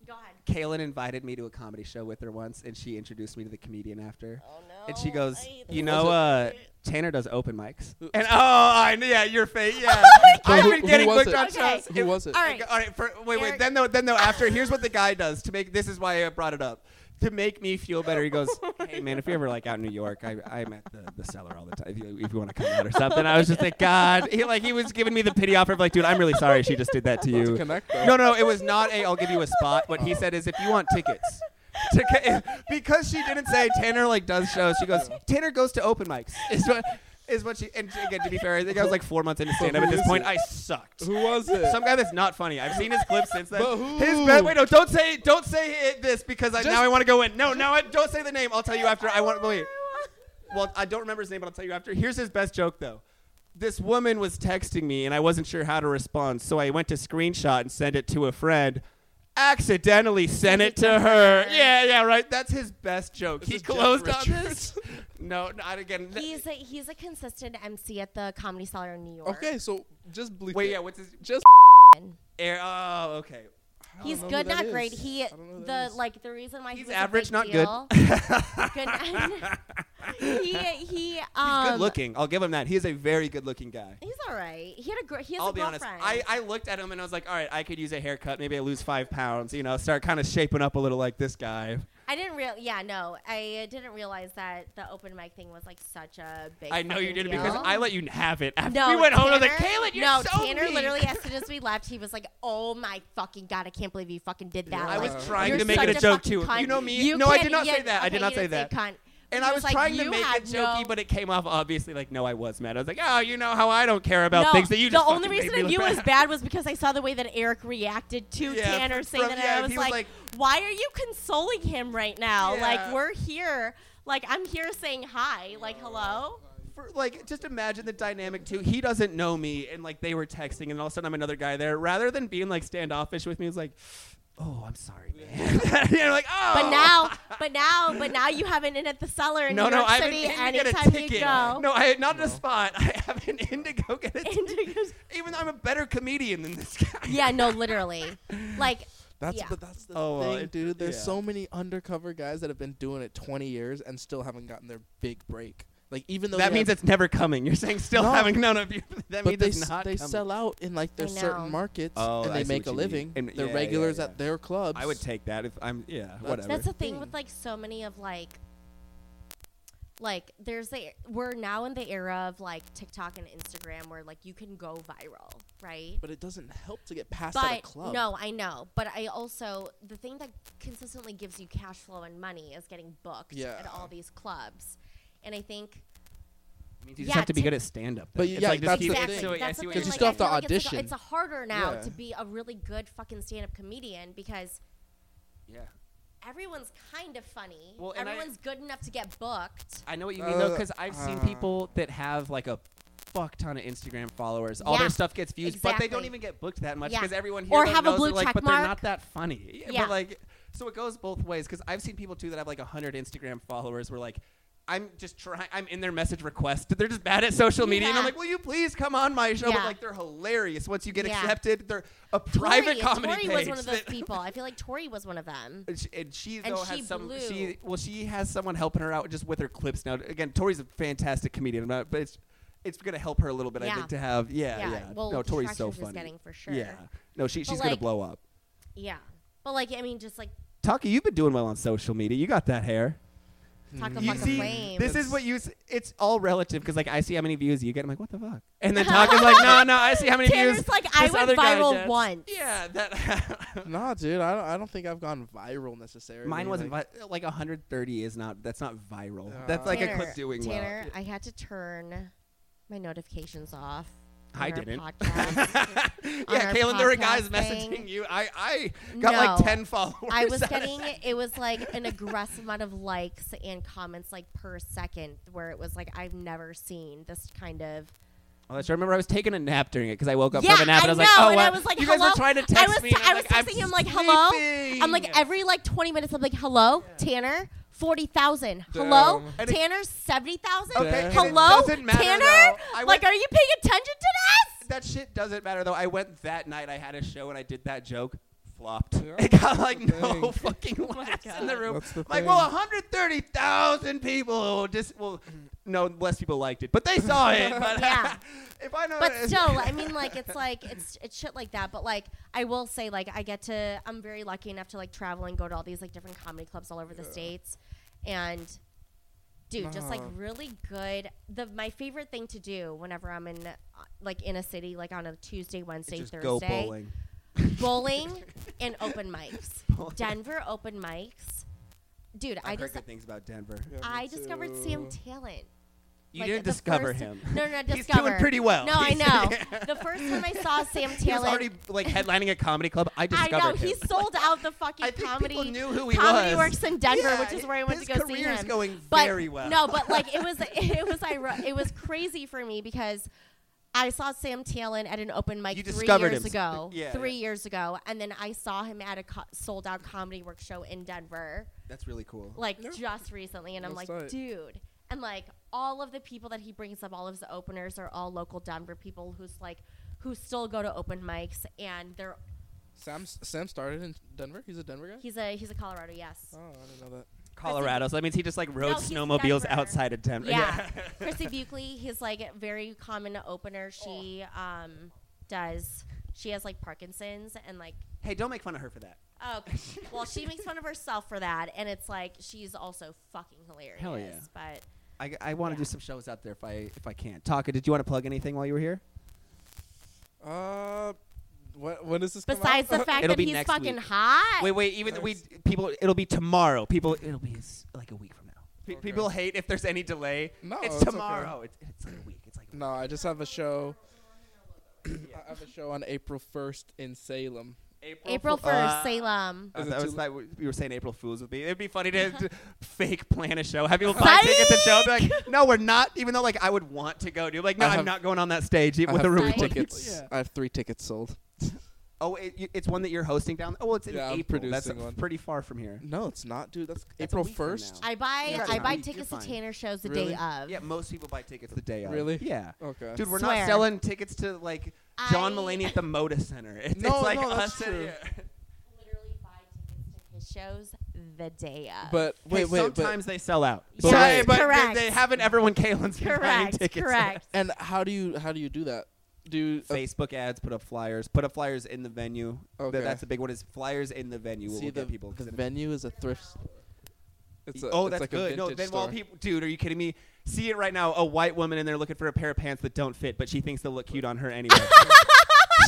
Speaker 4: go ahead.
Speaker 2: Kaylin invited me to a comedy show with her once, and she introduced me to the comedian after.
Speaker 4: Oh no.
Speaker 2: And she goes,
Speaker 4: I-
Speaker 2: you
Speaker 4: this
Speaker 2: know,
Speaker 4: is-
Speaker 2: uh, Tanner does open mics. And oh, I knew, yeah, your face, yeah. I've
Speaker 3: who-
Speaker 2: been
Speaker 3: who
Speaker 2: getting
Speaker 3: was
Speaker 2: booked
Speaker 3: it?
Speaker 2: on
Speaker 4: Oh Okay.
Speaker 2: shows.
Speaker 3: Who was it?
Speaker 4: All
Speaker 2: All right,
Speaker 4: right.
Speaker 2: all right for, wait, wait.
Speaker 4: Eric-
Speaker 2: Then though, then though, after here's what the guy does to make this is why I brought it up to make me feel better. He goes, "Hey man, if you're ever like out in New York, I, I'm at the, the cellar all the time. If you, if you want to come out or something." I was just like, God, he like he was giving me the pity offer of like, dude, I'm really sorry she just did that to
Speaker 3: Not to
Speaker 2: you.
Speaker 3: connect though.
Speaker 2: No, no, it was not a. I'll give you a spot. What he said is, if you want tickets, to ca- because she didn't say Tanner like does shows. She goes Tanner goes to open mics. Is what is what she and again to be fair, I think I was like four months into stand up at this point. I sucked.
Speaker 3: Who was it?
Speaker 2: Some guy that's not funny. I've seen his clips since then.
Speaker 3: But who?
Speaker 2: His best. Wait, no, don't say don't say it, this because I,
Speaker 3: Just-
Speaker 2: now I want to go in. No, no, I, don't say the name. I'll tell you after. I want wait. Well, I don't remember his name, but I'll tell you after. Here's his best joke though. This woman was texting me and I wasn't sure how to respond, so I went to screenshot and sent it to a friend. Accidentally sent it to her. Yeah, yeah, right. That's his best joke.
Speaker 3: This
Speaker 2: he
Speaker 3: is Jeff
Speaker 2: closed on
Speaker 3: Richards.
Speaker 2: this. No, not again.
Speaker 4: He's a, he's a consistent MC at the Comedy Cellar in New York.
Speaker 3: Okay, so just bleep
Speaker 2: Wait,
Speaker 3: it.
Speaker 2: yeah. What's his?
Speaker 3: Just
Speaker 2: Air, oh, okay.
Speaker 3: I don't
Speaker 4: He's
Speaker 3: know who
Speaker 4: good,
Speaker 3: that
Speaker 4: not great.
Speaker 3: is.
Speaker 4: He
Speaker 3: I don't know who
Speaker 4: the
Speaker 3: that is.
Speaker 4: like the reason why he
Speaker 2: He's
Speaker 4: was a
Speaker 2: average,
Speaker 4: big
Speaker 2: not
Speaker 4: deal-
Speaker 2: good.
Speaker 4: good. he he um.
Speaker 2: He's good looking. I'll give him that. He is a very good looking guy.
Speaker 4: He's all right. He had a gr- he has
Speaker 2: I'll
Speaker 4: a
Speaker 2: be honest.
Speaker 4: girlfriend.
Speaker 2: I, I looked at him and I was like, all right, I could use a haircut. Maybe I lose five pounds. You know, start kind of shaping up a little like this guy.
Speaker 4: I didn't real yeah no I didn't realize that the open mic thing was like such a big.
Speaker 2: I know you
Speaker 4: fucking
Speaker 2: did it because
Speaker 4: deal.
Speaker 2: I let you have it. After
Speaker 4: No,
Speaker 2: we went home, I was like,
Speaker 4: Tanner-
Speaker 2: Kaylin, you're
Speaker 4: no,
Speaker 2: so
Speaker 4: Tanner
Speaker 2: mean.
Speaker 4: literally as soon as we left, he was like, "Oh my fucking god, I can't believe you fucking did that."
Speaker 2: I
Speaker 4: Like,
Speaker 2: was trying
Speaker 4: you're
Speaker 2: to make
Speaker 4: such
Speaker 2: it a joke
Speaker 4: fucking
Speaker 2: too.
Speaker 4: cunt.
Speaker 2: You know me.
Speaker 4: You
Speaker 2: no, I
Speaker 4: can't-
Speaker 2: did not
Speaker 4: yeah,
Speaker 2: say that. I
Speaker 4: okay,
Speaker 2: did not
Speaker 4: you
Speaker 2: say
Speaker 4: didn't
Speaker 2: that.
Speaker 4: cunt.
Speaker 2: And
Speaker 4: He
Speaker 2: I was
Speaker 4: like,
Speaker 2: trying to
Speaker 4: "You
Speaker 2: make it
Speaker 4: have
Speaker 2: jokey,
Speaker 4: no-
Speaker 2: but it came off obviously like, no, I was mad. I was like, oh, you know how I don't care about
Speaker 4: no,
Speaker 2: things that you just
Speaker 4: the only
Speaker 2: fucking made
Speaker 4: reason
Speaker 2: me
Speaker 4: I
Speaker 2: look
Speaker 4: knew it was
Speaker 2: bad."
Speaker 4: bad was because I saw the way that Eric reacted to
Speaker 2: Yeah,
Speaker 4: Tanner saying
Speaker 2: from-
Speaker 4: that,
Speaker 2: yeah,
Speaker 4: and I
Speaker 2: he
Speaker 4: was
Speaker 2: was
Speaker 4: like,
Speaker 2: like-
Speaker 4: "Why are you consoling him right now?
Speaker 2: Yeah.
Speaker 4: Like we're here. Like I'm here saying hi. Like hello."
Speaker 2: for, like just imagine the dynamic too. He doesn't know me, and like they were texting, and all of a sudden I'm another guy there. Rather than being like standoffish with me, it's like, oh, I'm sorry, man. You're like, oh.
Speaker 4: But now, but now, but now you have an inn at the cellar in
Speaker 2: no,
Speaker 4: New
Speaker 2: no,
Speaker 4: York
Speaker 2: I've been
Speaker 4: City.
Speaker 2: in to get a
Speaker 4: anytime you
Speaker 2: ticket.
Speaker 4: go,
Speaker 2: No, I not in a spot. I have an in to go get a ticket.
Speaker 4: Indigo's-
Speaker 2: Even though I'm a better comedian than this guy.
Speaker 4: yeah, no, literally, like
Speaker 3: That's
Speaker 4: Yeah.
Speaker 3: but that's the
Speaker 2: Oh, well,
Speaker 3: thing,
Speaker 2: it-
Speaker 3: dude. There's
Speaker 2: yeah.
Speaker 3: so many undercover guys that have been doing it 20 years and still haven't gotten their big break. Like even though
Speaker 2: That
Speaker 3: they
Speaker 2: means
Speaker 3: have,
Speaker 2: it's never coming. You're saying still
Speaker 3: No.
Speaker 2: having none of you. That
Speaker 3: but
Speaker 2: means
Speaker 3: they,
Speaker 2: it's
Speaker 3: s-
Speaker 2: not
Speaker 3: they
Speaker 2: coming.
Speaker 3: sell out in like their
Speaker 4: I know.
Speaker 3: certain markets
Speaker 2: Oh,
Speaker 3: and they
Speaker 2: I see
Speaker 3: make
Speaker 2: what
Speaker 3: a
Speaker 2: you mean.
Speaker 3: living.
Speaker 2: And-
Speaker 3: They're
Speaker 2: yeah, yeah,
Speaker 3: regulars
Speaker 2: yeah.
Speaker 3: at their clubs.
Speaker 2: I would take that if I'm yeah whatever.
Speaker 4: that's the thing
Speaker 3: Hmm.
Speaker 4: with like so many of like, like there's the we're now in the era of like TikTok and Instagram where like you can go viral, right?
Speaker 3: but it doesn't help to get past at a
Speaker 4: But
Speaker 3: club.
Speaker 4: no, I know. But I also the thing that consistently gives you cash flow and money is getting booked
Speaker 3: Yeah.
Speaker 4: at all these clubs, and I think
Speaker 2: It means you
Speaker 4: yeah,
Speaker 2: just have to be
Speaker 4: to-
Speaker 2: good at stand up.
Speaker 3: But
Speaker 2: it's
Speaker 3: yeah,
Speaker 2: like just
Speaker 3: that's
Speaker 2: keep
Speaker 3: the
Speaker 2: I
Speaker 3: thing.
Speaker 2: see what- I
Speaker 4: That's
Speaker 2: see
Speaker 4: the
Speaker 2: what
Speaker 4: thing.
Speaker 2: you're
Speaker 3: you
Speaker 4: like,
Speaker 3: still
Speaker 4: I
Speaker 3: have to
Speaker 4: feel like It's, like,
Speaker 3: audition.
Speaker 4: a- it's a harder now
Speaker 3: Yeah.
Speaker 4: to be a really good fucking stand-up comedian because
Speaker 2: saying. Yeah.
Speaker 4: everyone's kind of funny.
Speaker 2: Well, and I-
Speaker 4: everyone's good enough to get booked.
Speaker 2: I know what you mean though,
Speaker 3: Uh,
Speaker 2: because I've seen
Speaker 3: uh.
Speaker 2: people that have like a fuck ton of Instagram followers. All
Speaker 4: Yeah,
Speaker 2: their stuff gets views, but they don't
Speaker 4: exactly.
Speaker 2: even get booked that much
Speaker 4: Yeah.
Speaker 2: because everyone here
Speaker 4: Or
Speaker 2: though
Speaker 4: have a
Speaker 2: knows
Speaker 4: blue
Speaker 2: they're like,
Speaker 4: check
Speaker 2: but they're
Speaker 4: mark."
Speaker 2: not that funny.
Speaker 4: Yeah.
Speaker 2: But like, so it goes both ways because I've seen people too that have like hundred Instagram followers. Where like. I'm just trying. I'm in their message request. They're just bad at social media, and I'm
Speaker 4: Yeah.
Speaker 2: like, "Will you please come on my show?"
Speaker 4: Yeah.
Speaker 2: But like, they're hilarious. Once you get
Speaker 4: Yeah.
Speaker 2: accepted, they're a
Speaker 4: Tori,
Speaker 2: private comedy
Speaker 4: Tori
Speaker 2: page.
Speaker 4: was one of those
Speaker 2: that-
Speaker 4: people. I feel like Tori was one of them.
Speaker 2: and she, and she
Speaker 4: And
Speaker 2: though
Speaker 4: she
Speaker 2: has some.
Speaker 4: blew.
Speaker 2: She well, she has someone helping her out just with her clips now. Again, Tori's a fantastic comedian, I'm not- but it's it's gonna help her a little bit. I
Speaker 4: Yeah.
Speaker 2: think to have yeah yeah.
Speaker 4: Well,
Speaker 2: no, Tori's so
Speaker 4: traction she's
Speaker 2: funny.
Speaker 4: getting for sure.
Speaker 2: Yeah, no, she, she's gonna
Speaker 4: like-
Speaker 2: blow up.
Speaker 4: Yeah. But like, I mean, just like
Speaker 2: Taki, you've been doing well on social media. You got that hair.
Speaker 4: talk a
Speaker 2: Hmm. You
Speaker 4: fucking
Speaker 2: see,
Speaker 4: lame.
Speaker 2: this is what you. s- It's all relative because like I see how many views you get. I'm like, what the fuck? And then Taki's like, no, no, I see how many
Speaker 4: Tanner's
Speaker 2: views.
Speaker 4: like, I
Speaker 2: this
Speaker 4: went
Speaker 2: other guy
Speaker 4: viral
Speaker 2: gets."
Speaker 4: once.
Speaker 2: Yeah, that.
Speaker 3: Nah, dude, I don't, I don't think I've gone viral necessarily.
Speaker 2: Mine wasn't
Speaker 3: like,
Speaker 2: like, vi- like 130 is not. That's not viral. that's like a
Speaker 4: Tanner,
Speaker 2: clip doing well.
Speaker 4: Tanner, I had to turn my notifications off. on our
Speaker 2: I didn't.
Speaker 4: podcast. on
Speaker 2: yeah,
Speaker 4: our
Speaker 2: Caitlin, there were
Speaker 4: podcast
Speaker 2: guys
Speaker 4: thing.
Speaker 2: messaging you. I, I got like
Speaker 4: No.
Speaker 2: 10 followers.
Speaker 4: I was
Speaker 2: out of
Speaker 4: getting
Speaker 2: that.
Speaker 4: it was like an aggressive amount of likes and comments like per second where it was like I've never seen this kind of
Speaker 2: Oh, that's right. I remember I was taking a nap during it because I woke up
Speaker 4: yeah
Speaker 2: from a nap
Speaker 4: I
Speaker 2: and I was
Speaker 4: know
Speaker 2: like, oh,
Speaker 4: and
Speaker 2: wow.
Speaker 4: I was like
Speaker 2: you guys
Speaker 4: hello
Speaker 2: were trying to
Speaker 4: I
Speaker 2: text
Speaker 4: was
Speaker 2: me. And
Speaker 4: I
Speaker 2: I'm
Speaker 4: was
Speaker 2: like,
Speaker 4: texting
Speaker 2: I'm
Speaker 4: him like hello I'm like
Speaker 2: sleeping.
Speaker 4: every like 20 minutes I'm like hello Tanner 40,000 hello
Speaker 3: Damn.
Speaker 2: And it-
Speaker 4: Tanner 70,000
Speaker 2: Okay, and it
Speaker 4: hello
Speaker 2: doesn't matter,
Speaker 4: Tanner
Speaker 2: though. I
Speaker 4: like
Speaker 2: went-
Speaker 4: are you paying attention to this
Speaker 2: That shit doesn't matter though. I went that night. I had a show and I did that joke. Flopped.
Speaker 3: Yeah,
Speaker 2: It got like
Speaker 3: that's the
Speaker 2: no
Speaker 3: thing.
Speaker 4: Oh
Speaker 2: fucking laughs in the room.
Speaker 3: That's the
Speaker 2: like,
Speaker 3: thing.
Speaker 2: well, 130,0and people just well, no less people liked it, but they saw it. But
Speaker 4: Yeah.
Speaker 2: if I know,
Speaker 4: but still i mean like it's like it's it's shit like that but like i will say like i get to i'm very lucky enough to like travel and go to all these like different comedy clubs all over the states and dude just like
Speaker 2: Uh-huh.
Speaker 3: Nah.
Speaker 4: really good the my favorite thing to do whenever i'm in uh, like in a city like on a tuesday wednesday
Speaker 2: just
Speaker 4: thursday
Speaker 2: go bowling.
Speaker 4: bowling and open mics denver open mics dude,
Speaker 2: I've
Speaker 4: I
Speaker 2: heard
Speaker 4: just
Speaker 2: good things about Denver.
Speaker 4: I discovered Sam Talent.
Speaker 2: You
Speaker 4: Like,
Speaker 2: didn't
Speaker 4: the
Speaker 2: discover
Speaker 4: first-
Speaker 2: him.
Speaker 4: No, no, not
Speaker 2: He's
Speaker 4: discover.
Speaker 2: doing pretty well.
Speaker 4: No, I
Speaker 2: He's-
Speaker 4: know. the first time I saw Sam
Speaker 2: Oh. He was
Speaker 4: Talent,
Speaker 2: already like headlining a comedy club. I
Speaker 4: I
Speaker 2: discovered
Speaker 4: know
Speaker 2: him.
Speaker 4: he sold out the fucking
Speaker 2: I think
Speaker 4: comedy.
Speaker 2: people knew who he
Speaker 4: comedy
Speaker 2: was.
Speaker 4: works in Denver,
Speaker 2: Yeah,
Speaker 4: which is where I went
Speaker 2: his
Speaker 4: to go see
Speaker 2: career's
Speaker 4: him.
Speaker 2: going
Speaker 4: but
Speaker 2: very well.
Speaker 4: no, but like it was it was iro- it was crazy for me because I saw Sam Talon at an open mic
Speaker 2: You
Speaker 4: three
Speaker 2: discovered
Speaker 4: years
Speaker 2: him.
Speaker 4: ago,
Speaker 2: Yeah,
Speaker 4: three
Speaker 2: yeah.
Speaker 4: years ago, and then I saw him at a co- sold out comedy work show in Denver
Speaker 2: That's really cool.
Speaker 4: like just recently, and I'm
Speaker 3: That's
Speaker 4: like,
Speaker 3: right.
Speaker 4: dude. And like all of the people that he brings up, all of his openers are all local Denver people who's like, who still go to open mics, and they're
Speaker 3: Sam Sam started in Denver. He's a Denver guy.
Speaker 4: he's a he's a Colorado, yes.
Speaker 3: oh, I didn't know that.
Speaker 2: Colorado. So that means he just like rode
Speaker 4: No, he's
Speaker 2: snowmobiles
Speaker 4: Denver.
Speaker 2: outside of Denver.
Speaker 4: Yeah, Chrissy Buckley, he's like a very common opener.
Speaker 2: Oh.
Speaker 4: She um does she has like Parkinson's and like
Speaker 2: Hey, don't make fun of her for that.
Speaker 4: oh well she makes fun of herself for that, and it's like she's also fucking hilarious.
Speaker 2: Hell yeah.
Speaker 4: But
Speaker 2: I, I want to
Speaker 4: Yeah.
Speaker 2: do some shows out there if I if I can. Taka, did you want to plug anything while you were here?
Speaker 3: Uh, what when does this? come out?
Speaker 4: besides the fact
Speaker 2: It'll
Speaker 4: that
Speaker 2: be
Speaker 4: he's
Speaker 2: next
Speaker 4: fucking
Speaker 2: week.
Speaker 4: hot,
Speaker 2: Wait, wait. Even we people, it'll be tomorrow. People, it'll be s- like a week from now. Pe-
Speaker 3: Okay.
Speaker 2: People hate if there's any delay.
Speaker 3: No,
Speaker 2: it's,
Speaker 3: it's okay.
Speaker 2: tomorrow. It's, it's like a week. It's like a
Speaker 3: no, I just have a show. I have a show on April first in Salem.
Speaker 4: April
Speaker 2: Fool-
Speaker 4: first,
Speaker 2: Uh,
Speaker 4: Salem.
Speaker 2: I
Speaker 3: Is
Speaker 2: thought
Speaker 3: it
Speaker 2: was
Speaker 3: too-
Speaker 2: like you were saying April Fools would be. It'd be funny to, to fake plan a show, have people buy tickets and show up. Be like, no, we're not. Even though like I would want to go, dude. Like, no,
Speaker 3: I
Speaker 2: I'm
Speaker 3: have-
Speaker 2: not going on that stage
Speaker 3: I
Speaker 2: even with a
Speaker 3: have
Speaker 2: room
Speaker 3: three
Speaker 4: Right.
Speaker 2: full of people.
Speaker 3: tickets.
Speaker 2: Yeah.
Speaker 3: I have three tickets sold.
Speaker 2: Oh, it, you- it's one that you're hosting down. Oh, well, it's in
Speaker 3: Yeah, I'm
Speaker 2: April. That's
Speaker 3: producing one.
Speaker 2: pretty far from here.
Speaker 3: No, it's not, dude. That's,
Speaker 2: That's a
Speaker 3: April
Speaker 2: week from
Speaker 3: first.
Speaker 2: now.
Speaker 4: I buy
Speaker 2: You're
Speaker 4: I buy
Speaker 2: fine.
Speaker 4: tickets
Speaker 2: You're
Speaker 4: to
Speaker 2: fine.
Speaker 4: Tanner shows the
Speaker 3: Really?
Speaker 4: day of.
Speaker 2: Yeah, most people buy tickets the day of.
Speaker 3: Really?
Speaker 2: Yeah.
Speaker 3: Okay.
Speaker 2: Dude, we're
Speaker 4: Swear.
Speaker 2: not selling tickets to like John
Speaker 4: I-
Speaker 2: Mulaney at the Moda Center. It's,
Speaker 3: No,
Speaker 2: it's like
Speaker 3: no, that's
Speaker 2: us at-
Speaker 3: true.
Speaker 2: yeah.
Speaker 4: Literally buy tickets to his shows the day of.
Speaker 3: But wait,
Speaker 2: Hey,
Speaker 3: wait, but
Speaker 2: sometimes they sell out.
Speaker 4: But
Speaker 2: Sorry,
Speaker 4: wait.
Speaker 2: but
Speaker 4: Correct.
Speaker 2: They, they haven't. Everyone, Kalen's been buying
Speaker 4: correct,
Speaker 2: tickets.
Speaker 4: correct.
Speaker 3: and how do you how do you do that? Do you, uh,
Speaker 2: Facebook ads, put up flyers, put up flyers in the venue. Th-
Speaker 3: Okay.
Speaker 2: that's a big one. Is flyers in the venue will
Speaker 3: see
Speaker 2: get
Speaker 3: the,
Speaker 2: people. 'cause
Speaker 3: the
Speaker 2: then-
Speaker 3: venue is a thrift store. It's a,
Speaker 2: oh,
Speaker 3: it's
Speaker 2: that's
Speaker 3: like
Speaker 2: good.
Speaker 3: A
Speaker 2: no,
Speaker 3: vintage
Speaker 2: then while
Speaker 3: store.
Speaker 2: people, dude, are you kidding me? See it right now. A white woman in there looking for a pair of pants that don't fit, but she thinks they'll look cute on her anyway.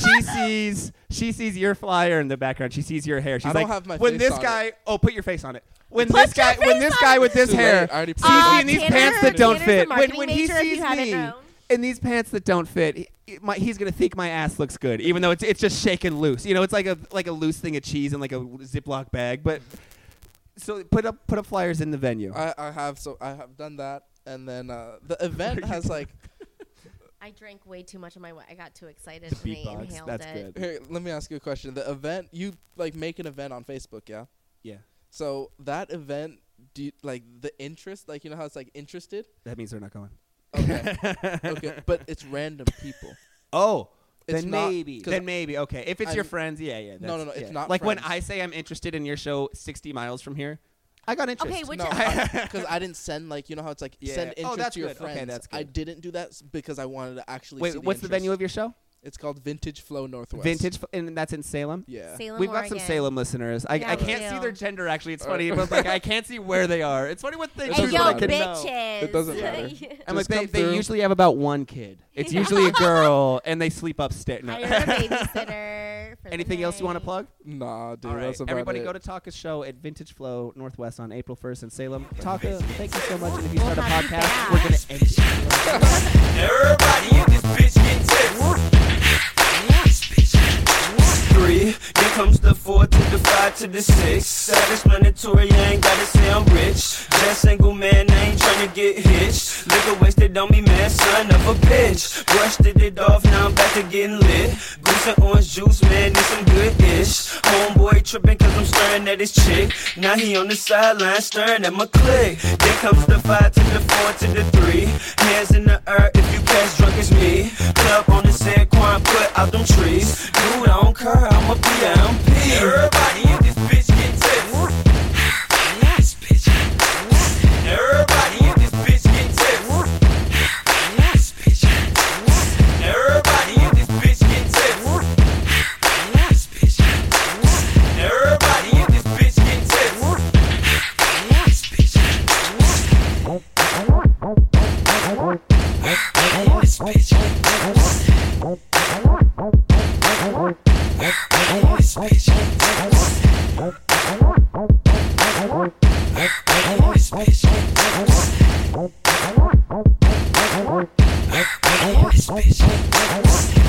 Speaker 2: she sees she sees your flyer in the background. She sees your hair. She's
Speaker 3: I don't
Speaker 2: like,
Speaker 3: have my
Speaker 2: when
Speaker 3: face
Speaker 2: this
Speaker 3: on
Speaker 2: guy, oh, put your face on it. When
Speaker 4: Put
Speaker 2: this guy,
Speaker 4: your
Speaker 2: when
Speaker 4: face
Speaker 2: this
Speaker 4: on
Speaker 2: guy
Speaker 4: it.
Speaker 2: with this
Speaker 3: Too late.
Speaker 2: hair,
Speaker 3: I already
Speaker 2: sees
Speaker 3: proved
Speaker 2: me
Speaker 3: it.
Speaker 2: in these
Speaker 4: Uh, Tanner-
Speaker 2: pants that don't
Speaker 4: Tanner's a
Speaker 2: fit. When,
Speaker 4: marketing
Speaker 2: when he
Speaker 4: major, if you
Speaker 2: sees
Speaker 4: haven't
Speaker 2: me
Speaker 4: known.
Speaker 2: in these pants that don't fit, he, it might- he's gonna think my ass looks good, even though it's it's just shaken loose. You know, it's like a like a loose thing of cheese in like a Ziploc bag, but. So put up put up flyers in the venue.
Speaker 3: I, I have so I have done that, and then uh, the event has like.
Speaker 4: I drank way too much of my. wa- I got too excited and I
Speaker 2: Beatbox.
Speaker 4: inhaled
Speaker 2: That's
Speaker 4: it.
Speaker 2: good.
Speaker 3: Here, let me ask you a question. The event you like make an event on Facebook, yeah.
Speaker 2: Yeah.
Speaker 3: So that event, do you, like the interest, like you know how it's like interested.
Speaker 2: That means they're not going.
Speaker 3: Okay. okay. But it's random people.
Speaker 2: Oh.
Speaker 3: It's
Speaker 2: then
Speaker 3: not-
Speaker 2: maybe.
Speaker 3: 'cause
Speaker 2: Then maybe. Okay. If it's your
Speaker 3: I'm-
Speaker 2: friends, yeah, yeah. that's-
Speaker 3: no, no, it's
Speaker 2: yeah.
Speaker 3: not
Speaker 2: Like when
Speaker 3: friends.
Speaker 2: I say I'm interested in your show 60 miles from here, I got interest.
Speaker 4: Okay, which
Speaker 3: no,
Speaker 4: is,
Speaker 3: because I, didn't send like you know how it's like
Speaker 2: Yeah.
Speaker 3: send
Speaker 2: Oh,
Speaker 3: interest
Speaker 2: that's
Speaker 3: to your
Speaker 2: good. Okay,
Speaker 3: friends.
Speaker 2: that's
Speaker 3: I
Speaker 2: good.
Speaker 3: didn't do that s- because I wanted to actually.
Speaker 2: Wait,
Speaker 3: see
Speaker 2: what's the
Speaker 3: interest.
Speaker 2: venue of your show?
Speaker 3: It's called Vintage Flow Northwest.
Speaker 2: Vintage, f- and that's in Salem.
Speaker 3: Yeah.
Speaker 4: Salem,
Speaker 2: We've got some
Speaker 4: Oregon.
Speaker 2: Salem listeners. I,
Speaker 4: Yeah,
Speaker 2: I
Speaker 4: we
Speaker 2: can't see
Speaker 4: do.
Speaker 2: their gender actually. It's
Speaker 3: All right.
Speaker 2: funny, but like I can't see where they are. It's funny what they
Speaker 3: It
Speaker 4: Hey,
Speaker 2: do.
Speaker 3: doesn't
Speaker 4: yo,
Speaker 3: matter.
Speaker 4: bitches.
Speaker 3: It doesn't matter.
Speaker 2: I'm
Speaker 3: Just
Speaker 2: like they,
Speaker 3: come
Speaker 2: they
Speaker 3: through.
Speaker 2: usually have about one kid. It's usually a girl, and they sleep upstairs. No.
Speaker 4: Hire a babysitter. for the
Speaker 2: Anything else you want to
Speaker 4: night.
Speaker 2: plug?
Speaker 3: Nah, dude,
Speaker 2: All right,
Speaker 3: that's about
Speaker 2: everybody
Speaker 3: it.
Speaker 2: go to Taka's show at Vintage Flow Northwest on April 1st in Salem. Taka, thank you so much. And if you start a
Speaker 4: We'll have you
Speaker 2: podcast,
Speaker 4: back.
Speaker 2: we're going to end it.
Speaker 1: Everybody in this bitch get tips. Three, here comes the four to the five to the six. Self-explanatory, I ain't gotta say I'm rich. Just single man, I ain't tryna get hitched. Liquor wasted on me, man, son of a bitch. Brushed it, it off, now I'm back to getting lit. Goose and orange juice, man, it's some good ish. Homeboy tripping cause I'm staring at his chick. Now he on the sideline staring at my click. There comes the five to the four to the three. Hands in the air if you catch drunk as me. Club on the San Quan, put out them trees. Dude, I don't care, I'm a PMP. Everybody in this bitch get tips. Everybody in this bitch get tips. Everybody in this bitch get tips. Everybody in this bitch get tips.
Speaker 5: Bitch.
Speaker 4: Yes.